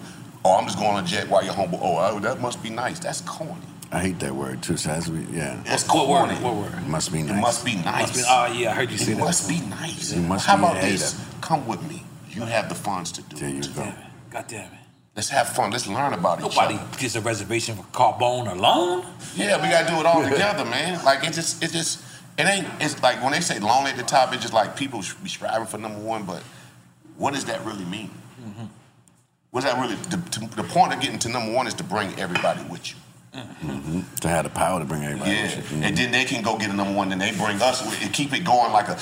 Oh, I'm just going on a jet while you're humble. Oh, oh, that must be nice. That's corny.
I hate that word too. So that's we- yeah.
That's corny.
It must be nice.
It must be nice.
Must be- oh, yeah, I heard you
it
say that.
must be nice.
You must
How
be
about
a hater.
this? Come with me. You have the funds to do it.
go.
God damn it.
Let's have fun. Let's learn about
Nobody
each other.
gets a reservation for Carbone alone.
Yeah, we gotta do it all together, man. Like it just, it just, it ain't. It's like when they say lonely at the top, it's just like people should be striving for number one, but what does that really mean? What's that really? The, to- the point of getting to number one is to bring everybody with you.
hmm To have the power to bring everybody.
Yeah,
with you. Mhm.
and then they can go get a number one, then they bring us and keep it going like a.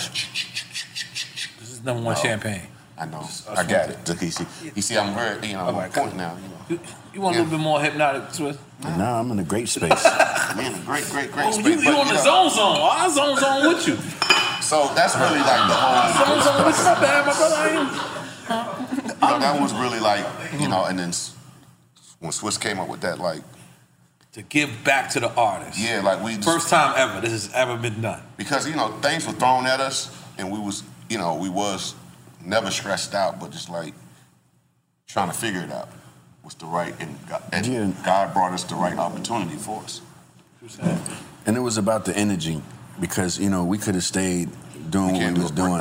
This
is number one champagne.
I know. I got it. Look, you see, you see, I'm very, you know, I'm on point now. You know.
You want a little bit more hypnotic, Swiss?
No, I'm in a great space.
Man, great, great, great.
Oh, you,
space,
you
but,
on the
know,
zone zone. Our zone zone with you.
So that's really like the whole.
Zone zone with you. My bad, my brother. I am.
You know, that was really like, you know, and then s- when Swiss came up with that, like.
To give back to the artist.
Yeah, like we.
First time ever this has ever been done.
Because, you know, things were thrown at us and we was, you know, we was never stressed out, but just like trying to figure it out was the right, and God, and God brought us the right opportunity for us.
And it was about the energy because you know we could have stayed doing what we was doing.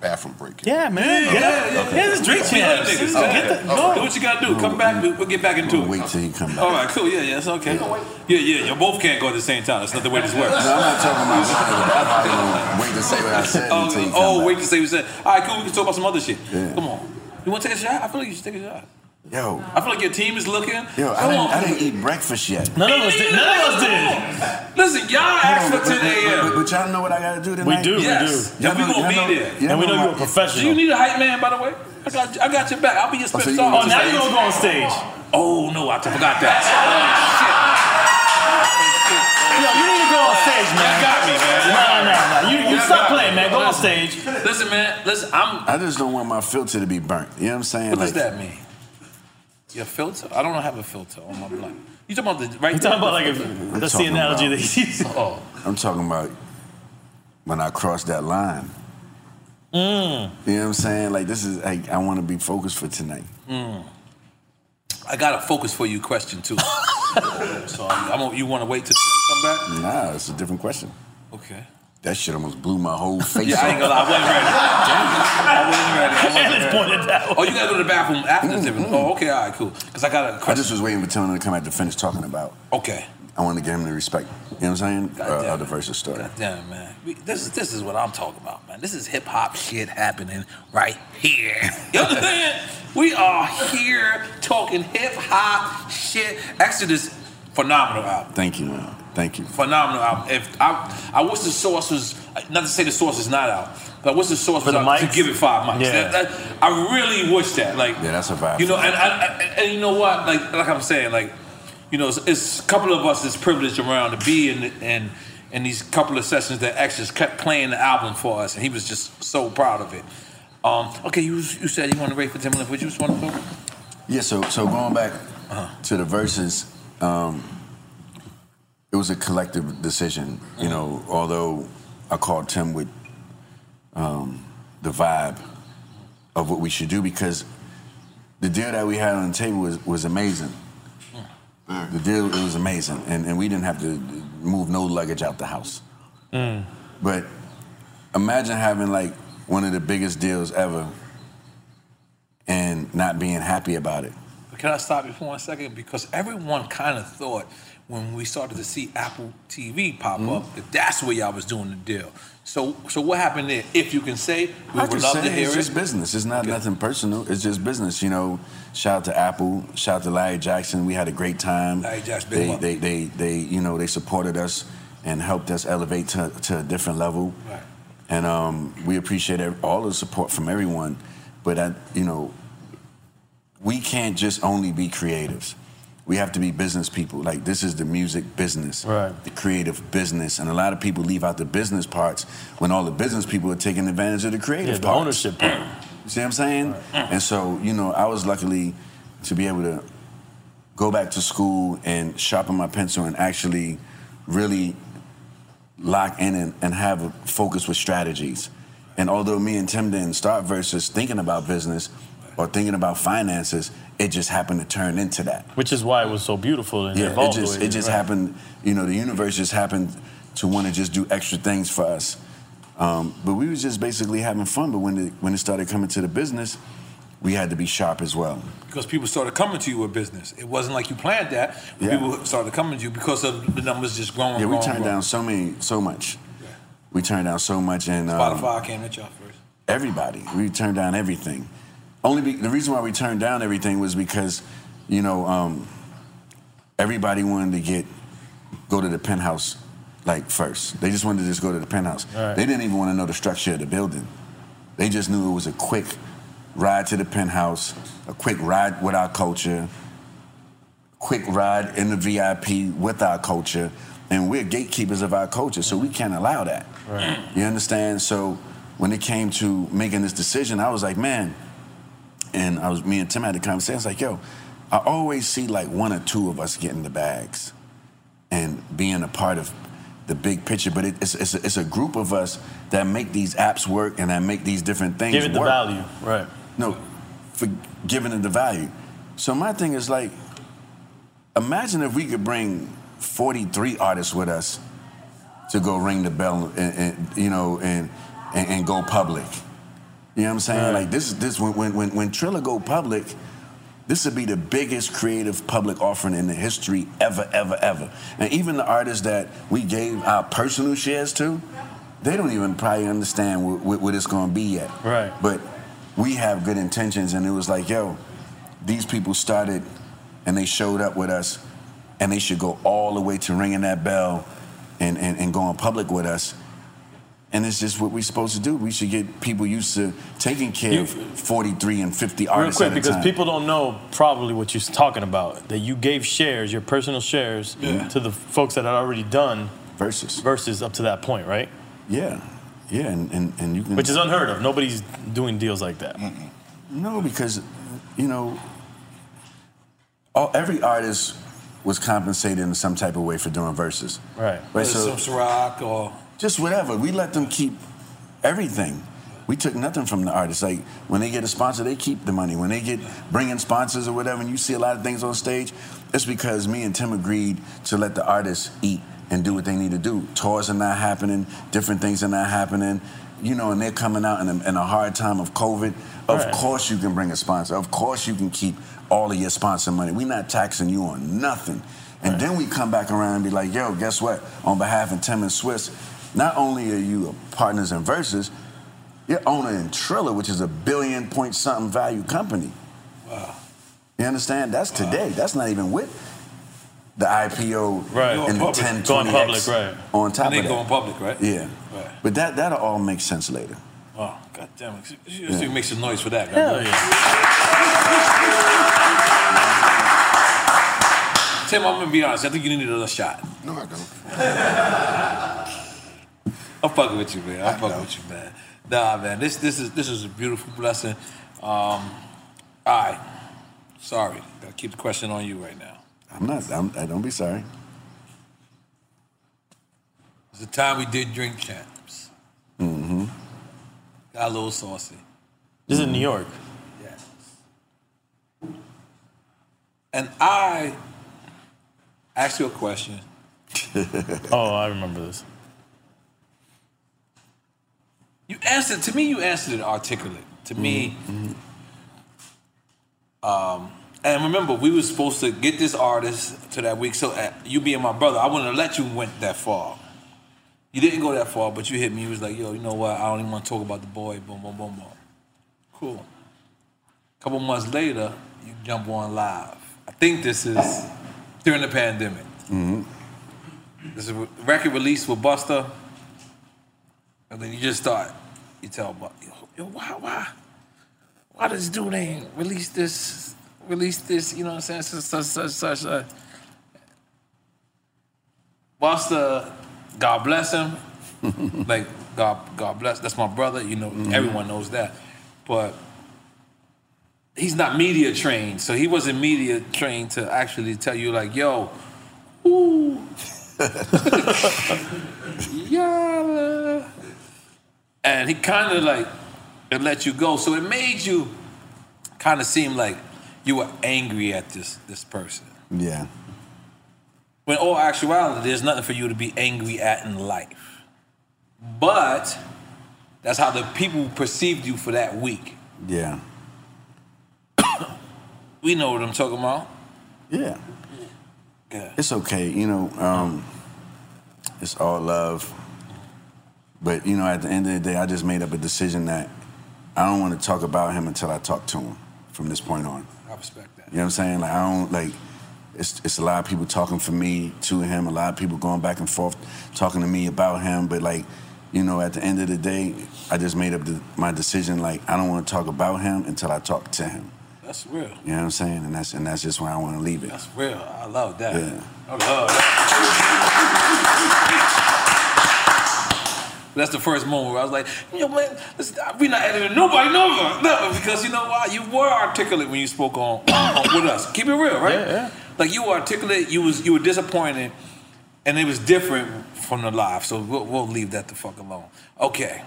bathroom break.
Yeah,
man. Yeah, yeah, yeah. yeah. This drink champs. Get the, no. Do what you gotta do. Come back. we- We'll get back into it.
Wait till he come back.
All right, cool. Yeah, yeah, it's okay. Yeah, yeah, you both can't go at the same time. That's not the way this works.
No, I'm not talking about that. Wait to say what I said.
Oh,
until you come
oh,
back.
wait to say we said. All right, cool. We can talk about some other shit.
Yeah.
Come on. You want to take a shot? I feel like you should take a shot.
Yo,
I feel like your team is looking.
yo, I
Come
didn't,
on.
I didn't eat breakfast yet.
None of us did. None of us did. Listen, y'all asked for 10 a.m.
But, but y'all know what I gotta do tonight.
We do, we Yes. do. And we gonna be there. And we know you're a
professional.
Do you need a hype man, by the way? I got, I got your back. I'll be your
so
spit
you
star.
want to stage?
Oh no, I forgot that.
Yo, you need to go on stage, man.
That got me, man.
No, no, no. You, you
That
stop
got me.
playing, man. Go on
Listen.
stage.
Listen, man. Listen, I'm.
I just don't want my filter to be burnt. You know what I'm saying?
What does that mean? Your filter? I don't have a filter on my blood. You talking about the right?
You talking about like
a,
if- that's the analogy that he
used. Oh,
I'm talking about when I cross that line.
mm,
You know what I'm saying? Like this is like I want to be focused for tonight.
mm. I got a focus for you question too. so I'm, gonna- you want to wait till come back?
Nah, it's a different question.
Okay.
That shit almost blew my whole face.
Yeah, I ain't gonna lie, I wasn't ready. I wasn't ready. I wasn't
Alice
ready.
pointed Mm-hmm.
Oh, you gotta go to the bathroom after the tip. Oh, okay, all right, cool. Cause I got a
I just was waiting for Tony to come out to finish talking about.
Okay.
I wanted to give him the respect. You know what I'm saying? Uh, other versus story.
Damn man, We- this is this is what I'm talking about, man. This is hip hop shit happening right here. You understand? we are here talking hip hop shit. Exodus, phenomenal album,
Thank you, man. Thank you.
phenomenal album. If I I wish the source was not to say the source is not out, but I wish the source
For
was
the
out to
mics?
give it five mics.
Yeah.
That- that- I really wish that, like.
Yeah, that's a vibe.
You know, and, and, and, and you know what? Like like I'm saying, like you know, it's, it's a couple of us is privileged around to be in in in these couple of sessions that actually kept playing the album for us, and he was just so proud of it. Um, okay, you you said you want to rate for Timbaland. Would you just want to?
Yeah, so so going back, to the verses, um, it was a collective decision. You know, although I called Tim with um, the vibe of what we should do because the deal that we had on the table was, was amazing. The deal it was amazing, and, and we didn't have to move no luggage out the house.
Mm.
But imagine having like one of the biggest deals ever and not being happy about it.
But can I stop you for one second? Because everyone kind of thought when we started to see Apple TV pop
Mm-hmm.
up that that's where y'all was doing the deal. So, so what happened there? If you can say, we
I
would
can
love
say
to hear
it's
it.
just business. It's not nothing personal. It's just business. You know, shout out to Apple. Shout out to Larry Jackson. We had a great time.
Larry Jackson, big
They,
one.
they, they, they, you know, they supported us and helped us elevate to, to a different level.
Right.
And um, we appreciate ev- all the support from everyone. But I, you know, we can't just only be creatives. We have to be business people. Like this is the music business, the creative business, and a lot of people leave out the business parts when all the business people are taking advantage of the creative
Yeah, the
parts.
ownership part.
You see what I'm saying? And so you know, I was luckily to be able to go back to school and sharpen my pencil and actually really lock in and, and have a focus with strategies. And although me and Tim didn't start versus thinking about business or thinking about finances, it just happened to turn into that.
Which is why it was so beautiful and
Yeah, it
evolved. the
just
way
it just
right.
happened. You know, the universe just happened to want to just do extra things for us. Um, but we was just basically having fun. But when it, when it started coming to the business, we had to be sharp as well.
because people started coming to you with business. It wasn't like you planned that.
Yeah.
People started coming to you because of the numbers just growing.
yeah, we
growing,
Uh-huh.
turned
growing.
down so many, so much. We turned down so much, and um,
Spotify came at y'all first.
everybody. We turned down everything. Only be, the reason why we turned down everything was because, you know, um, everybody wanted to get go to the penthouse like first. They just wanted to just go to the penthouse.
Right.
They didn't even want to know the structure of the building. They just knew it was a quick ride to the penthouse, a quick ride with our culture, quick ride in the VIP with our culture, and we're gatekeepers of our culture, so we can't allow that.
Mm.
You understand? So when it came to making this decision, I was like, man, and I was me and Tim had a conversation. I was like, yo, I always see like one or two of us getting the bags and being a part of the big picture, but it, it's, it's, a, it's a group of us that make these apps work and that make these different things
Give it the
work.
value, right?
No, for giving it the value. So my thing is like, imagine if we could bring 43 artists with us to go ring the bell and, and you know and, and and go public. You know what I'm saying? Like this this when when when, when Triller go public, this would be the biggest creative public offering in the history ever ever ever. And even the artists that we gave our personal shares to, they don't even probably understand what, what, what it's going to be yet. Right. But we have good intentions, and it was like, yo, these people started and they showed up with us, and they should go all the way to ringing that bell and, and, and going public with us. And it's just what we're supposed to do. We should get people used to taking care of 43 and 50
Real
artists
quick,
at a
because
time.
people don't know probably what you're talking about. That you gave shares, your personal shares, to the folks that had already done
versus
versus up to that point, right?
yeah, yeah, and, and, and you can.
Which is unheard of. Nobody's doing deals like that.
No, because you know, all, every artist was compensated in some type of way for doing verses.
Right.
Right,
so,
so-
some rock or
Just whatever. We let them keep everything. We took nothing from the artists. Like when they get a sponsor, they keep the money. When they get bringing sponsors or whatever, and you see a lot of things on stage, it's because me and Tim agreed to let the artists eat and do what they need to do. Tours are not happening. Different things are not happening. You know, and they're coming out in a, in a hard time of COVID. Of
Right.
course, you can bring a sponsor. Of course, you can keep all of your sponsor money. We're not taxing you on nothing. And then we come back around and be like, yo, guess what? On behalf of Tim and Swiss, not only are you partners in Versus, you're owner in Triller, which is a billion point something value company.
Wow.
You understand? That's today. That's not even with the IPO
Right.
and the
Going
10, 20
public. Going public, right.
on top
And they
of that.
going public, right?
Yeah.
Right.
But that, that'll all make sense later.
oh, god damn it! You
Yeah.
make some noise for that, right?
Hell
Tim, I'm gonna be honest. I think you need another shot.
No, I don't.
I'm fucking with you, man. I'm fucking with you, man. Nah, man. This this is this is a beautiful blessing. Um, all right. Sorry, I keep the question on you right now.
I'm not. I'm, I don't be sorry.
It's the time we did drink champs.
Mm-hmm.
Got a little saucy.
This is in New York.
Yes. And I asked you a question.
oh, I remember this.
You answered to me. You answered it articulate. To me, Mm-hmm. um, and remember, we were supposed to get this artist to that week. So uh, you being my brother, I wouldn't have let you went that far. You didn't go that far, but you hit me. You was like, "Yo, you know what? I don't even want to talk about the boy." Boom, boom, boom, boom. Cool. couple months later, you jump on live. I think this is during the pandemic.
Mm-hmm.
This is a record release with Buster, and then you just start. You tell Buster, yo, yo, why, why, why does dude ain't release this, release this? You know what I'm saying? Such, such, such, such. such. Buster, God bless him. like God, God bless. That's my brother. You know, everyone knows that, but. He's not media trained, so he wasn't media trained to actually tell you like, "Yo, ooh, yada. And he kind of like it let you go. So it made you kind of seem like you were angry at this this person.
Yeah.
When in all actuality, there's nothing for you to be angry at in life. But that's how the people perceived you for that week.
Yeah.
We know what I'm talking about.
Yeah. It's okay, you know. Um, it's all love, but you know, at the end of the day, I just made up a decision that I don't want to talk about him until I talk to him from this point on.
I respect that.
You know what I'm saying? Like I don't like. It's it's a lot of people talking for me to him. A lot of people going back and forth talking to me about him. But like, you know, at the end of the day, I just made up the, my decision. Like I don't want to talk about him until I talk to him.
That's real.
You know what I'm saying? And that's and that's just where I want to leave it.
That's real. I love that.
Yeah.
I love that. That's the first moment where I was like, yo, man, this, we not editing nobody, never, never. Because you know why? You were articulate when you spoke on, on with us. Keep it real, right?
Yeah, yeah.
Like you were articulate, you was you were disappointed, and it was different from the live. So we'll, we'll leave that the fuck alone. Okay.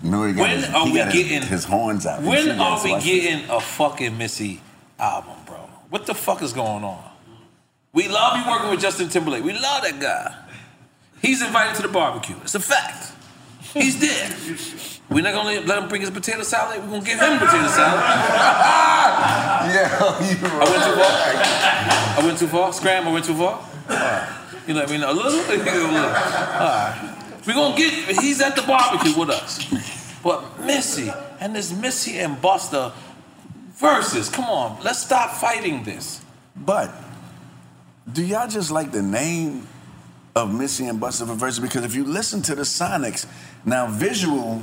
No, he got
When
his,
are
he
we
got his-
getting-
his horns out? You
When
should
are
guys
we
watch it.
getting a fucking Missy album, bro? What the fuck is going on? We love you working with Justin Timberlake. We love that guy. He's invited to the barbecue. It's a fact. He's there. We're not gonna let him bring his potato salad. We're gonna give him potato salad. yeah, I went too far. I went too far. Scram. I went too far. All right. You let me know a little. A little. All right. We're gonna get. He's at the barbecue with us. But Missy and this Missy and Buster versus. Come on, let's stop fighting this.
But do y'all just like the name of Missy and Buster for Versus? Because if you listen to the Sonics, now visual,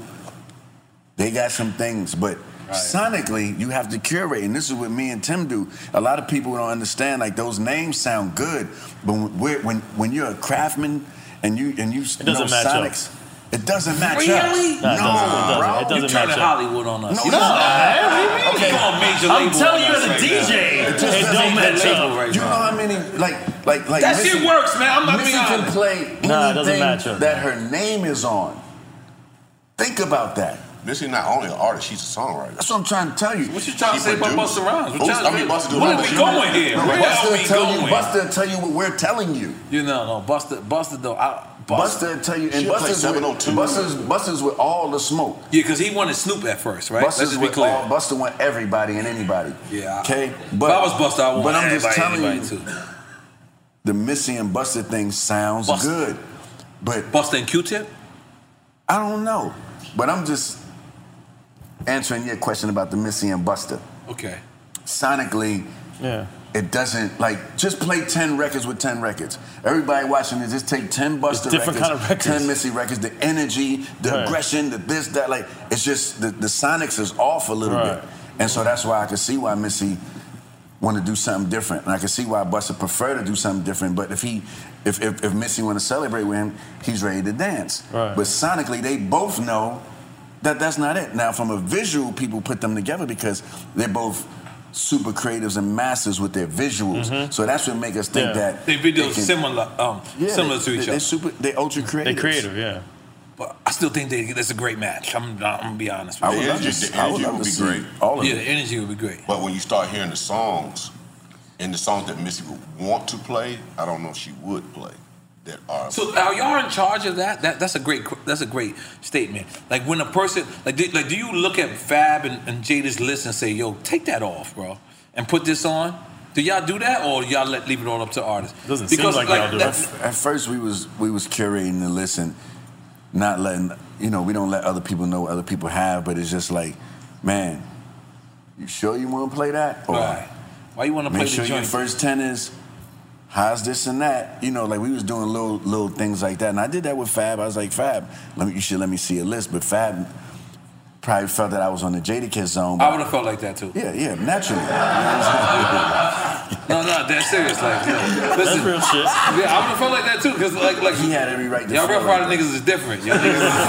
they got some things, but sonically, you have to curate. And this is what me and Tim do. A lot of people don't understand, like, those names sound good, but when, we're- when, when you're a craftsman and you, and you
It doesn't
know
match up.
Sonics, it doesn't match up.
Really?
No, it doesn't. It doesn't.
bro.
It doesn't
You turning
match up.
Hollywood on us.
No,
You
no,
know that.
man, what do you mean?
Okay. You going major
I'm
label
telling
on
you
us
as a
right
DJ,
now.
it just doesn't match
label
up.
right
you
now.
know how many like like like
That shit works, man. I'm not
Missy
being
can
honest.
play
Nah, it doesn't
anything
match up,
that her name is on. Think about that.
This is not only an artist, she's a songwriter.
That's what I'm trying to tell you.
What you trying to say about Busta Rhymes? What
Who's-
y'all-
I mean, Busta do
Where
a lot
we
of
going
shit.
here?
No,
Where
Busta
are we
will tell
going?
You, Buster will tell you what we're telling you.
You know, no, Buster, Buster though. I,
Buster will tell you, and Buster's with, Buster's, Buster's with all the smoke.
Yeah, because he wanted Snoop at first, right?
Buster's
Let's just be
with
clear.
all- Buster want everybody and anybody.
yeah. I-
Okay,
if I was Buster, I would
but I'm just telling
everybody,
you,
Too.
the Missy and Buster thing sounds good, but
Buster and Q-Tip.
I don't know, but I'm just answering your question about the Missy and Buster.
Okay.
Sonically,
Yeah.
it doesn't like just play ten records with ten records. Everybody watching this, just take ten Buster
different
records,
kind of records.
ten Missy records. The energy, the
Right.
aggression, the this, that. Like it's just the, the Sonics is off a little
Right.
bit, and so that's why I can see why Missy want to do something different, and I can see why Buster prefer to do something different. But if he, if if, if Missy want to celebrate with him, he's ready to dance.
Right.
But sonically, they both know that that's not it. Now, from a visual, people put them together because they're both super creatives and masters with their visuals. So that's what make us think that
they videos
they can-
similar, um,
Yeah,
similar
they-
to each
they-
other.
They're super. They're ultra creative.
yeah.
But I still think they, that's a great match. I'm, I'm gonna be honest.
I
With
would
you.
love to see- I would love to see all of
yeah,
it.
the energy would be great.
But when you start hearing the songs, and the songs that Missy would want to play, I don't know if she would play. That are
So are y'all in charge of that? that that's a great. qu- That's a great statement. Like when a person, like, do, like, do you look at Fab and, and Jada's list and say, "Yo, take that off, bro, and put this on"? Do y'all do that, or y'all let leave it all up to artists? Doesn't
At, at first, we was we was curating the list and not letting you know we don't let other people know what other people have, but it's just like, man, you sure you want to play that? Or
Right. Why you want to play
make sure
the
your
joint?
first ten is how's this and that. You know, like we was doing little little things like that, and I did that with Fab. I was like, Fab, let me you should let me see a list, but Fab probably felt that I was on the Jada Kiss zone.
I would have felt like that too.
Yeah, yeah, naturally.
no, no, that's serious. Like, yo, listen,
real shit.
Yeah, I would have felt like that too, because like, like he
had every right. to
Y'all
feel
real Friday niggas is different. Y'all niggas is,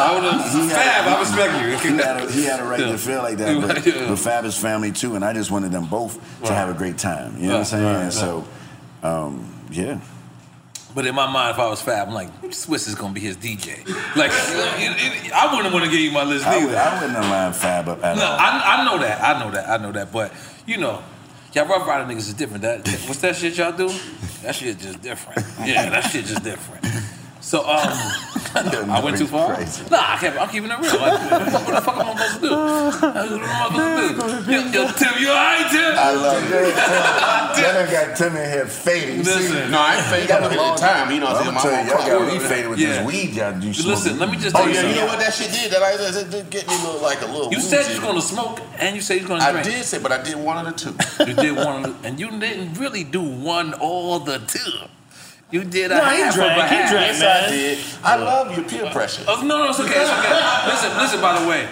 I would have Fab. I respect you.
He had a, he had a right
Yeah.
to feel like that, but,
Yeah.
but Fab is family too, and I just wanted them both to
Right.
have a great time. You know what I'm
Right,
saying?
right,
And
right.
so, um, yeah.
But in my mind, if I was Fab, I'm like, Swiss is gonna be his DJ. Like, it- it- I wouldn't want to give you my list
I,
neither.
would, I wouldn't have lined Fab up at
no,
all.
I, I know that. I know that. I know that. But you know, y'all Rough Rider niggas is different. That what's that shit y'all do? That shit just different. Yeah, that shit just different. So um, I went too far. Nah, I kept, I'm keeping it real. Like, what the fuck am I supposed to do? What am I supposed to do? Yo, yo, Tim, you alright, Tim?
I love that. That got Tim in here fading.
Listen. No, I ain't fading.
Got a
Look at the
long-
time. He knows
Well,
him.
I'm
I'm
telling
on
you, y'all got
clock.
me faded with
Yeah.
this weed y'all do
Listen,
smoking.
let me just
Oh
tell you
yeah,
something.
you know what that shit did? That I that, that get me look like a little.
You said
woozy.
you was gonna smoke and you said you was gonna
I
drink.
did say, but I did one of the two.
You did one, of the- and you didn't really do one all the time. You did a
No, he
half of
drank,
a
he
half.
drank, Yes, I man. did. I love your peer pressure.
Oh, no, no, it's okay, it's okay. listen, listen. By the way,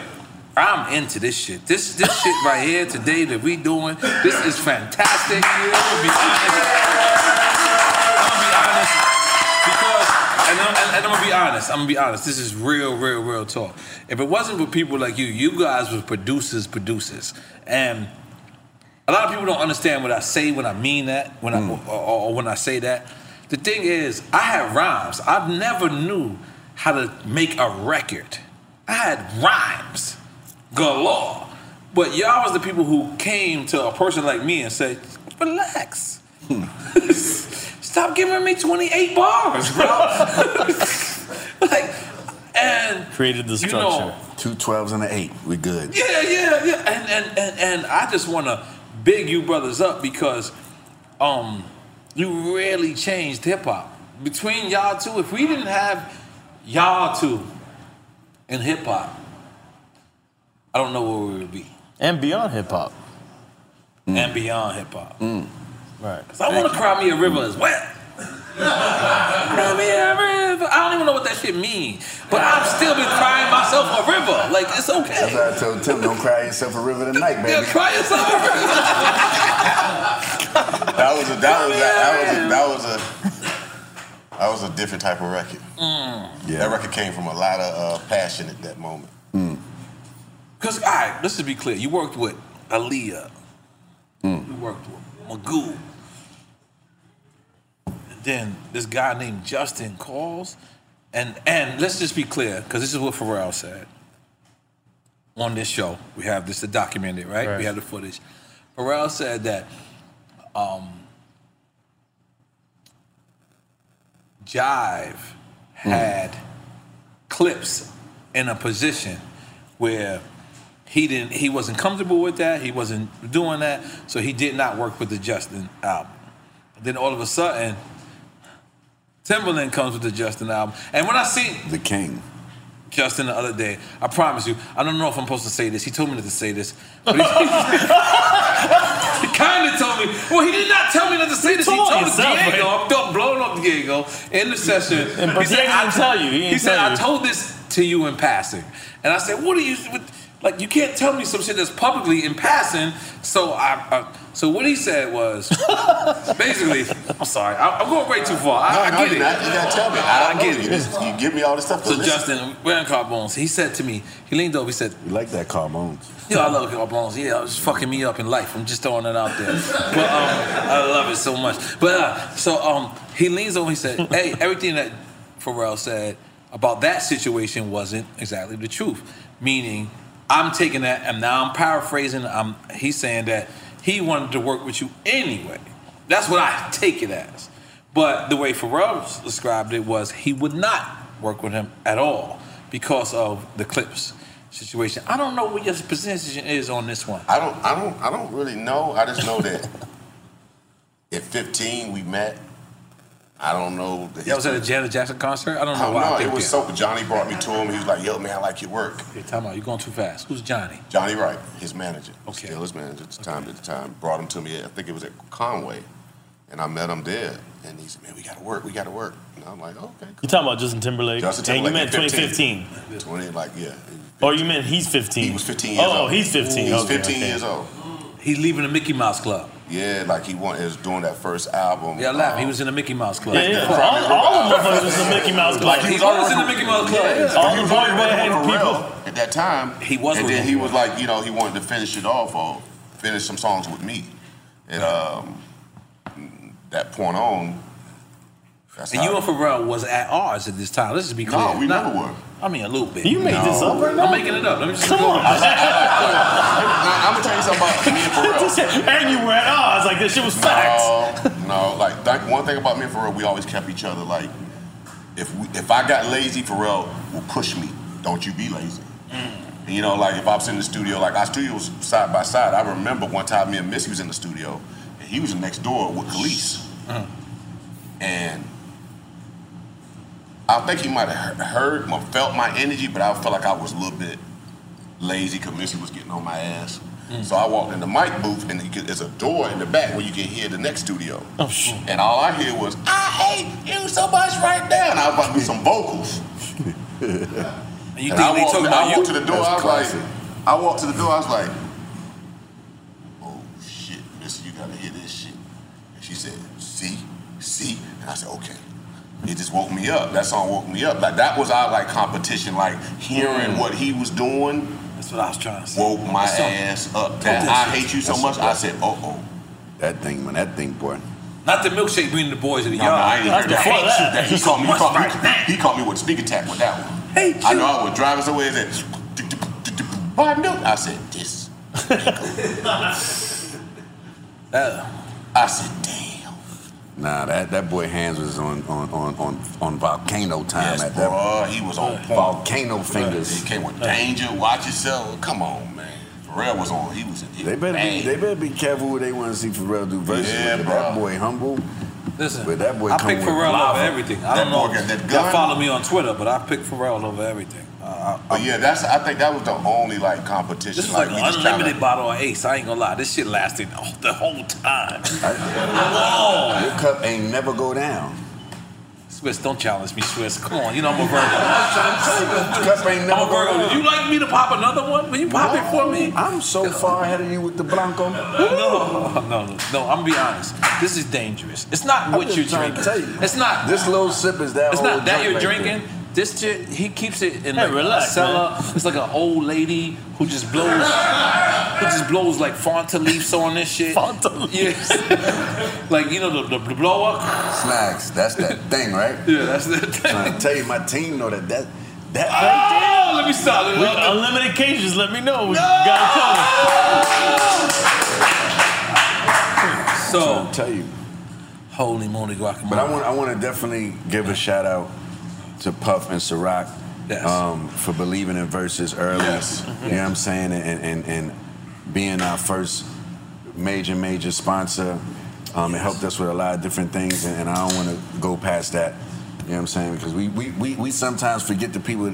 I'm into this shit. This this shit right here today that we doing. This is fantastic. I'm gonna be honest. I'm gonna be honest because, and I'm, and, and I'm gonna be honest. I'm gonna be honest. This is real, real, real talk. If it wasn't for people like you, you guys was producers, producers, and a lot of people don't understand what I say when I mean that, when I or, or when I say that. The thing is, I had rhymes. I never knew how to make a record. I had rhymes galore. But y'all was the people who came to a person like me and said, relax. Stop giving me 28 bars, bro. like, and
Created
the You structure. know-
Two twelves and an eight. We good.
yeah, yeah, yeah. And and and, and I just want to big you brothers up because um you really changed hip hop. Between y'all two, if we didn't have y'all two in hip hop, I don't know where we would be.
And beyond hip hop.
And beyond hip hop.
Right.
Cause I want to cry me a river as well. cry me a river. I don't even know what that shit means, but I've still been crying myself a river. Like it's
That's
okay.
why I told Tim, don't cry yourself a river tonight, baby.
Cry yourself a river.
That was a that was a, that was a that was a that was a different type of record. That record came from a lot of uh, passion at that moment.
Because, all right, let's just be clear. You worked with Aaliyah. You worked with Magoo. And then this guy named Justin calls. And, and let's just be clear, because this is what Pharrell said on this show. We have this documented, right? We have the footage. Pharrell said that um, Jive had clips in a position where he didn't he wasn't comfortable with that he wasn't doing that so he did not work with the justin album then all of a sudden timberland comes with the justin album and when i see
the king
justin the other day i promise you i don't know if i'm supposed to say this he told me not to say this but he, kind of told me well he did not tell me not to say
You
this he
told
told
yourself,
diego i'm done blowing up diego in the session
And- but Diego didn't
I-
tell you. He didn't
said
tell
i
you."
told this to you in passing and i said what are you what, Like you can't tell me some shit that's publicly in passing. So I, I so what he said was basically. I'm sorry. I, I'm going way too far. I,
No,
I
no,
get
you're
it.
not. You gotta tell me. I don't
get
know.
it.
You just- you give me all this stuff to
So
listen.
Justin, wearing car bones. He said to me. He leaned over. He said,
You like that car bones?
"Yo, I love car bones. Yeah, it's fucking me up in life. I'm just throwing it out there. But um, I love it so much. But uh, so um, he leans over. He said, "Hey, everything that Pharrell said about that situation wasn't exactly the truth. Meaning, I'm taking that and now I'm paraphrasing. I'm he's saying that he wanted to work with you anyway. That's what I take it as. But the way Pharrell s- described it was he would not work with him at all because of the clips situation. I don't know what your position is on this one.
I don't, I don't, I don't really know. I just know that at 15 we met. I don't know. The
Y'all was at a Janet Jackson concert. I don't know
I don't
why.
know.
I
It
picked
was so. Johnny brought me to him. He was like, "Yo, man, I like your work."
Hey, time out. You're going too fast. Who's Johnny?
Johnny Wright, his manager, okay. still his manager at the time. At the time, brought him to me. I think it was at Conway, and I met him there. And he said, "Man, we got to work. We got to work." And I'm like, "Okay."
You talking about Justin Timberlake?
Justin
and you meant
Timberlake at
2015.
20, like, yeah.
Or you meant he's 15. He
was 15
oh,
years old.
he's 15.
He's
okay,
15
okay.
years old.
He's leaving the Mickey Mouse Club.
Yeah, like he wanted, was doing that first album. Uh,
Yeah, I laugh. He was in the Mickey Mouse Club.
Yeah, yeah. All- all of us was in the Mickey Mouse Club.
Like he was in the Mickey Mouse Club.
He was already working with Pharrell at that time.
He was
and
with
then
him.
he was like, you know, he wanted to finish it off or finish some songs with me. And um, that point on, that's
And
how
you and Pharrell was at odds at this time. Let's just be clear.
No, we
Not-
never were.
I mean, a little bit.
You made this up right now?
I'm making it up. Let me just
Come on.
I'm
gonna tell you something about me and Pharrell.
and you were at odds. Oh, Like this shit was facts.
No, no. Like th- one thing about me and Pharrell, we always kept each other. Like if we, if I got lazy, Pharrell will push me. Don't you be lazy. And, you know, like if I was in the studio, like our studio was side by side. I remember one time me and Missy was in the studio, and he was next door with Khalees.
uh-huh.
And I think he might have he- heard or felt my energy, but I felt like I was a little bit lazy because Missy was getting on my ass.
Mm.
So I walked in the mic booth, and he could, there's a door in the back where you can hear the next studio.
Oh, shit.
And all I hear was, I hate you so much right now. And I was about to do some vocals.
You
and
think
I
they
walked,
talking
I
about you?
walked to the door,
That's
I was
classic.
like, I walked to the door, I was like, oh shit, miss, you gotta hear this shit. And she said, see, see? And I said, okay. It just woke me up. That song woke me up. Like that was our like competition, like
Mm.
hearing what he was doing.
That's what I was trying to say.
Woke my
That's something.
ass up.
That's
That I
something.
hate you so
That's
much. I
something.
said, uh oh. That thing, man, that thing, boy.
Not the milkshake bringing the boys to the
No, no,
yard.
I ain't heard that.
I hate you.
That- He called me, he called me, he called me with a sneak attack with that one. I know I was driving somewhere and said, "Boy, no." I said, this. I said,
Nah, that, that boy hands was on on on on, on volcano time
Yes,
at that.
boy, he was on point.
Volcano fingers.
He came with danger. Watch yourself. Come on, man. Pharrell was on. He was. He
They better be, they better be careful who they want to see Pharrell do verses.
Yeah,
with.
bro.
That boy humble.
Listen,
but that boy
I
come
pick
with
Pharrell
lava.
over everything. I
That
don't know.
boy got that
Y'all
gun.
follow me on Twitter, but I pick Pharrell over everything. Uh, I,
But yeah, that's. I think that was the only like competition.
this is like,
we
an
just kinda-
unlimited bottle of Ace. I ain't gonna lie. This shit lasted all- the whole time.
Your cup ain't never go down.
Swiss, don't challenge me, Swiss. Come on, you know I'm a Virgo.
cup ain't never
I'm a
go
Virgo.
down.
Do you like me to pop another one? Will you pop it for me?
I'm so far ahead of you with the Blanco.
No, no, no, no. I'm gonna be honest. This is dangerous. It's not
I'm
what
just
you're
trying to
drinking.
tell you.
It's not.
This little sip is that.
It's
whole
not that
drink
you're
right there.
drinking. This shit, he keeps it in
Hey,
like
relax,
a cellar. It's like an old lady who just blows, who just blows like Fanta leaves on this shit. Fanta leaves. like you know the, the, the blower.
Snacks. That's that thing, right?
yeah, that's the thing.
Trying to tell you, my team know that that that.
Oh, let me stop.
it.
unlimited cages. Let me know. We got it covered.
So
i tell you.
Holy moly guacamole!
But I want I want to definitely give a shout out to Puff and Ciroc um, for believing in verses early.
Mm-hmm.
You know what I'm saying? And and and being our first major major sponsor. Um, It helped us with a lot of different things, and, and I don't want to go past that. You know what I'm saying? Because we we, we, we sometimes forget the people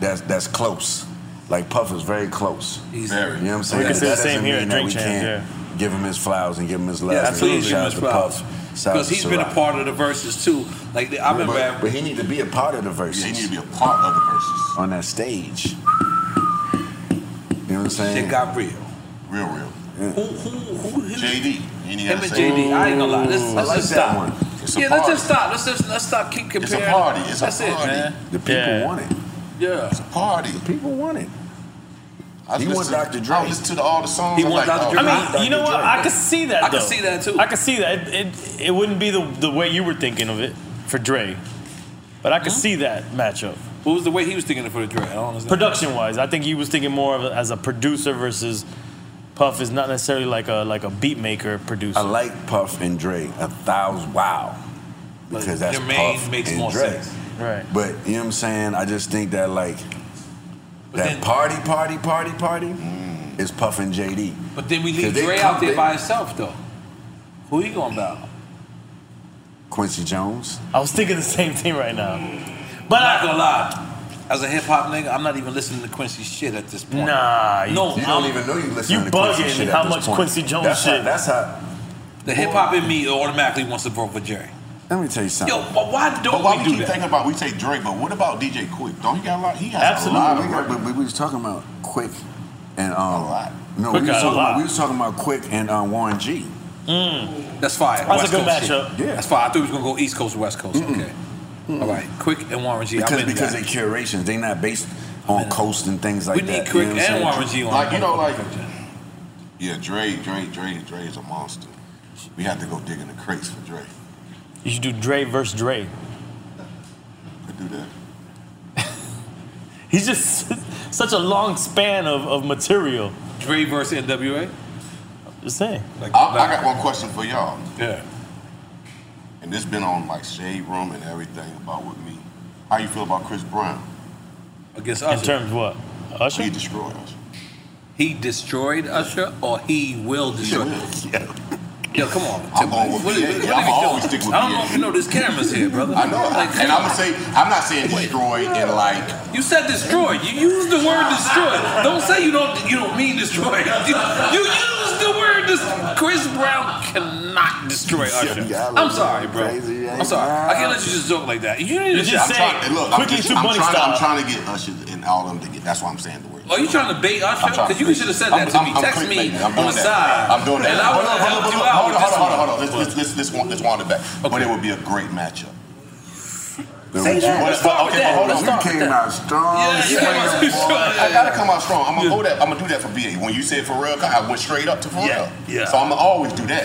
that's that's close. Like Puff is very close.
He's
You know what I'm
We
saying?
could say the
doesn't
same here at
mean that
Drink
we
Champs, yeah.
can't give him his flowers and give him his love.
Yeah,
and
absolutely,
Shout out
Miss
to Puff.
Flowers.
Shout out
Because
to
he's been a
Ciroc.
part of the verses too. Like I remember.
But, but he need to be a part of the verses.
he need to be a part of the verses
on that stage. know what I'm saying?
It got real.
Real, real.
Who, who, who?
JD. You need
Him
to
and
say
JD. I ain't gonna lie. Let's,
Ooh,
let's
I
just
like that
stop.
one. It's a
yeah, let's
party.
just stop. Let's just let's stop. Keep
It's a
comparing.
party. It's a
That's it,
party.
man.
The people want it.
Yeah. It's
a party. The
people want it.
I
He
was
want Dr. Dre.
I listened to the, all the songs.
He
I'm
want
like,
Dr.
oh,
Dre.
I mean, you know what? I could see that.
I could
though.
see
that too.
I could see that. It, it it wouldn't be the the way you were thinking of it for Dre, but I could see that matchup.
What was the way he was thinking of for Dre? I don't understand.
Production wise, I think he was thinking more of a, as a producer versus Puff is not necessarily like a like a beat maker producer.
I like Puff and Dre a thousand. Wow, because that's
Jermaine
Puff
makes
and
more
Dre.
sense.
Right.
But you know what I'm saying? I just think that like that party, party, party, party is Puff and JD.
But then we
'Cause
leave
they
Dre out
come-
there
they-
by himself though. Who he going about?
Quincy Jones.
I was thinking the same thing right now.
But I'm not gonna lie. As a hip hop nigga, I'm not even listening to Quincy shit at this point.
Nah, you-
no,
You
I'm-
don't even know you listening to Quincy shit at this point. That's how- that's
how.
The hip hop in me automatically wants to vote for Jerry.
Let me tell you something.
Yo, oh. but why don't
But why
we
we
do
keep
that?
thinking about we take Drake, but what about DJ Quick? Don't he got a lot? He has a lot of
We,
work.
got- we, we was talking about Quick and um, No,
Quick
we, was
got a
talking
lot.
about, we was talking about Quick and um, Warren G.
That's fire.
That's a
West
good
Coast shit.
matchup.
Yeah, that's fire. I thought we was gonna go East Coast, West Coast. Okay. All right. Quick and Warren G.
because
I'm into
because
that.
they curations, they not based on coast and things like
We
that.
need
you
Quick
know what I'm
and
saying?
Warren G on
Like you know, like yeah, Dre, Dre, Dre, Dre is a monster. We have to go dig in the crates for Dre.
You should do Dre versus Dre.
Could do that.
He's just such a long span of, of material.
Dre versus NWA.
Just saying.
I, I got one question for y'all.
Yeah.
And this been on like shade room and everything about with me. How you feel about Chris Brown?
Against
In terms of what? Usher?
He destroyed us.
He destroyed Usher, or he will destroy.
Yeah.
Yo, come on.
I'm
Timberlake.
going with
What are you-
B.A.
what are
I'm
you doing?
always stick with
I don't
B.A.
know if you know this camera's here, brother.
I know.
Like,
and I'm gonna say, I'm not saying destroyed in like.
You said destroyed. You used the word destroyed. Don't say you don't you don't mean destroyed. You, you used the word destroyed. Chris Brown cannot destroy Usher.
Yeah,
I'm sorry, bro. I'm sorry. I can't let you just joke like that. You need to
I'm
just
trying-
say.
look, I'm, just, I'm, trying, I'm trying to get Usher and all of them to get. That's why I'm saying the word.
Are you trying to bait Usher?
I'm trying to
Because you
bait.
should have said
I'm-
that to
I'm-
me.
I'm
Text me
clickbaiting. I'm
on
doing
the
that.
side.
I'm doing that.
And I
Hold
would
on,
have helped you
hold on,
out
hold
with
on,
this
hold
one.
on, hold on. Let's- Let's let's- let's wind let's wind it back. But it would be a great matchup.
Say that.
But-
Let's
but-
start with
okay,
that.
but hold on.
You
Start with
came
that.
out strong. Yeah, you came out
Swing,
strong.
boy.
Yeah,
I
yeah.
gotta come out strong. I'm gonna go that. I'm gonna do that for BA. When you said Pharrell, I went straight up to Pharrell.
yeah.
So I'm gonna always do that.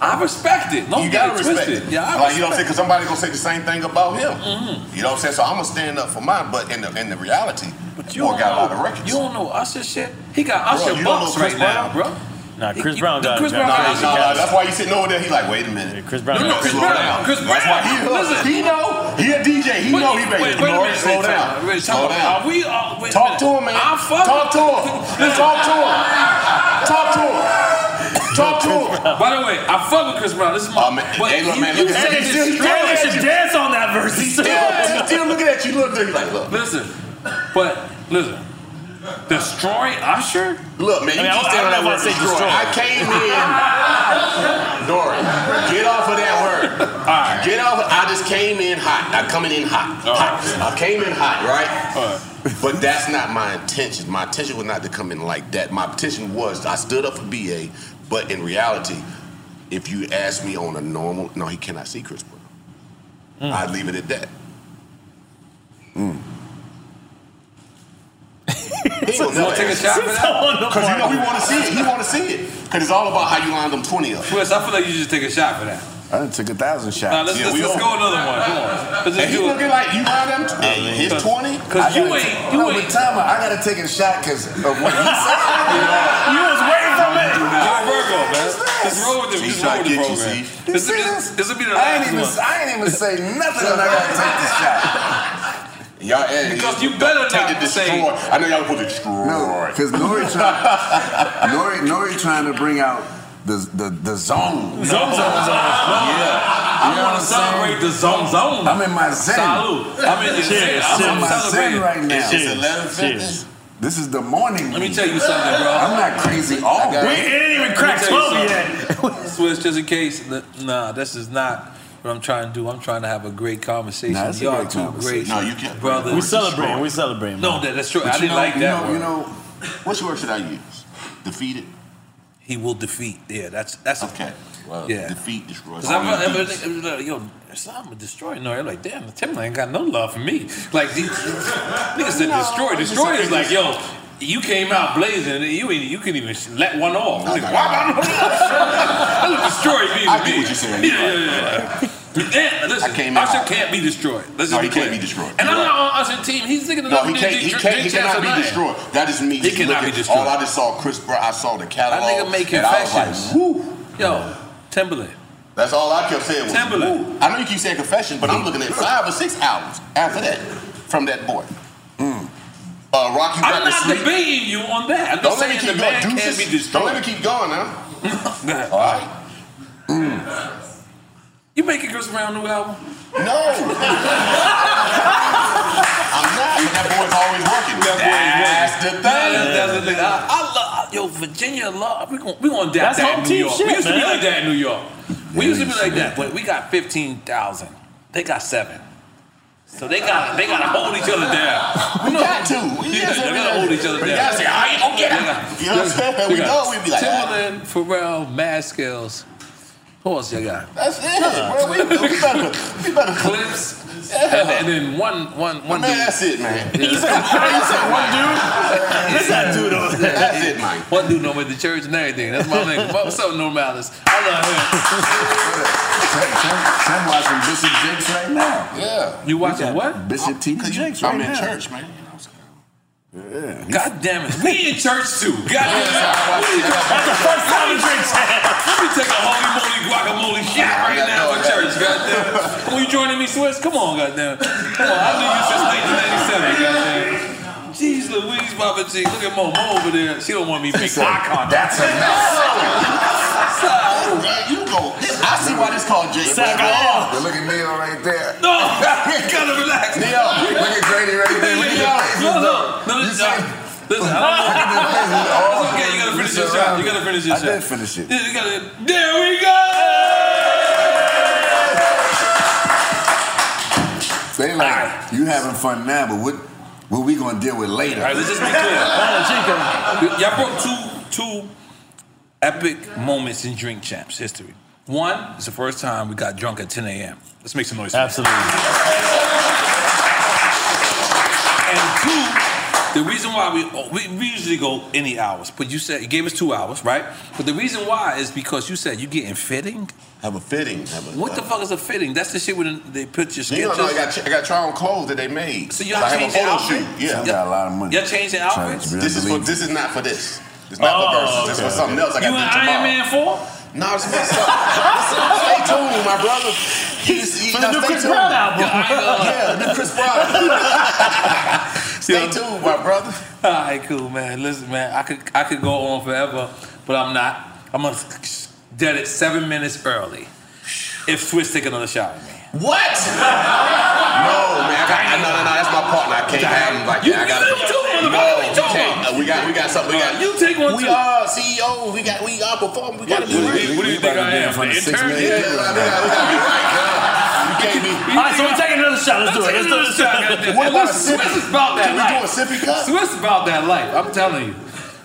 I respect it. Don't
you
get it
gotta respect
twisted.
it.
Yeah, I
like, you know
respect
what I'm saying? Because somebody gonna say the same thing about him.
Mhm.
You know what I'm saying? So I'm gonna stand up for mine. But in the in the reality,
You
boy
don't
got a lot
know-
of records.
You don't know Usher shit. He got
Bro,
Usher
you don't
bucks
know Chris
right now, bro.
Brown?
Nah, Chris
You-
Brown got
Chris
got-
Brown got
got- got-
Usher.
Nah, nah,
got-
that's why you sitting over there. He like, wait a minute.
Chris Brown.
No, no,
got-
Chris
slow
Brown.
down.
Chris That's why he hooked. He know. He a DJ. He know he better.
Wait, wait a minute,
slow
wait,
down.
wait,
slow
talk-
down.
Are we all? Wait,
Talk to him, man.
I fuck.
Talk to him. Talk to him. Talk to him. Talk to him.
By the way, I fuck with Chris Brown. This is my. but
hey, look,
you-
man,
you
look at
said
that. He still- he
destroy
still-
it.
he should dance on that verse. He still- he still looking at you. Look, dude, like, look.
Listen, but listen. Destroy Usher?
Look, man, you keep saying that word destroy. I came in. Dory, get off of that word. Get off. I just came in hot. I'm coming in hot. hot. I came in hot, right? But that's not my intention. My intention was not to come in like that. My intention was I stood up for BA, but in reality, if you ask me on a normal, no, he cannot see Chris Brown. I'd leave it at that. Mm. He ain't gonna
Wanna
know
take a shot for that?
Because you know he want to see it. He want to see it. Because it's all about how you line them twenty up.
Chris, I feel like you just take a shot for that.
I done took a thousand shots.
Nah, let's, let's, let's go another one. Come on. Let's just
And he
do it.
looking like
you buy them t- his 20?
Because you ain't. You
no,
ain't.
But time out, I gotta take a shot because of what he said.
You was waiting for me. You're a Virgo, man. Just roll with it.
She's
Just roll
trying
with
to get
it, bro,
you,
man.
see?
This will be the- this will be the
I ain't
last
even,
one.
I ain't even say nothing when I gotta take this shot.
Y'all, eh,
Because you better
take the destroy. I know y'all put the destroy.
No, because Nori, try, Nori, Nori trying to bring out the the, the zone.
Zone, zone, zone.
Yeah.
I wanna celebrate the zone, zone.
I'm in my zen.
Salute. I'm in the zen.
Cheers,
I'm-
I'm
I'm
in my
celebrating.
zen right now.
Cheers. It's 11:50. Cheers.
This is the morning. Let
me tell you something, bro.
I'm not crazy all day.
got- Let me tell you something. Switch just in case. n- Nah, this is not what I'm trying to do. I'm trying to have a great conversation.
Nah, it's a
Y'all
great
two great
conversation. No, you can't-
brothers.
We celebrating. We celebrating.
No, that, that's true.
But
I
you
didn't
know-
like
you
that.
know-
word.
you know,
Which word should I use? Defeated. Oh,
He will defeat. Yeah, that's that's okay.
Well,
yeah.
defeat destroys.
Cause I'm, i I'm, like, yo, Islam destroy. No, I'm like, damn, Timberland ain't got no love for me. Like these niggas said,
No,
destroy.
I'm just
Destroy is
saying
like,
this-
yo, you came out blazing. and You ain't- you can even let one off. Like, why am I That'll destroy me. I get what you're saying. Yeah, yeah, yeah. Damn, listen, Usher can't be destroyed. Let's
No,
just be
he can't
clear.
be destroyed.
And I'm
You're
not on Usher team. He's thinking of
No,
nothing
he
to do
can't. He
Drake-
can't. He
Drake Chance
cannot be
online.
destroyed. That just me.
He cannot be destroyed.
All I just saw Chris Brown. I saw the
That
catalog.
nigga make
and I was
confessions.
like, Woo.
Yo, Timberland.
That's all I kept saying. Was,
Timberland.
"Woo." I know you keep saying confession, but I'm looking at five or six albums after that from that boy. Uh, Rocky
I'm
Records.
not
Sleep.
debating you on that. I'm
Don't
just
let me
saying the
keep going.
man can't be
Deuces. Don't
destroyed.
let me keep going now.
All right. You making Chris Brown new album?
No. I'm not. But that boy's always working. That's the thing.
That's the thing. I, I love yo Virginia love. We gon' we gonna
That's
adapt that
home
in New
team
York.
shit,
we used to be
man.
like that in New York. we
Yeah,
used to be
we
like
should.
that, but we got fifteen thousand. They got seven. So they got they gotta hold each other down.
We got to.
Yeah, they gotta hold each other
But you
down.
gotta say, all right, go get 'em. You know what I'm saying? We know we'd be like, ah.
Timberland, Pharrell, Mad Skills. Who else you got?
That's it, bro. We, we better. We better.
Clips.
Yeah.
And, and then one, one, one.
Man,
dude.
that's it, man.
Yeah.
You said- you said one dude? That's that dude over there. That's it, Mike.
One dude know me at the church and everything. That's my nigga. What's up, Normalis? I love
I'm watching Bishop Jakes right now.
Yeah.
You watching what?
Bishop T.D. Jakes right
I'm
now.
in church, man.
Yeah.
God damn it. We in church too. God damn it. That's
the
first time in church. Let me take a holy moly guacamole shot right now in church. God damn it. Will you joining me, Swiss? Come on, God damn it. Come on. I've known you since 1997. God damn it. Jeez Louise, Papa G. Look at Momo over there. She don't want me to make eye contact.
That's
enough.
You go. I see why this called Jake.
But look at Neil right there.
No, gotta relax.
Neil, look at Grady right there. Look at
No, no, no, listen, I- listen. I don't know. It's okay. Oh, You gotta finish your shot. You gotta finish your shot. I did
finish it.
You gotta. There we go.
They like you having fun now, but what what we gonna deal with later?
All right, let's just be clear. Y'all broke two two epic moments in Drink Champs history. One is the first time we got drunk at 10 a.m. Let's make some noise. Absolutely. And two, the reason why we, we we usually go any hours, but you said you gave us two hours, right? But the reason why is because you said you getting fitting.
Have a fitting. Have a, uh,
what the fuck is a fitting? That's the shit when they put your
You
skin.
don't know, I got, I got try on clothes that they made.
So you
I
have
have a
changed your
photo
outfit?
shoot. Yeah.
I got
a lot of money.
Y'all changing outfits?
This is for this is not for this. It's not for
Oh,
versus. It's for
okay.
something else. I got
You
to do
in
tomorrow.
Iron Man Four?
No, it's for something. Stay tuned, my brother. He's, he,
For the
now
new
stay
Chris
tuned.
Brown album.
Yeah, the new Chris Brown.
Stay
tuned, my brother.
All right, cool, man. Listen, man, I could I could go on forever, but I'm not. I'm gonna dead it seven minutes early. If Swiss take another shot with me,
What? no, man. I got, no, no, no. That's my partner. I can't have him like
You-
that. I
you
gotta,
little too, motherfucker.
no,
What you
we
talking
can't.
about?
Uh, we got, we got something. We got.
You take one
We
too.
are CEO. We got, we are performing. We gotta be
What-
right.
what do you
We
think
about
I
to be
am,
in front of
an
six
intern?
million
Yeah.
people right now. We gotta be right. You can't be.
All right, so we're taking another shot.
Let's do it. Let's do it. Let's do it.
What about
Listen,
Swiss is about that
Can we do
life.
a sippy cup?
Swiss about that life. I'm telling you.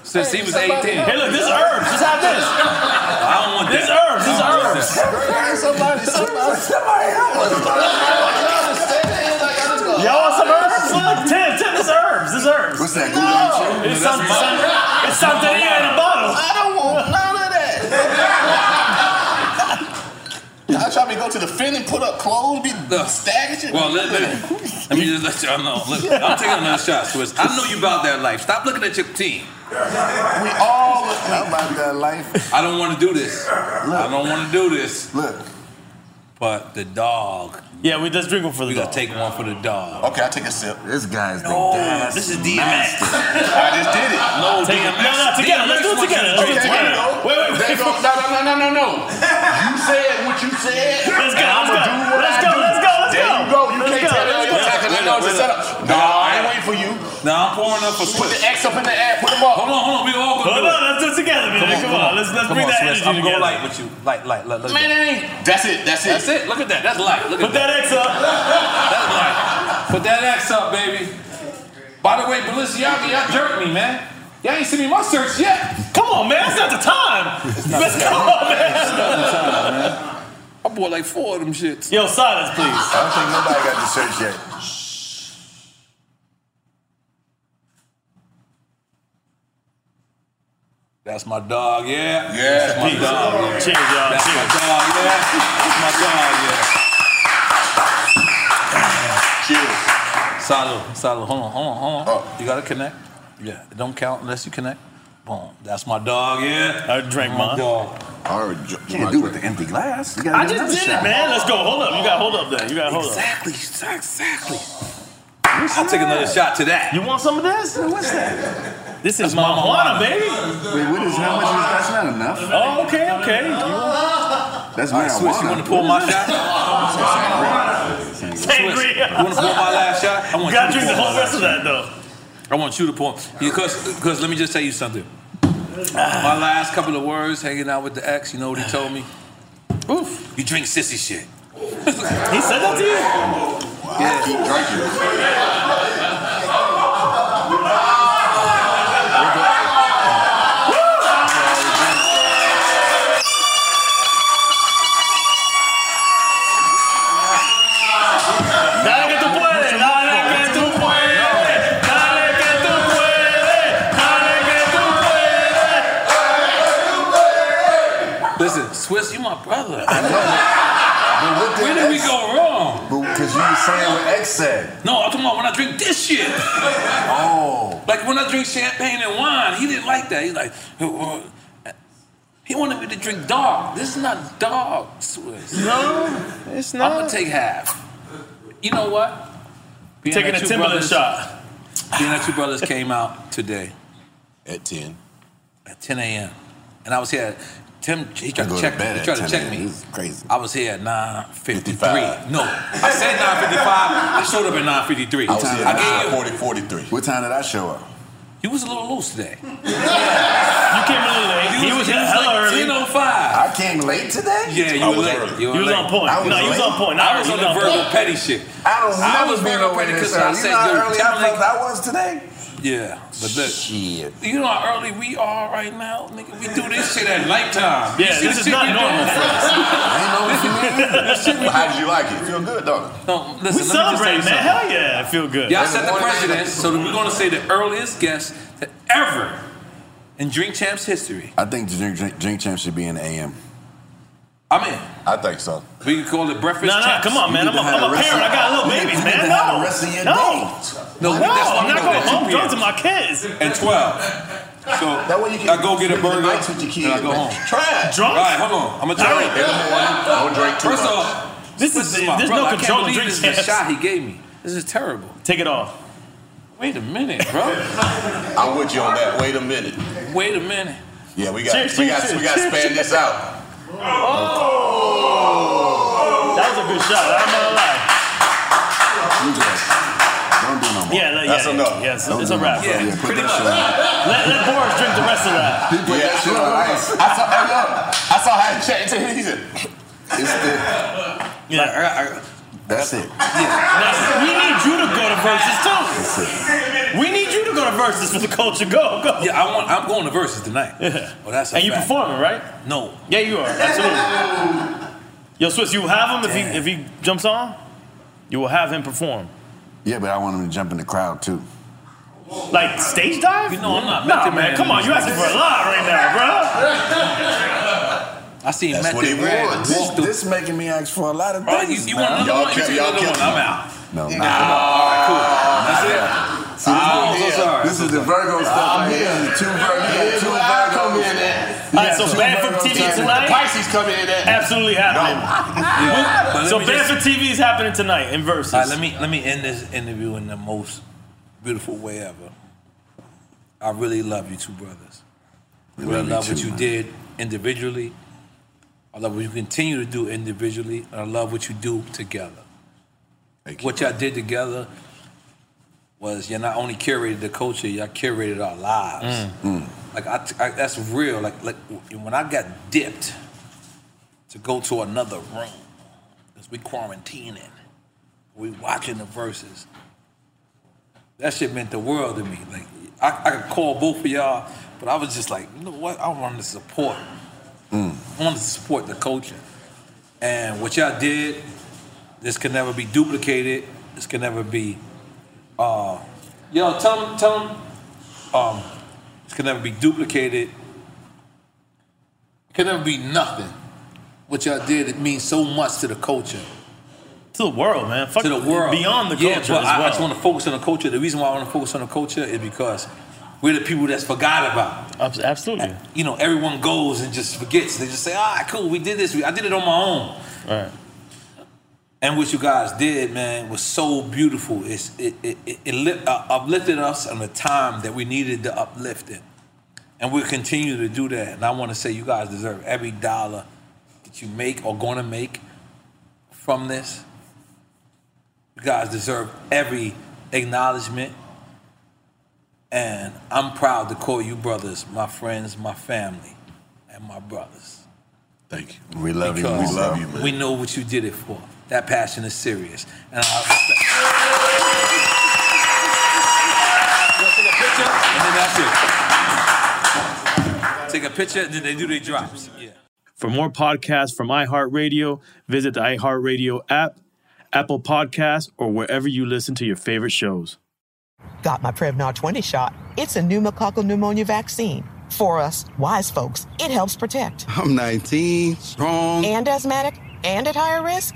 Since he was 18.
Hey, look, this is herbs. Just have this.
I don't want
This
that.
herbs. This
I don't want
herbs.
that.
Somebody, somebody, somebody help us.
Y'all want some herbs? Look, Tim, Tim, this herbs. This herbs.
What's that?
No. It's
That's
something.
mine.
some- It's something in a bottle.
I don't want none of that. Y'all try me to go to the fin and put up clothes, be stagnant.
Well, let, let, let me just let y'all know. Look, I'm taking another shot, Swiss. I know you about that life. Stop looking at your team.
we all
How about that life?
I don't want to do this. I don't want to do this.
Look.
But the dog.
Yeah, we just drink one for
we
the
dog. gotta take one for the dog.
Okay, I'll take a sip.
This guy's the
No,
best.
this is DMX.
I just did it.
No,
Take it.
DMX.
No, no, together. Let's
DMX
do it
wants
together.
you to
Let's do
drink
it together. Wait, wait,
They
wait.
go, no, no, no, no, no, no. You said what you said.
Let's go,
and I'ma
let's go.
do what
Let's
I
go,
do.
let's go, let's
there
go.
you go. You
Let's go,
can't tell me
let's
you're
go.
attacking. I know it's a setup. No, I ain't waiting for you.
Now I'm pouring up a
Put
Swiss.
the X up in the air. Put them up.
Hold on, hold on. We all gonna do
Hold
it.
on, let's do it together, man. Come on, let's let's
Come on,
bring that
Swiss.
energy
I'm going
together.
to light with you. Light, light, light. Look
Man,
at that.
that ain't. That's it. That's it.
That's it. Look at that. That's light. Look at
Put
that.
that X up.
That's light. Put that axe up, baby. By the way, Balenciaga, y'all jerked me, man. Y'all ain't sent me my search yet.
Come on, man. It's not the time. Let's go, man.
I bought like four of them shits.
Yo, silence, please.
I don't think nobody got the search yet.
Oh
That's my dog, yeah.
Yeah.
That's my
Peace.
dog, yeah.
Cheers, y'all.
That's my
Cheers.
dog, yeah. That's my dog, yeah. Cheers. Salud, salud. Hold on, hold on, hold on.
Oh.
You gotta connect. Yeah, it don't count unless you connect. Boom. That's my dog, yeah. I drank
mine.
Dog.
I already drank
Can't do it
with the empty glass.
I just did it, man. Let's go. Hold up. You got hold up there. You got hold
up. Exactly. Exactly.
I'll take another shot to that.
You want some of this?
What's that?
This is my marijuana, baby.
Wait, what is how much is that's not enough.
Oh, okay, okay.
That's
All right,
marijuana.
Swiss, you wanna pull my shot?
Sangria.
You wanna pour my last shot? I want
Gotta
you to
drink the
pour my
whole rest
last
of
shot.
that, though.
I want you to pour because because let me just tell you something. My last couple of words hanging out with the ex, you know what he told me? Oof, you drink sissy shit.
He said that to you?
Yeah.
Dale que tú puedes, dale que tú puedes, dale que tú puedes, dale que tú
Listen, Swiss, you my brother.
But what
Where did we go wrong?
Because you were saying what X said.
No, I'm talking about when I drink this shit.
Oh.
Like when I drink champagne and wine, he didn't like that. He's like, "Uh, uh," he wanted me to drink dog. This is not dog, Swiss.
No, it's not.
I'm gonna take half. You know what?
Taking
that
a
two
Timberland
brothers-
shot.
Being that two brothers came out today
at ten.
At 10 a.m. And I was here. at- Tim, he tried
go
to
to
check me.
bed
He
at
tried to
10
check
a.m.
me.
This is crazy.
I was here at 9:53. No, I said 9:55. I showed up at 9:53.
I was here at
gave you-
43. What time did I show up?
You was a little loose today.
You came a little late. He was hella early.
I came late today?
oh Yeah, you
I
were
was
late.
early.
You were
You was
late.
on point. I was No, you was late. on point.
I was
You
on
was
the
on
verbal
point.
petty shit.
I don't
I
never
was
been
verbal
nowhere
petty
this
because I
early.
said,
You know how
yo,
early I felt I was today?
Yeah, but look. You know how early we are right now, nigga. We do this shit at nighttime. You
Yeah,
see
this
the
is
shit
not
we do?
normal for us. I ain't know what you mean.
The shit we
How
do.
did you like it? Feel good, dog.
No,
We
listen, let me just tell you
celebrate, man.
something.
Hell yeah, it feel good.
Y'all
In the
set the
morning.
precedent, so that we're gonna say the earliest guest to ever in Drink Champs history.
I think the drink, drink, drink champ should be in the AM.
I'm in.
I think so.
We can call it breakfast.
Nah, nah,
champs.
come on, man. You need I'm to a- have I'm a the rest parent. of- I got little you need- babies, you man. need to have the No. rest of your No. day.
No,
No,
that's why
I'm
we
not
go
going
to
home.
2
Go
p.m.
to
my kids.
And 12. So that way you can I go get a burger and I go home.
Try
Drunk? All right, hold on. I'm gonna tell you.
Don't drink too
First
much.
off,
This
is,
is-
my
there's
brother.
no
I
control
can't
in
believe
drink
this is the
champs.
shot he gave me. This is terrible.
Take it off.
Wait a minute, bro.
I'm with you on that. Wait a minute.
Wait a minute.
Yeah, we got we got we got to span this out.
Oh!
That was a good shot. I'm not gonna lie.
Don't do no more.
Yeah, yeah,
That's
yeah,
enough.
yeah, it's-
Don't
it's
do
a
no
wrap.
more.
Yeah,
Yeah, put
pretty
that
much.
shit on.
Let, let Boris drink the rest of that.
He put that shit on ice. I saw, hey, look, I saw how he checked. He said, "It's the."
Yeah.
That's it.
Now, we need you to go to verses too. We need you to go to verses for the culture. Go, go.
Yeah, I want. I'm going to verses tonight. Well, that's a
and you
fact.
performing, right?
No.
Yeah, you are. Absolutely. Yo, Swiss, you have him if he if he jumps on. You will have him perform.
Yeah, but I want him to jump in the crowd too.
Like stage dive?
You know I'm not
Nah,
Method
man.
Man.
Come on, you asking for a lot right now, bro.
I seen
That's
Method
what he
Man
wants.
walk
This, this making me ask for a lot of
Bro,
things.
you- you want another one? You see another one? I'm out.
No,
Nah,
no.
all right, cool. That's it. oh,
See, this,
I'm
is,
so sorry.
this is the Virgo stuff.
I'm
right
here.
This is Two Virgos.
Here's
two
where I
Virgos.
come in
You
All right,
got
so
two
Band from
Virgos
TV
turning.
tonight.
Pisces coming in at
Absolutely happening.
but
so
let me
Band
just-
from TV is happening tonight in verses.
All right, let me let me end this interview in the most beautiful way ever. I really love you two brothers. I
We
really
love
love,
you
what
too,
you
man.
did individually. I love what you continue to do individually, and I love what you do together. what y'all did together was you all not only curated the culture, y'all curated our lives. Like I, I- that's real. Like like when I got dipped to go to another room, cause we quarantining, we watching the verses. That shit meant the world to me. Like I, I could call both of y'all, but I was just like, you know what? I wanted to support. I wanted to support the coaching. And what y'all did, this can never be duplicated. This can never be. Uh, yo, tell them, tell them. Um, this can never be duplicated. It can never be nothing. What y'all did, it means so much to the culture.
To the world, man. Fuck
to the world.
Beyond the
yeah,
culture
But
as
I, I
well.
just want to focus on the culture. The reason why I want to focus on the culture is because we're the people that's forgot about.
Absolutely.
You know, everyone goes and just forgets. They just say, "Ah, cool, we did this. We- I did it on my own."
Right.
And what you guys did, man, was so beautiful. It's, it it, it, it lit, uh, uplifted us on the time that we needed the uplifting, and we'll continue to do that. And I want to say, you guys deserve every dollar that you make or going to make from this. You guys deserve every acknowledgement. And I'm proud to call you brothers, my friends, my family, and my brothers.
Thank you. We love you. We
Because
love you, man.
We know what you did it for. That passion is serious. And I respect Take a picture, and then they do their drops. Yeah.
For more podcasts from iHeartRadio, visit the iHeartRadio app, Apple Podcasts, or wherever you listen to your favorite shows.
Got my Prevnar 20 shot. It's a pneumococcal pneumonia vaccine. For us wise folks, it helps protect.
I'm 19, strong.
And asthmatic and at higher risk,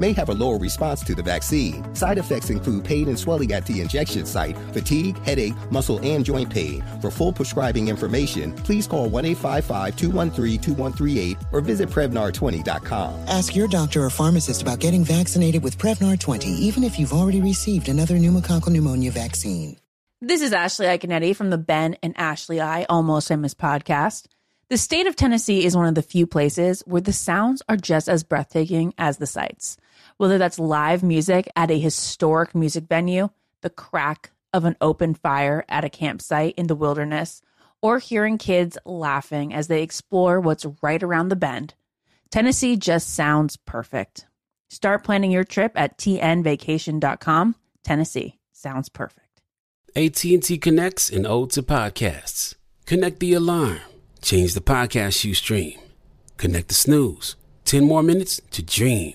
may have a lower response to the vaccine. Side effects include pain and swelling at the injection site, fatigue, headache, muscle, and joint pain. For full prescribing information, please call 1 855 213 2138 or visit Prevnar20.com.
Ask your doctor or pharmacist about getting vaccinated with Prevnar 20, even if you've already received another pneumococcal pneumonia vaccine.
This is Ashley Iconetti from the Ben and Ashley I Almost Famous podcast. The state of Tennessee is one of the few places where the sounds are just as breathtaking as the sights. Whether that's live music at a historic music venue, the crack of an open fire at a campsite in the wilderness, or hearing kids laughing as they explore what's right around the bend, Tennessee just sounds perfect. Start planning your trip at tnvacation.com. Tennessee sounds perfect.
AT&T connects and ode to podcasts. Connect the alarm. Change the podcast you stream. Connect the snooze. 10 more minutes to dream.